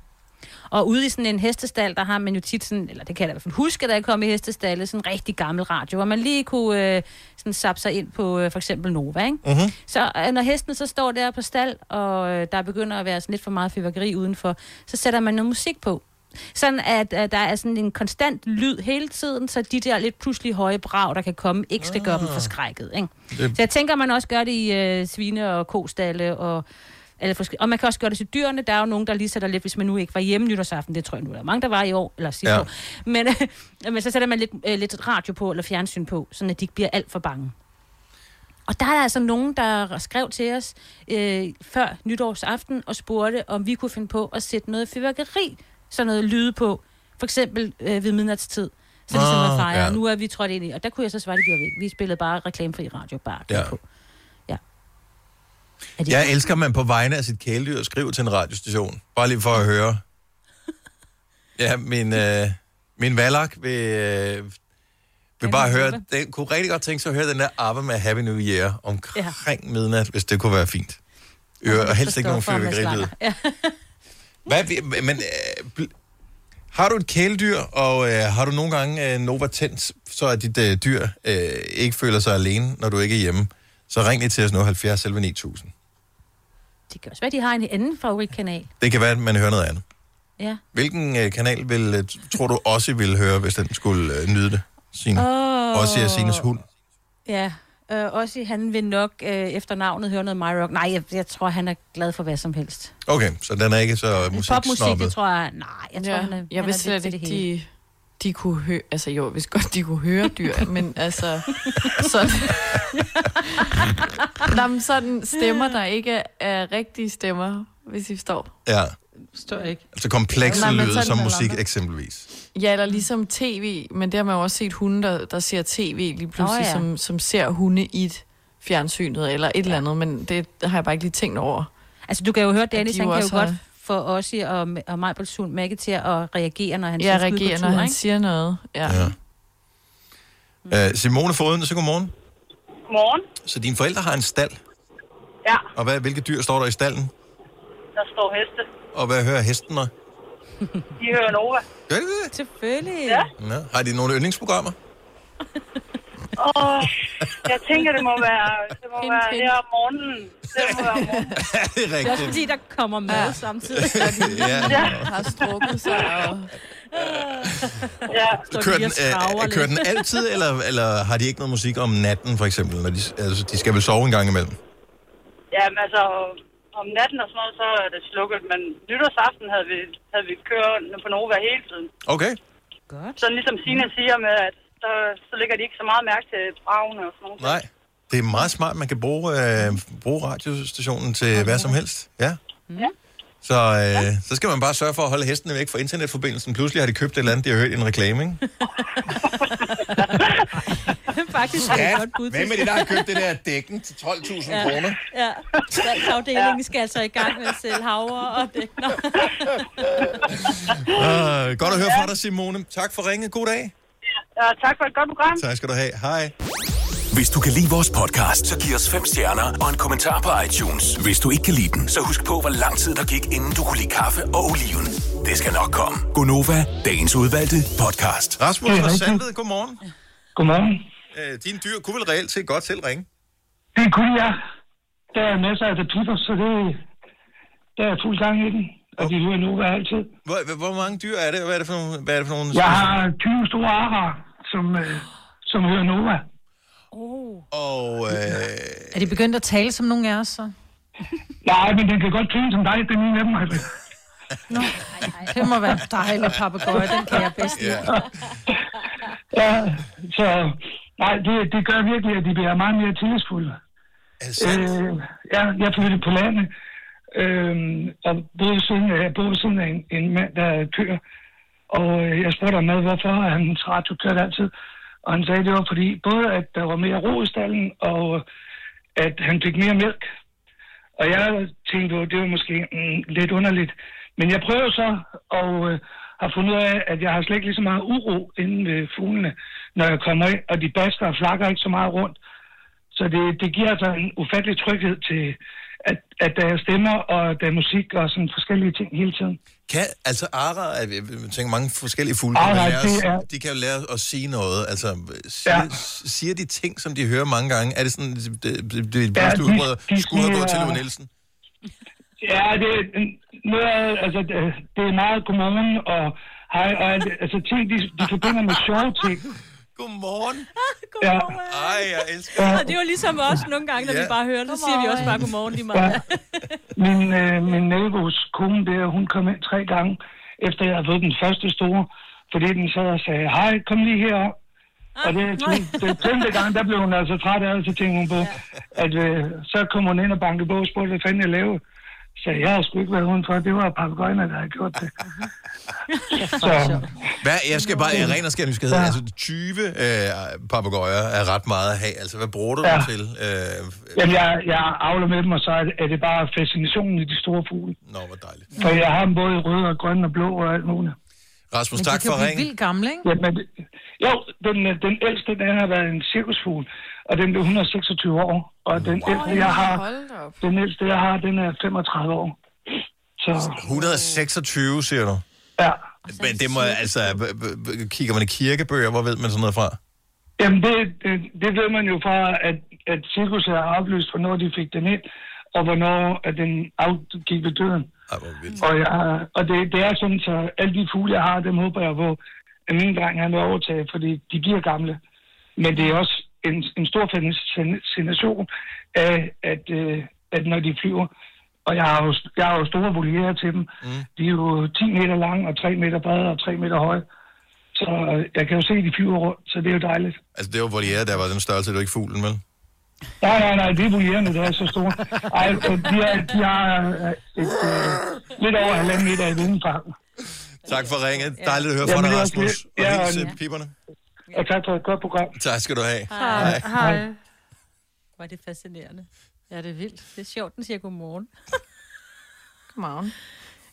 [SPEAKER 3] Og ude i sådan en hestestald, der har man jo tit sådan, eller det kan jeg da i hvert fald huske, da jeg kom i hestestalde, sådan en rigtig gammel radio, hvor man lige kunne øh, sådan sappe sig ind på øh, for eksempel Nova, ikke?
[SPEAKER 6] Mhm.
[SPEAKER 3] Så øh, når hesten så står der på stald, og øh, der begynder at være sådan lidt for meget fyrværkeri udenfor, så sætter man noget musik på. Sådan at øh, der er sådan en konstant lyd hele tiden, så de der lidt pludselig høje brag, der kan komme, ikke skal gøre dem forskrækket. Ikke?
[SPEAKER 6] Det-
[SPEAKER 3] Så jeg tænker, man også gør det i øh, svine- og kostalle og alle forskellige. Og man kan også gøre det til dyrene. Der er jo nogen, der lige sætter lidt, hvis man nu ikke var hjemme nytårsaften. Det tror jeg nu, der er mange, der var i år, eller sidste
[SPEAKER 6] Ja.
[SPEAKER 3] ja. år. Men, *laughs* øh, men så sætter man lidt, øh, lidt radio på, eller fjernsyn på, sådan at de ikke bliver alt for bange. Og der er altså nogen, der skrev til os øh, før nytårsaften og spurgte, om vi kunne finde på at sætte noget fyrværkeri, sådan noget lyde på, for eksempel øh, ved midnatstid. Så det
[SPEAKER 6] Ah,
[SPEAKER 3] sådan at fejre,
[SPEAKER 6] ja.
[SPEAKER 3] ja. nu er vi trådt ind i. Og der kunne jeg så svare, det gjorde vi ikke. Vi spillede bare reklamefri radio, bare
[SPEAKER 1] Ja.
[SPEAKER 3] Ja.
[SPEAKER 1] Jeg elsker, at man på vegne af sit kæledyr skriver til en radiostation. Bare lige for at høre. Ja, min, øh, min valak vil, øh, vil bare høre, den kunne rigtig godt tænke sig at høre den der ABBA med Happy New Year omkring ja. midnat, hvis det kunne være fint. Øre, og helst ikke nogen fyrværkerilyd. *laughs*
[SPEAKER 3] Ja.
[SPEAKER 1] Hvad, vi- men øh, bl- har du et kæledyr, og øh, har du nogle gange øh, Nova tændt, så at dit øh, dyr øh, ikke føler sig alene, når du ikke er hjemme, så ring lige til os nu 70 11 9000.
[SPEAKER 3] Det kan også være, de har en anden favoritkanal.
[SPEAKER 1] Det kan være, at man hører noget andet.
[SPEAKER 3] Ja.
[SPEAKER 1] Hvilken øh, kanal vil, øh, t- tror du også ville høre, hvis den skulle øh, nyde det? Sine.
[SPEAKER 3] Åh.
[SPEAKER 1] Oh. Også er Sines hund.
[SPEAKER 3] Ja, øh, også han vil nok øh, efter navnet høre noget My Rock. Nej, jeg, jeg tror, han er glad for hvad som helst.
[SPEAKER 1] Okay, så den er ikke så
[SPEAKER 3] Popmusik, det
[SPEAKER 1] musiksnobbet.
[SPEAKER 3] tror jeg... Nej, jeg tror,
[SPEAKER 4] Ja,
[SPEAKER 3] han er,
[SPEAKER 4] jeg
[SPEAKER 3] han er
[SPEAKER 4] vidste
[SPEAKER 3] lidt
[SPEAKER 4] slet
[SPEAKER 3] til
[SPEAKER 4] ikke,
[SPEAKER 3] det hele.
[SPEAKER 4] de, de kunne høre... Altså jo, jeg vidste godt, de kunne høre
[SPEAKER 3] *laughs*
[SPEAKER 4] dyr, men altså... Sådan, Nå, men sådan stemmer, der ikke er rigtige stemmer, hvis I forstår.
[SPEAKER 1] Ja,
[SPEAKER 2] Forstår ikke.
[SPEAKER 1] altså komplekse
[SPEAKER 4] Nej, men
[SPEAKER 1] lyde
[SPEAKER 4] sådan
[SPEAKER 1] som
[SPEAKER 4] er
[SPEAKER 1] musik
[SPEAKER 4] landet.
[SPEAKER 1] eksempelvis.
[SPEAKER 4] Ja, eller ligesom tv, men det har man jo også set hunde, der, der ser tv lige pludselig,
[SPEAKER 3] Nå,
[SPEAKER 4] oh,
[SPEAKER 3] ja.
[SPEAKER 4] ja. som, som ser hunde i et fjernsynet eller et eller andet, men det har jeg bare ikke lige tænkt over.
[SPEAKER 3] Altså, du kan jo høre, Dennis,
[SPEAKER 4] de
[SPEAKER 3] han
[SPEAKER 4] jo
[SPEAKER 3] kan jo
[SPEAKER 4] også
[SPEAKER 3] godt
[SPEAKER 4] har-
[SPEAKER 3] få Ossi og, og Majbels hund Maggie til at reagere, når han
[SPEAKER 4] Ja,
[SPEAKER 3] synes, vi er på
[SPEAKER 4] reagerer,
[SPEAKER 3] tur,
[SPEAKER 4] når han
[SPEAKER 3] ikke?
[SPEAKER 4] siger noget. Ja.
[SPEAKER 1] Ja. Øh, Simone Foden, så godmorgen.
[SPEAKER 13] Morgen,
[SPEAKER 1] Så dine forældre har en stald,
[SPEAKER 13] ja,
[SPEAKER 1] og hvad, hvilke dyr står der i stallen?
[SPEAKER 13] der står heste.
[SPEAKER 1] Og hvad hører hesten mig?
[SPEAKER 13] De hører Nova.
[SPEAKER 1] Gør de det?
[SPEAKER 3] Selvfølgelig.
[SPEAKER 13] Ja.
[SPEAKER 1] Ja. Har de nogle yndlingsprogrammer?
[SPEAKER 13] Og jeg tænker, det må være, det må være her om morgenen. Det må være om
[SPEAKER 1] *laughs*
[SPEAKER 13] morgenen.
[SPEAKER 1] *laughs* Ja, det er
[SPEAKER 3] Det er også
[SPEAKER 1] rigtigt.
[SPEAKER 3] fordi, der kommer mad ja. samtidig.
[SPEAKER 1] Ja.
[SPEAKER 4] Ja. Har strukket sig og...
[SPEAKER 3] *laughs*
[SPEAKER 13] Ja.
[SPEAKER 1] Kører den, øh, kører den altid, eller, eller har de ikke noget musik om natten, for eksempel? Når de, altså, de skal vel sove en gang imellem?
[SPEAKER 13] Jamen altså, om natten og sådan noget, så er det slukket, men nytårsaften havde vi, havde vi kørende på Nova hele tiden.
[SPEAKER 1] Okay.
[SPEAKER 13] Så ligesom Sina siger med, at der, så lægger de ikke så meget mærke til bragene og sådan noget.
[SPEAKER 1] Nej. Det er meget smart, man kan bruge, øh, bruge radiostationen til hvad som helst. Ja.
[SPEAKER 13] Ja.
[SPEAKER 1] Så, øh, så skal man bare sørge for at holde hestene væk fra internetforbindelsen. Pludselig har de købt et eller andet, de har hørt i en reklame, ikke?
[SPEAKER 3] Faktisk er det et godt bud.
[SPEAKER 1] hvem er det, der har købt det der dækken til 12.000
[SPEAKER 3] Ja.
[SPEAKER 1] kroner?
[SPEAKER 3] Ja, salgsafdelingen skal altså i gang med at sælge havre og det. Nå.
[SPEAKER 1] Uh, godt at høre fra dig, Simone. Tak for ringet. God dag.
[SPEAKER 13] Ja, tak for et godt program.
[SPEAKER 1] Tak skal du have. Hej.
[SPEAKER 9] Hvis du kan lide vores podcast, så giv os fem stjerner og en kommentar på iTunes. Hvis du ikke kan lide den, så husk på, hvor lang tid der gik, inden du kunne lide kaffe og oliven. Det skal nok komme.
[SPEAKER 1] Gonova,
[SPEAKER 9] Dagens udvalgte podcast.
[SPEAKER 1] Rasmus
[SPEAKER 9] Det er
[SPEAKER 1] fra
[SPEAKER 9] rigtigt.
[SPEAKER 1] Sandved, godmorgen.
[SPEAKER 6] Godmorgen.
[SPEAKER 1] Øh, dine dyr kunne vel reelt set godt selv ringe?
[SPEAKER 6] Det kunne jeg. Der er masser af tapipper, så det, der er fuld gang i den. Og de hører nu hver altid.
[SPEAKER 1] Hvor, hvor- hvor mange dyr er det, og hvad er det for nogle? Hvad er det for nogle
[SPEAKER 6] Jeg har 20 store arer, som, øh, som hører Nova.
[SPEAKER 1] Og, øh,
[SPEAKER 2] Er de begyndt at tale som nogen af os, så?
[SPEAKER 6] Nej, men den kan godt tænke som dig, den ene af dem. Altså.
[SPEAKER 2] Nå, det må være en dejlig papegøje, den kan jeg bedst lide.
[SPEAKER 6] Ja, så nej, det, det gør virkelig, at de bliver meget mere tillidsfulde. Øh, ja, jeg flyttede på landet, øh, og boede ved siden af, jeg boede ved siden af en, en mand, der er kører. Og øh, jeg spurgte ham med, hvorfor hans radio kørte altid. Og han sagde, det var fordi, både at der var mere ro i stallen, og at han fik mere mælk. Og jeg tænkte, jo, det var måske mm, lidt underligt. Men jeg prøver så, og øh, har fundet ud af, at jeg har slet ikke lige så meget uro inde ved fuglene, når jeg kommer ind, og de baster og flakker ikke så meget rundt. Så det, det giver altså en ufattelig tryghed til, at, at der er stemmer, og der er musik og sådan forskellige ting hele tiden.
[SPEAKER 1] kan, altså ara, jeg tænker mange forskellige fugle,
[SPEAKER 6] Ara,
[SPEAKER 1] kan lære
[SPEAKER 6] det
[SPEAKER 1] os,
[SPEAKER 6] er-
[SPEAKER 1] de kan jo lære at sige noget. Altså, siger, ja. siger de ting, som de hører mange gange? Er det sådan, det, det, det, det
[SPEAKER 6] Ja,
[SPEAKER 1] bedste
[SPEAKER 6] de-
[SPEAKER 1] udbrød,
[SPEAKER 6] de
[SPEAKER 1] skulle have gået til
[SPEAKER 6] siger-
[SPEAKER 1] Louis Nielsen?
[SPEAKER 6] Ja, det, er- noget, af- altså, det- det er meget godmorgen, og hej, og alt det. altså ting, de, de forbinder med sjove ting.
[SPEAKER 1] Godmorgen.
[SPEAKER 6] *laughs* Ja,
[SPEAKER 1] Ej, jeg elsker
[SPEAKER 6] Ja.
[SPEAKER 3] Og *laughs* det er jo ligesom os nogle gange, når
[SPEAKER 6] Ja.
[SPEAKER 3] vi bare hører det, så siger vi også bare godmorgen lige meget.
[SPEAKER 6] Ja. Min, øh, min nabos kone der, hun kom ind tre gange, efter jeg havde fået den første store, fordi den sad og sagde, hej, kom lige herop. Og det, tog, det femte gang, der blev hun altså træt af, det, så tænkte hun på, at øh, så kom hun ind og bankede på og spurgte, hvad fanden jeg lavede. Så sagde, jeg har sgu ikke været udenfor, det var papagøjerne, der havde gjort
[SPEAKER 1] Ah,
[SPEAKER 6] det. så,
[SPEAKER 1] Hvad, jeg skal bare, jeg ren og skær nysgerrighed. Ja. Altså, 20 øh, papegøjer er ret meget at have. Altså, hvad bruger du ja. dem til? Øh,
[SPEAKER 6] jamen, jeg, jeg avler med dem, og så er det, er det bare fascinationen i de store fugle.
[SPEAKER 1] Nå, hvor dejligt.
[SPEAKER 6] For jeg har dem både i rød og grøn og blå og alt muligt.
[SPEAKER 1] Rasmus,
[SPEAKER 6] Men de
[SPEAKER 1] tak
[SPEAKER 6] kan
[SPEAKER 1] for
[SPEAKER 6] blive
[SPEAKER 1] ringen.
[SPEAKER 2] Vildt gamle, ikke?
[SPEAKER 6] Jamen, det- jo, den, øh, den ældste, den har været en cirkusfugl, og den blev 126 år. Og den, wow, ældste, jeg har, den ældste, jeg har, den er 35 år. Så,
[SPEAKER 1] 126, siger du?
[SPEAKER 6] Ja.
[SPEAKER 1] Men det må, altså, b- b- b- kigger man i kirkebøger, hvor ved man sådan noget fra?
[SPEAKER 6] jamen, det, det, det ved man jo fra, at, at cirkuset er aflyst, hvornår de fik den ind, og hvornår at den afgik ved døden. Og, jeg, har- og det, det er sådan, så alle de fugle, jeg har, dem håber jeg på, at min dreng han vil overtage, fordi de bliver gamle. Men det er også en, en stor fascination af, at, øh, at når de flyver, og jeg har jo, jeg har jo store voliere til dem, mm. de er jo 10 meter lange og 3 meter brede og 3 meter høje. Så øh, jeg kan jo se, at de flyver rundt, så det er jo dejligt.
[SPEAKER 1] Altså, det var voliere, der var den størrelse, det var ikke fuglen, vel?
[SPEAKER 6] Nej, nej, nej, det er volierne, der er så store. Ej, øh, de har, de har øh, et, øh, lidt over halvanden meter i vingefangen.
[SPEAKER 1] Tak for ringet. Dejligt at høre fra
[SPEAKER 6] Jamen,
[SPEAKER 1] dig,
[SPEAKER 6] det var
[SPEAKER 1] Rasmus.
[SPEAKER 6] slet-
[SPEAKER 1] Og
[SPEAKER 6] Ja,
[SPEAKER 1] hils
[SPEAKER 6] og-
[SPEAKER 1] øh, piberne.
[SPEAKER 6] Og tak for et godt program.
[SPEAKER 1] Tak skal du have.
[SPEAKER 6] Hej. Hej.
[SPEAKER 3] Var det fascinerende. Ja, det er vildt. Det er sjovt, den siger godmorgen.
[SPEAKER 4] godmorgen.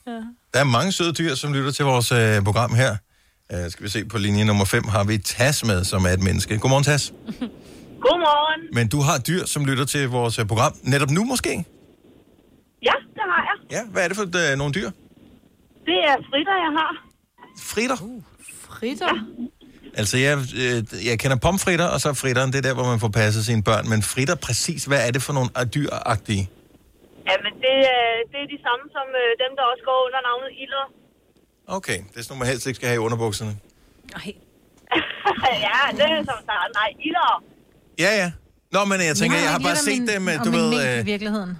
[SPEAKER 3] Ja.
[SPEAKER 1] Der er mange søde dyr, som lytter til vores øh, program her. Øh, skal vi se på linje nummer 5 har vi Tas med, som er et menneske. Godmorgen, Tas.
[SPEAKER 7] Godmorgen.
[SPEAKER 1] Men du har dyr, som lytter til vores øh, program netop nu måske?
[SPEAKER 7] Ja, det har jeg.
[SPEAKER 1] Ja, hvad er det for øh, nogle dyr?
[SPEAKER 7] Det er fritter, jeg har.
[SPEAKER 1] Fritter? Uh,
[SPEAKER 7] fritter? Ja.
[SPEAKER 1] Altså, jeg, øh, jeg kender pomfritter, og så er fritteren, det er der, hvor man får passet sine børn. Men fritter, præcis, hvad er det for nogle øh, dyragtige?
[SPEAKER 7] Jamen, det, er- det er de samme som øh, dem, der også går under navnet Ilder.
[SPEAKER 1] Okay, det er sådan nogle, man helst ikke skal have i underbukserne.
[SPEAKER 7] *laughs* ja, det er som sagt. Nej, Ilder.
[SPEAKER 1] Ja, ja. Nå, men jeg tænker, jeg har bare set dem, øh, du ved...
[SPEAKER 2] i
[SPEAKER 1] Øh,
[SPEAKER 2] virkeligheden.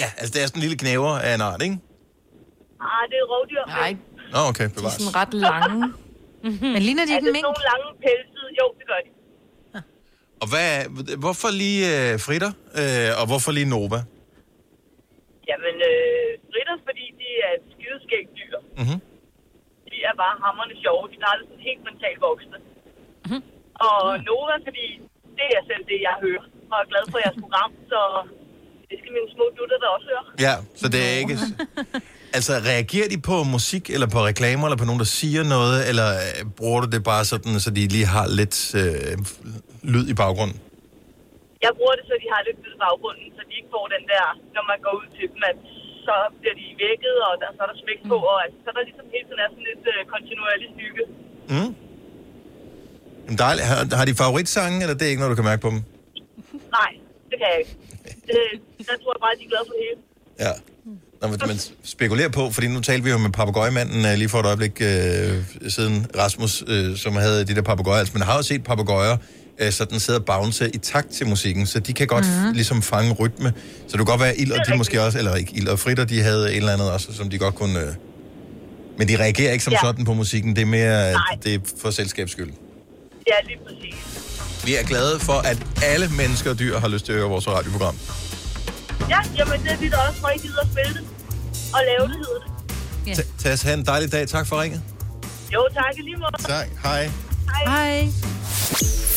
[SPEAKER 1] ja, altså, det er sådan en lille knæver af en art, ikke?
[SPEAKER 7] Ah, det er rovdyr. Nej,
[SPEAKER 1] Nå, okay, bevares.
[SPEAKER 4] ret lange.
[SPEAKER 2] Men ligner de
[SPEAKER 7] er
[SPEAKER 2] ikke
[SPEAKER 7] Mhm.
[SPEAKER 2] en
[SPEAKER 7] det
[SPEAKER 2] mink?
[SPEAKER 7] sådan nogle lange pelsede? Jo, det gør de.
[SPEAKER 1] Og hvad, hvorfor lige øh, fritter, øh, og hvorfor lige Nova?
[SPEAKER 7] Jamen, øh, fritter, fordi de er skideskægt dyr.
[SPEAKER 1] Mhm.
[SPEAKER 7] De er bare hammerne sjove. De er sådan helt mentalt voksne.
[SPEAKER 2] Mhm.
[SPEAKER 7] Mm-hmm. Og Nova, fordi det er selv det, jeg hører. Og er glad for jeres program, så det skal mine små dutter der også høre.
[SPEAKER 1] Ja, så det er ikke... Altså, reagerer de på musik, eller på reklamer, eller på nogen, der siger noget, eller øh, bruger du det bare sådan, så de lige har lidt øh, lyd i baggrunden?
[SPEAKER 7] Jeg bruger det, så de har lidt lyd i baggrunden, så de ikke får den der, når man går ud til dem, at så bliver de vækket, og der, så er der smæk
[SPEAKER 2] Mhm.
[SPEAKER 7] på, og at, så er der ligesom hele tiden er sådan lidt øh, kontinuerlig stykke.
[SPEAKER 1] Mm? Jamen, dejligt. Har, har de favoritsange, eller det er ikke noget, du kan mærke på dem?
[SPEAKER 7] Nej, det kan jeg ikke. Det, der tror jeg bare, at de er glade for det hele.
[SPEAKER 1] Ja. Nå, men man spekulerer på, fordi nu talte vi jo med papegøjemanden øh, lige for et øjeblik øh, siden, Rasmus, øh, som havde de der papegøjer. Altså, man har jo set papegøjer øh, sådan sidde og bounce i takt til musikken, så de kan godt mm.
[SPEAKER 12] Mhm.
[SPEAKER 1] ligesom fange rytme. Så det kunne godt være, at ild og
[SPEAKER 12] Det er
[SPEAKER 1] de måske også, eller ikke ild og fritter, de havde et eller andet også, som de godt kunne... Øh, men de reagerer ikke som
[SPEAKER 7] Ja.
[SPEAKER 1] ja. sådan på musikken. Det er mere, at
[SPEAKER 7] Nej.
[SPEAKER 1] det er for selskabs skyld.
[SPEAKER 7] Ja, lige præcis.
[SPEAKER 1] Vi er glade for, at alle mennesker og dyr har lyst til at høre vores radioprogram.
[SPEAKER 7] Ja, jamen det er vi da også, hvor I gider at spille det. Og lave det, hedder det.
[SPEAKER 1] Ja. Tess, have en dejlig dag. Tak for ringet.
[SPEAKER 7] Jo, tak i lige måde.
[SPEAKER 1] Tak. Hej.
[SPEAKER 7] Hej.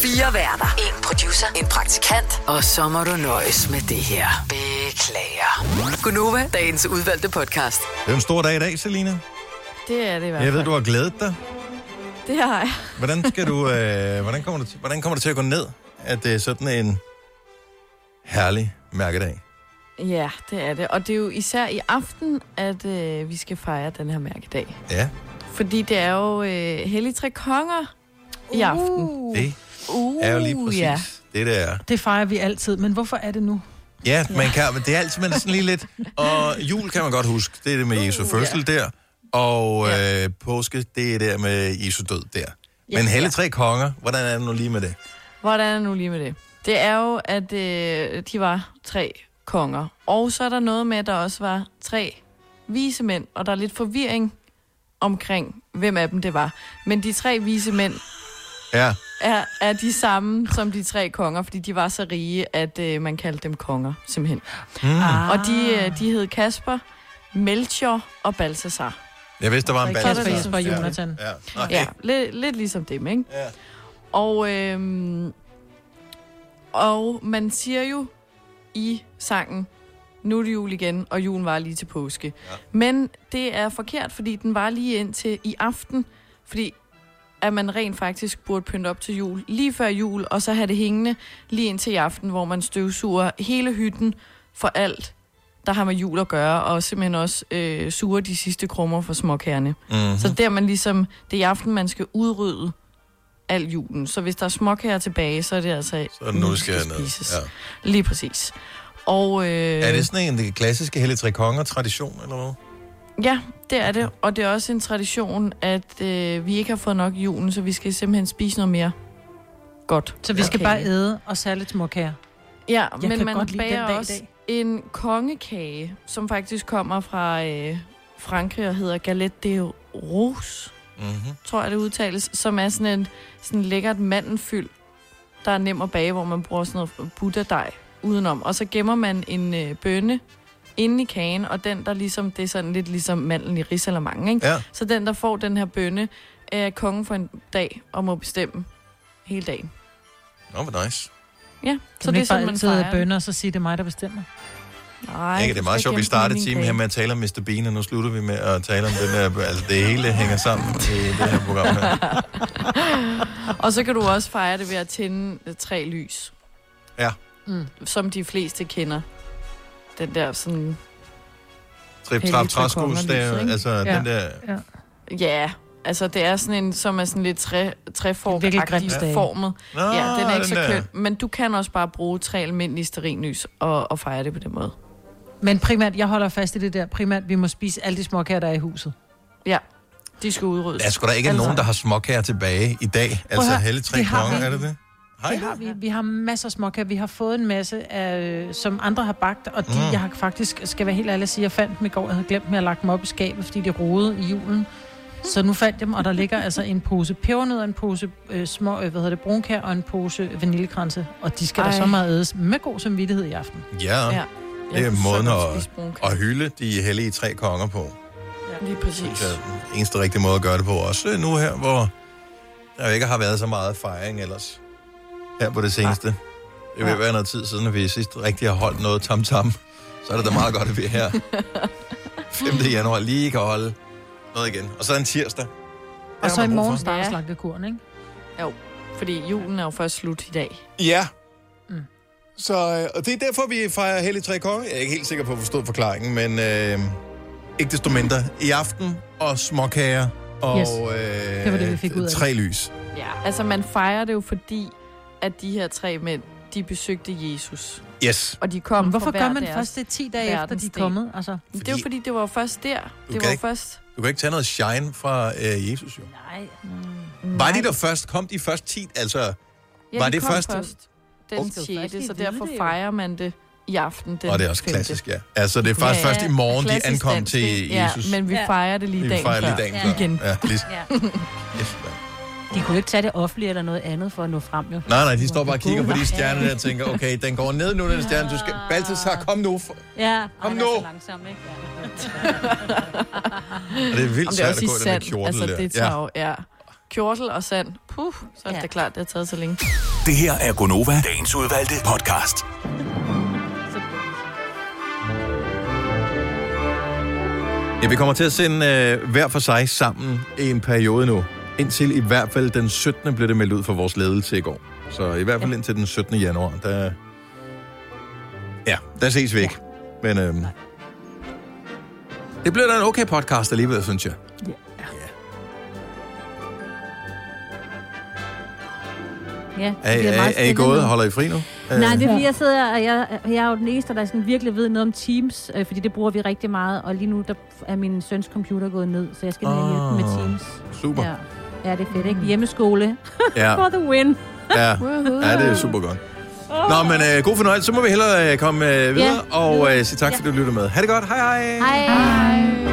[SPEAKER 5] Fire værter. En producer. En praktikant. Og så må du nøjes med det her. Beklager. Gunova, dagens udvalgte podcast.
[SPEAKER 1] Det er en stor dag i dag, Selina.
[SPEAKER 4] Det er det i hvert fald.
[SPEAKER 1] Jeg ved, du har glædet dig.
[SPEAKER 4] Det har jeg.
[SPEAKER 1] Hvordan, skal du, øh, hvordan, kommer det til, hvordan kommer det til at gå ned, at det er sådan en herlig mærkedag?
[SPEAKER 4] Ja, det er det. Og det er jo især i aften, at øh, vi skal fejre den her mærkedag.
[SPEAKER 1] Ja.
[SPEAKER 4] Fordi det er jo øh, Hellig Tre Konger i aften. Uh.
[SPEAKER 1] Det er jo lige præcis ja. det, der er.
[SPEAKER 2] Uh, Det fejrer vi altid, men hvorfor er det nu?
[SPEAKER 1] Ja, man kan, men det er altid man er sådan lige lidt. Og jul kan man godt huske. Det er det
[SPEAKER 4] Uh,
[SPEAKER 1] med Jesu fødsel der. Og øh, påske, det er der med Jesu død der.
[SPEAKER 4] Ja.
[SPEAKER 1] Men Helle Tre Konger, hvordan er det nu lige med det?
[SPEAKER 4] Hvordan er det nu lige med det? Det er jo, at øh, de var tre konger. Og så er der noget med, at der også var tre vise mænd, og der er lidt forvirring omkring, hvem af dem det var. Men de tre vise mænd
[SPEAKER 1] Ja.
[SPEAKER 4] er, er de samme som de tre konger, fordi de var så rige, at øh, man kaldte dem konger, simpelthen.
[SPEAKER 1] Mm.
[SPEAKER 4] Og de, øh, de hed Kasper, Melchior og Balthasar.
[SPEAKER 1] Jeg vidste, der var en
[SPEAKER 4] Kasper,
[SPEAKER 1] balance.
[SPEAKER 4] Jesper og Jonathan.
[SPEAKER 1] Ja. ja. Okay.
[SPEAKER 4] Ja, lidt, lidt ligesom dem, ikke?
[SPEAKER 1] Ja.
[SPEAKER 4] Og, øhm, og man siger jo i sangen, nu er det jul igen, og julen var lige til påske. Ja. Men det er forkert, fordi den var lige indtil i aften, fordi at man rent faktisk burde pynte op til jul lige før jul, og så have det hængende lige indtil i aften, hvor man støvsuger hele hytten for alt, der har med jul at gøre, og simpelthen også øh, suger de sidste krummer for småkærne.
[SPEAKER 1] Mhm.
[SPEAKER 4] Så der man ligesom, det er i aften, man skal udrydde al julen. Så hvis der er småkager tilbage, så er det altså...
[SPEAKER 1] Så er det nu, det skal ned. Ja.
[SPEAKER 4] Lige præcis. Og, øh,
[SPEAKER 1] Er det sådan en den klassiske Helle Tre Konger-tradition, eller hvad?
[SPEAKER 4] Ja, det er det. Og det er også en tradition, at øh, vi ikke har fået nok i julen, så vi skal simpelthen spise noget mere. Godt.
[SPEAKER 2] Så vi skal
[SPEAKER 4] Okay.
[SPEAKER 2] bare æde og særligt småkager.
[SPEAKER 4] Ja,
[SPEAKER 2] Jeg
[SPEAKER 4] men
[SPEAKER 2] kan
[SPEAKER 4] man
[SPEAKER 2] godt lide den
[SPEAKER 4] bager
[SPEAKER 2] dag i
[SPEAKER 4] også
[SPEAKER 2] dag.
[SPEAKER 4] en kongekage, som faktisk kommer fra øh, Frankrig og hedder Galette de Rose,
[SPEAKER 1] mm-hmm.
[SPEAKER 4] tror jeg det udtales, som er sådan en sådan lækkert mandenfyld, der er nem at bage, hvor man bruger sådan noget butterdej udenom. Og så gemmer man en øh, bønne inde i kagen, og den, der ligesom, det er sådan lidt ligesom mandlen i risalamanden, ikke?
[SPEAKER 1] Ja.
[SPEAKER 4] Så den, der får den her bønne, er kongen for en dag og må bestemme hele dagen.
[SPEAKER 1] Nå, hvor nice. *laughs*
[SPEAKER 4] Ja,
[SPEAKER 2] så det er sådan, man plejer. bønder, og så sige, det er mig, der bestemmer.
[SPEAKER 4] Nej,
[SPEAKER 1] Ikke, det er meget sjovt, vi startede timen her med at tale om Mr. Bean, og nu slutter vi med at tale om den her, altså det hele hænger sammen i det
[SPEAKER 2] *laughs*
[SPEAKER 1] her program her.
[SPEAKER 4] Og så kan du også fejre det ved at tænde øh, tre lys.
[SPEAKER 1] Ja.
[SPEAKER 4] Mm. Som de fleste kender. Den der sådan...
[SPEAKER 1] Trip, trap, træskus, det er jo, altså
[SPEAKER 4] Ja.
[SPEAKER 1] den der...
[SPEAKER 4] Ja. ja. Altså, det er sådan en, som er sådan lidt træ,
[SPEAKER 2] Virkelig Grimsdage.
[SPEAKER 4] træformagtig formet.
[SPEAKER 2] Nå,
[SPEAKER 4] ja, den er ikke
[SPEAKER 2] den
[SPEAKER 4] så
[SPEAKER 2] der.
[SPEAKER 4] køn. Men du kan også bare bruge tre almindelige sterinlys og, og fejre det på den måde.
[SPEAKER 2] Men primært, jeg holder fast i det der, primært, vi må spise alle de småkager, der er i huset.
[SPEAKER 4] Ja, de skal udryddes.
[SPEAKER 1] Der er sgu da ikke
[SPEAKER 2] Altså.
[SPEAKER 1] nogen, der har småkager tilbage i dag.
[SPEAKER 2] at
[SPEAKER 1] Altså
[SPEAKER 2] høre,
[SPEAKER 1] hele tre
[SPEAKER 2] det har
[SPEAKER 1] konger,
[SPEAKER 2] vi.
[SPEAKER 1] er det det? Hej.
[SPEAKER 2] Det har vi. Vi har masser af småkager. Vi har fået en masse, af, øh, som andre har bagt, og de,
[SPEAKER 1] Mm.
[SPEAKER 2] mm. jeg har faktisk, skal være helt ærlig at sige, jeg fandt dem i går. Jeg havde glemt dem, jeg havde lagt dem op i skabet, fordi de rodede i julen. Så nu fandt jeg dem, og der ligger altså en pose pebernødder, en pose øh, små, øh, hvad hedder det, brunkær og en pose vaniljekranse. Og de skal Ej.
[SPEAKER 4] Ej.
[SPEAKER 2] da så meget ædes med god samvittighed i aften.
[SPEAKER 1] Ja,
[SPEAKER 2] Ja.
[SPEAKER 1] det er
[SPEAKER 2] Jeg kan
[SPEAKER 1] måden
[SPEAKER 2] sagtens
[SPEAKER 1] at,
[SPEAKER 2] spise brunkager.
[SPEAKER 1] at hylde de hellige tre konger på.
[SPEAKER 4] Lige præcis.
[SPEAKER 1] Det er den eneste rigtige måde at gøre det på. Også nu her, hvor der jo ikke har været så meget fejring ellers. Her på det seneste. Det vil være noget tid siden, at vi sidst rigtig har holdt noget tam-tam. Så er det da meget godt, at vi er
[SPEAKER 4] *laughs*
[SPEAKER 1] her 5. januar lige kan holde noget igen. Og så en tirsdag.
[SPEAKER 2] Og så i morgen starter
[SPEAKER 4] Ja.
[SPEAKER 2] slagtekuren, ikke?
[SPEAKER 4] Jo, fordi julen er jo først slut i dag.
[SPEAKER 1] Ja.
[SPEAKER 4] Mm.
[SPEAKER 1] Så, øh, og det er derfor, vi fejrer Hellig Tre Konge. Jeg er ikke helt sikker på at forstå forklaringen, men øh, ikke desto mindre. I aften og småkager og
[SPEAKER 4] Yes.
[SPEAKER 1] øh,
[SPEAKER 4] Det var det, vi fik ud af det.
[SPEAKER 1] tre lys.
[SPEAKER 4] Ja, altså man fejrer det jo fordi, at de her tre mænd, de besøgte Jesus.
[SPEAKER 1] Yes.
[SPEAKER 4] Og de kom
[SPEAKER 2] Men hvorfor
[SPEAKER 4] fra hver
[SPEAKER 2] gør man
[SPEAKER 4] deres
[SPEAKER 2] først det 10 dage efter, de er
[SPEAKER 4] verdensdel?
[SPEAKER 2] kommet, altså?
[SPEAKER 4] Men Det er jo fordi, det var jo først der.
[SPEAKER 1] Du
[SPEAKER 4] Det
[SPEAKER 1] kan
[SPEAKER 4] var jo
[SPEAKER 1] ikke-
[SPEAKER 4] først...
[SPEAKER 1] Du kan ikke tage noget shine fra øh, Jesus, jo.
[SPEAKER 4] Nej.
[SPEAKER 1] Var de der først? Kom de først tit? Altså,
[SPEAKER 4] Ja,
[SPEAKER 1] var
[SPEAKER 4] de
[SPEAKER 1] det
[SPEAKER 4] kom
[SPEAKER 1] først?
[SPEAKER 4] først
[SPEAKER 1] Okay.
[SPEAKER 4] den 6. Så derfor fejrer man det i aften. Den
[SPEAKER 1] Og det er også
[SPEAKER 4] femte.
[SPEAKER 1] klassisk, ja. Altså, det er faktisk
[SPEAKER 4] Ja,
[SPEAKER 1] først i morgen, de
[SPEAKER 4] klassisk
[SPEAKER 1] ankom
[SPEAKER 4] dansk,
[SPEAKER 1] til
[SPEAKER 4] ikke?
[SPEAKER 1] Jesus.
[SPEAKER 4] Ja, men vi
[SPEAKER 3] Ja.
[SPEAKER 4] fejrer det lige
[SPEAKER 1] Vi
[SPEAKER 4] dagen
[SPEAKER 1] fejrer lige
[SPEAKER 4] før.
[SPEAKER 1] dagen før.
[SPEAKER 4] Igen.
[SPEAKER 1] Ja, lige-
[SPEAKER 3] De kunne jo ikke tage det offentlige eller noget andet for at nå frem, jo.
[SPEAKER 1] Nej, nej, de står bare og kigger på de stjerner der og tænker, okay, den går ned nu, den stjerne, du skal... Balthasar, kom nu. For...
[SPEAKER 3] Ja,
[SPEAKER 1] Kom
[SPEAKER 3] Ej,
[SPEAKER 1] nu.
[SPEAKER 3] der er så langsom, ikke? *laughs*
[SPEAKER 1] Og det er vildt
[SPEAKER 4] Om
[SPEAKER 1] svært
[SPEAKER 4] også
[SPEAKER 1] at
[SPEAKER 4] i
[SPEAKER 1] gå i den der
[SPEAKER 4] sand.
[SPEAKER 1] kjortel
[SPEAKER 4] altså,
[SPEAKER 1] der.
[SPEAKER 4] Det
[SPEAKER 1] Ja.
[SPEAKER 4] tager jo, ja. Kjortel og sand. Puh, så er det da klart, det har taget så længe.
[SPEAKER 9] Det her er Gonova, dagens udvalgte podcast.
[SPEAKER 1] Ja, vi kommer til at sende øh, hver for sig sammen i en periode nu. Indtil i hvert fald den 17. blev det meldt ud for vores ledelse i går. Så i hvert fald indtil den 17. januar, der... Ja, der ses vi ikke. Men øhm, det blev da en okay podcast alligevel, synes jeg.
[SPEAKER 3] Ja,
[SPEAKER 1] Er, er, er I gået? Holder I fri nu?
[SPEAKER 3] Nej, det er
[SPEAKER 1] Øh,
[SPEAKER 3] fordi, jeg sidder, og jeg, jeg er jo den eneste, der sådan virkelig ved noget om Teams, øh, fordi det bruger vi rigtig meget, og lige nu der er min søns computer gået ned, så jeg skal lige hjælpe med
[SPEAKER 1] Åh,
[SPEAKER 3] Teams.
[SPEAKER 1] Ah, super.
[SPEAKER 3] Ja. ja, det er fedt, ikke? Hjemmeskole.
[SPEAKER 1] Ja.
[SPEAKER 3] *laughs* For the win. *laughs*
[SPEAKER 1] Ja, ja det er super godt. Nå, men øh, god fornøjelse. Så må vi hellere øh, komme øh, videre, og øh, sige tak, fordi du lyttede med. Ha' det godt. Hej hej.
[SPEAKER 3] Hej. Hej.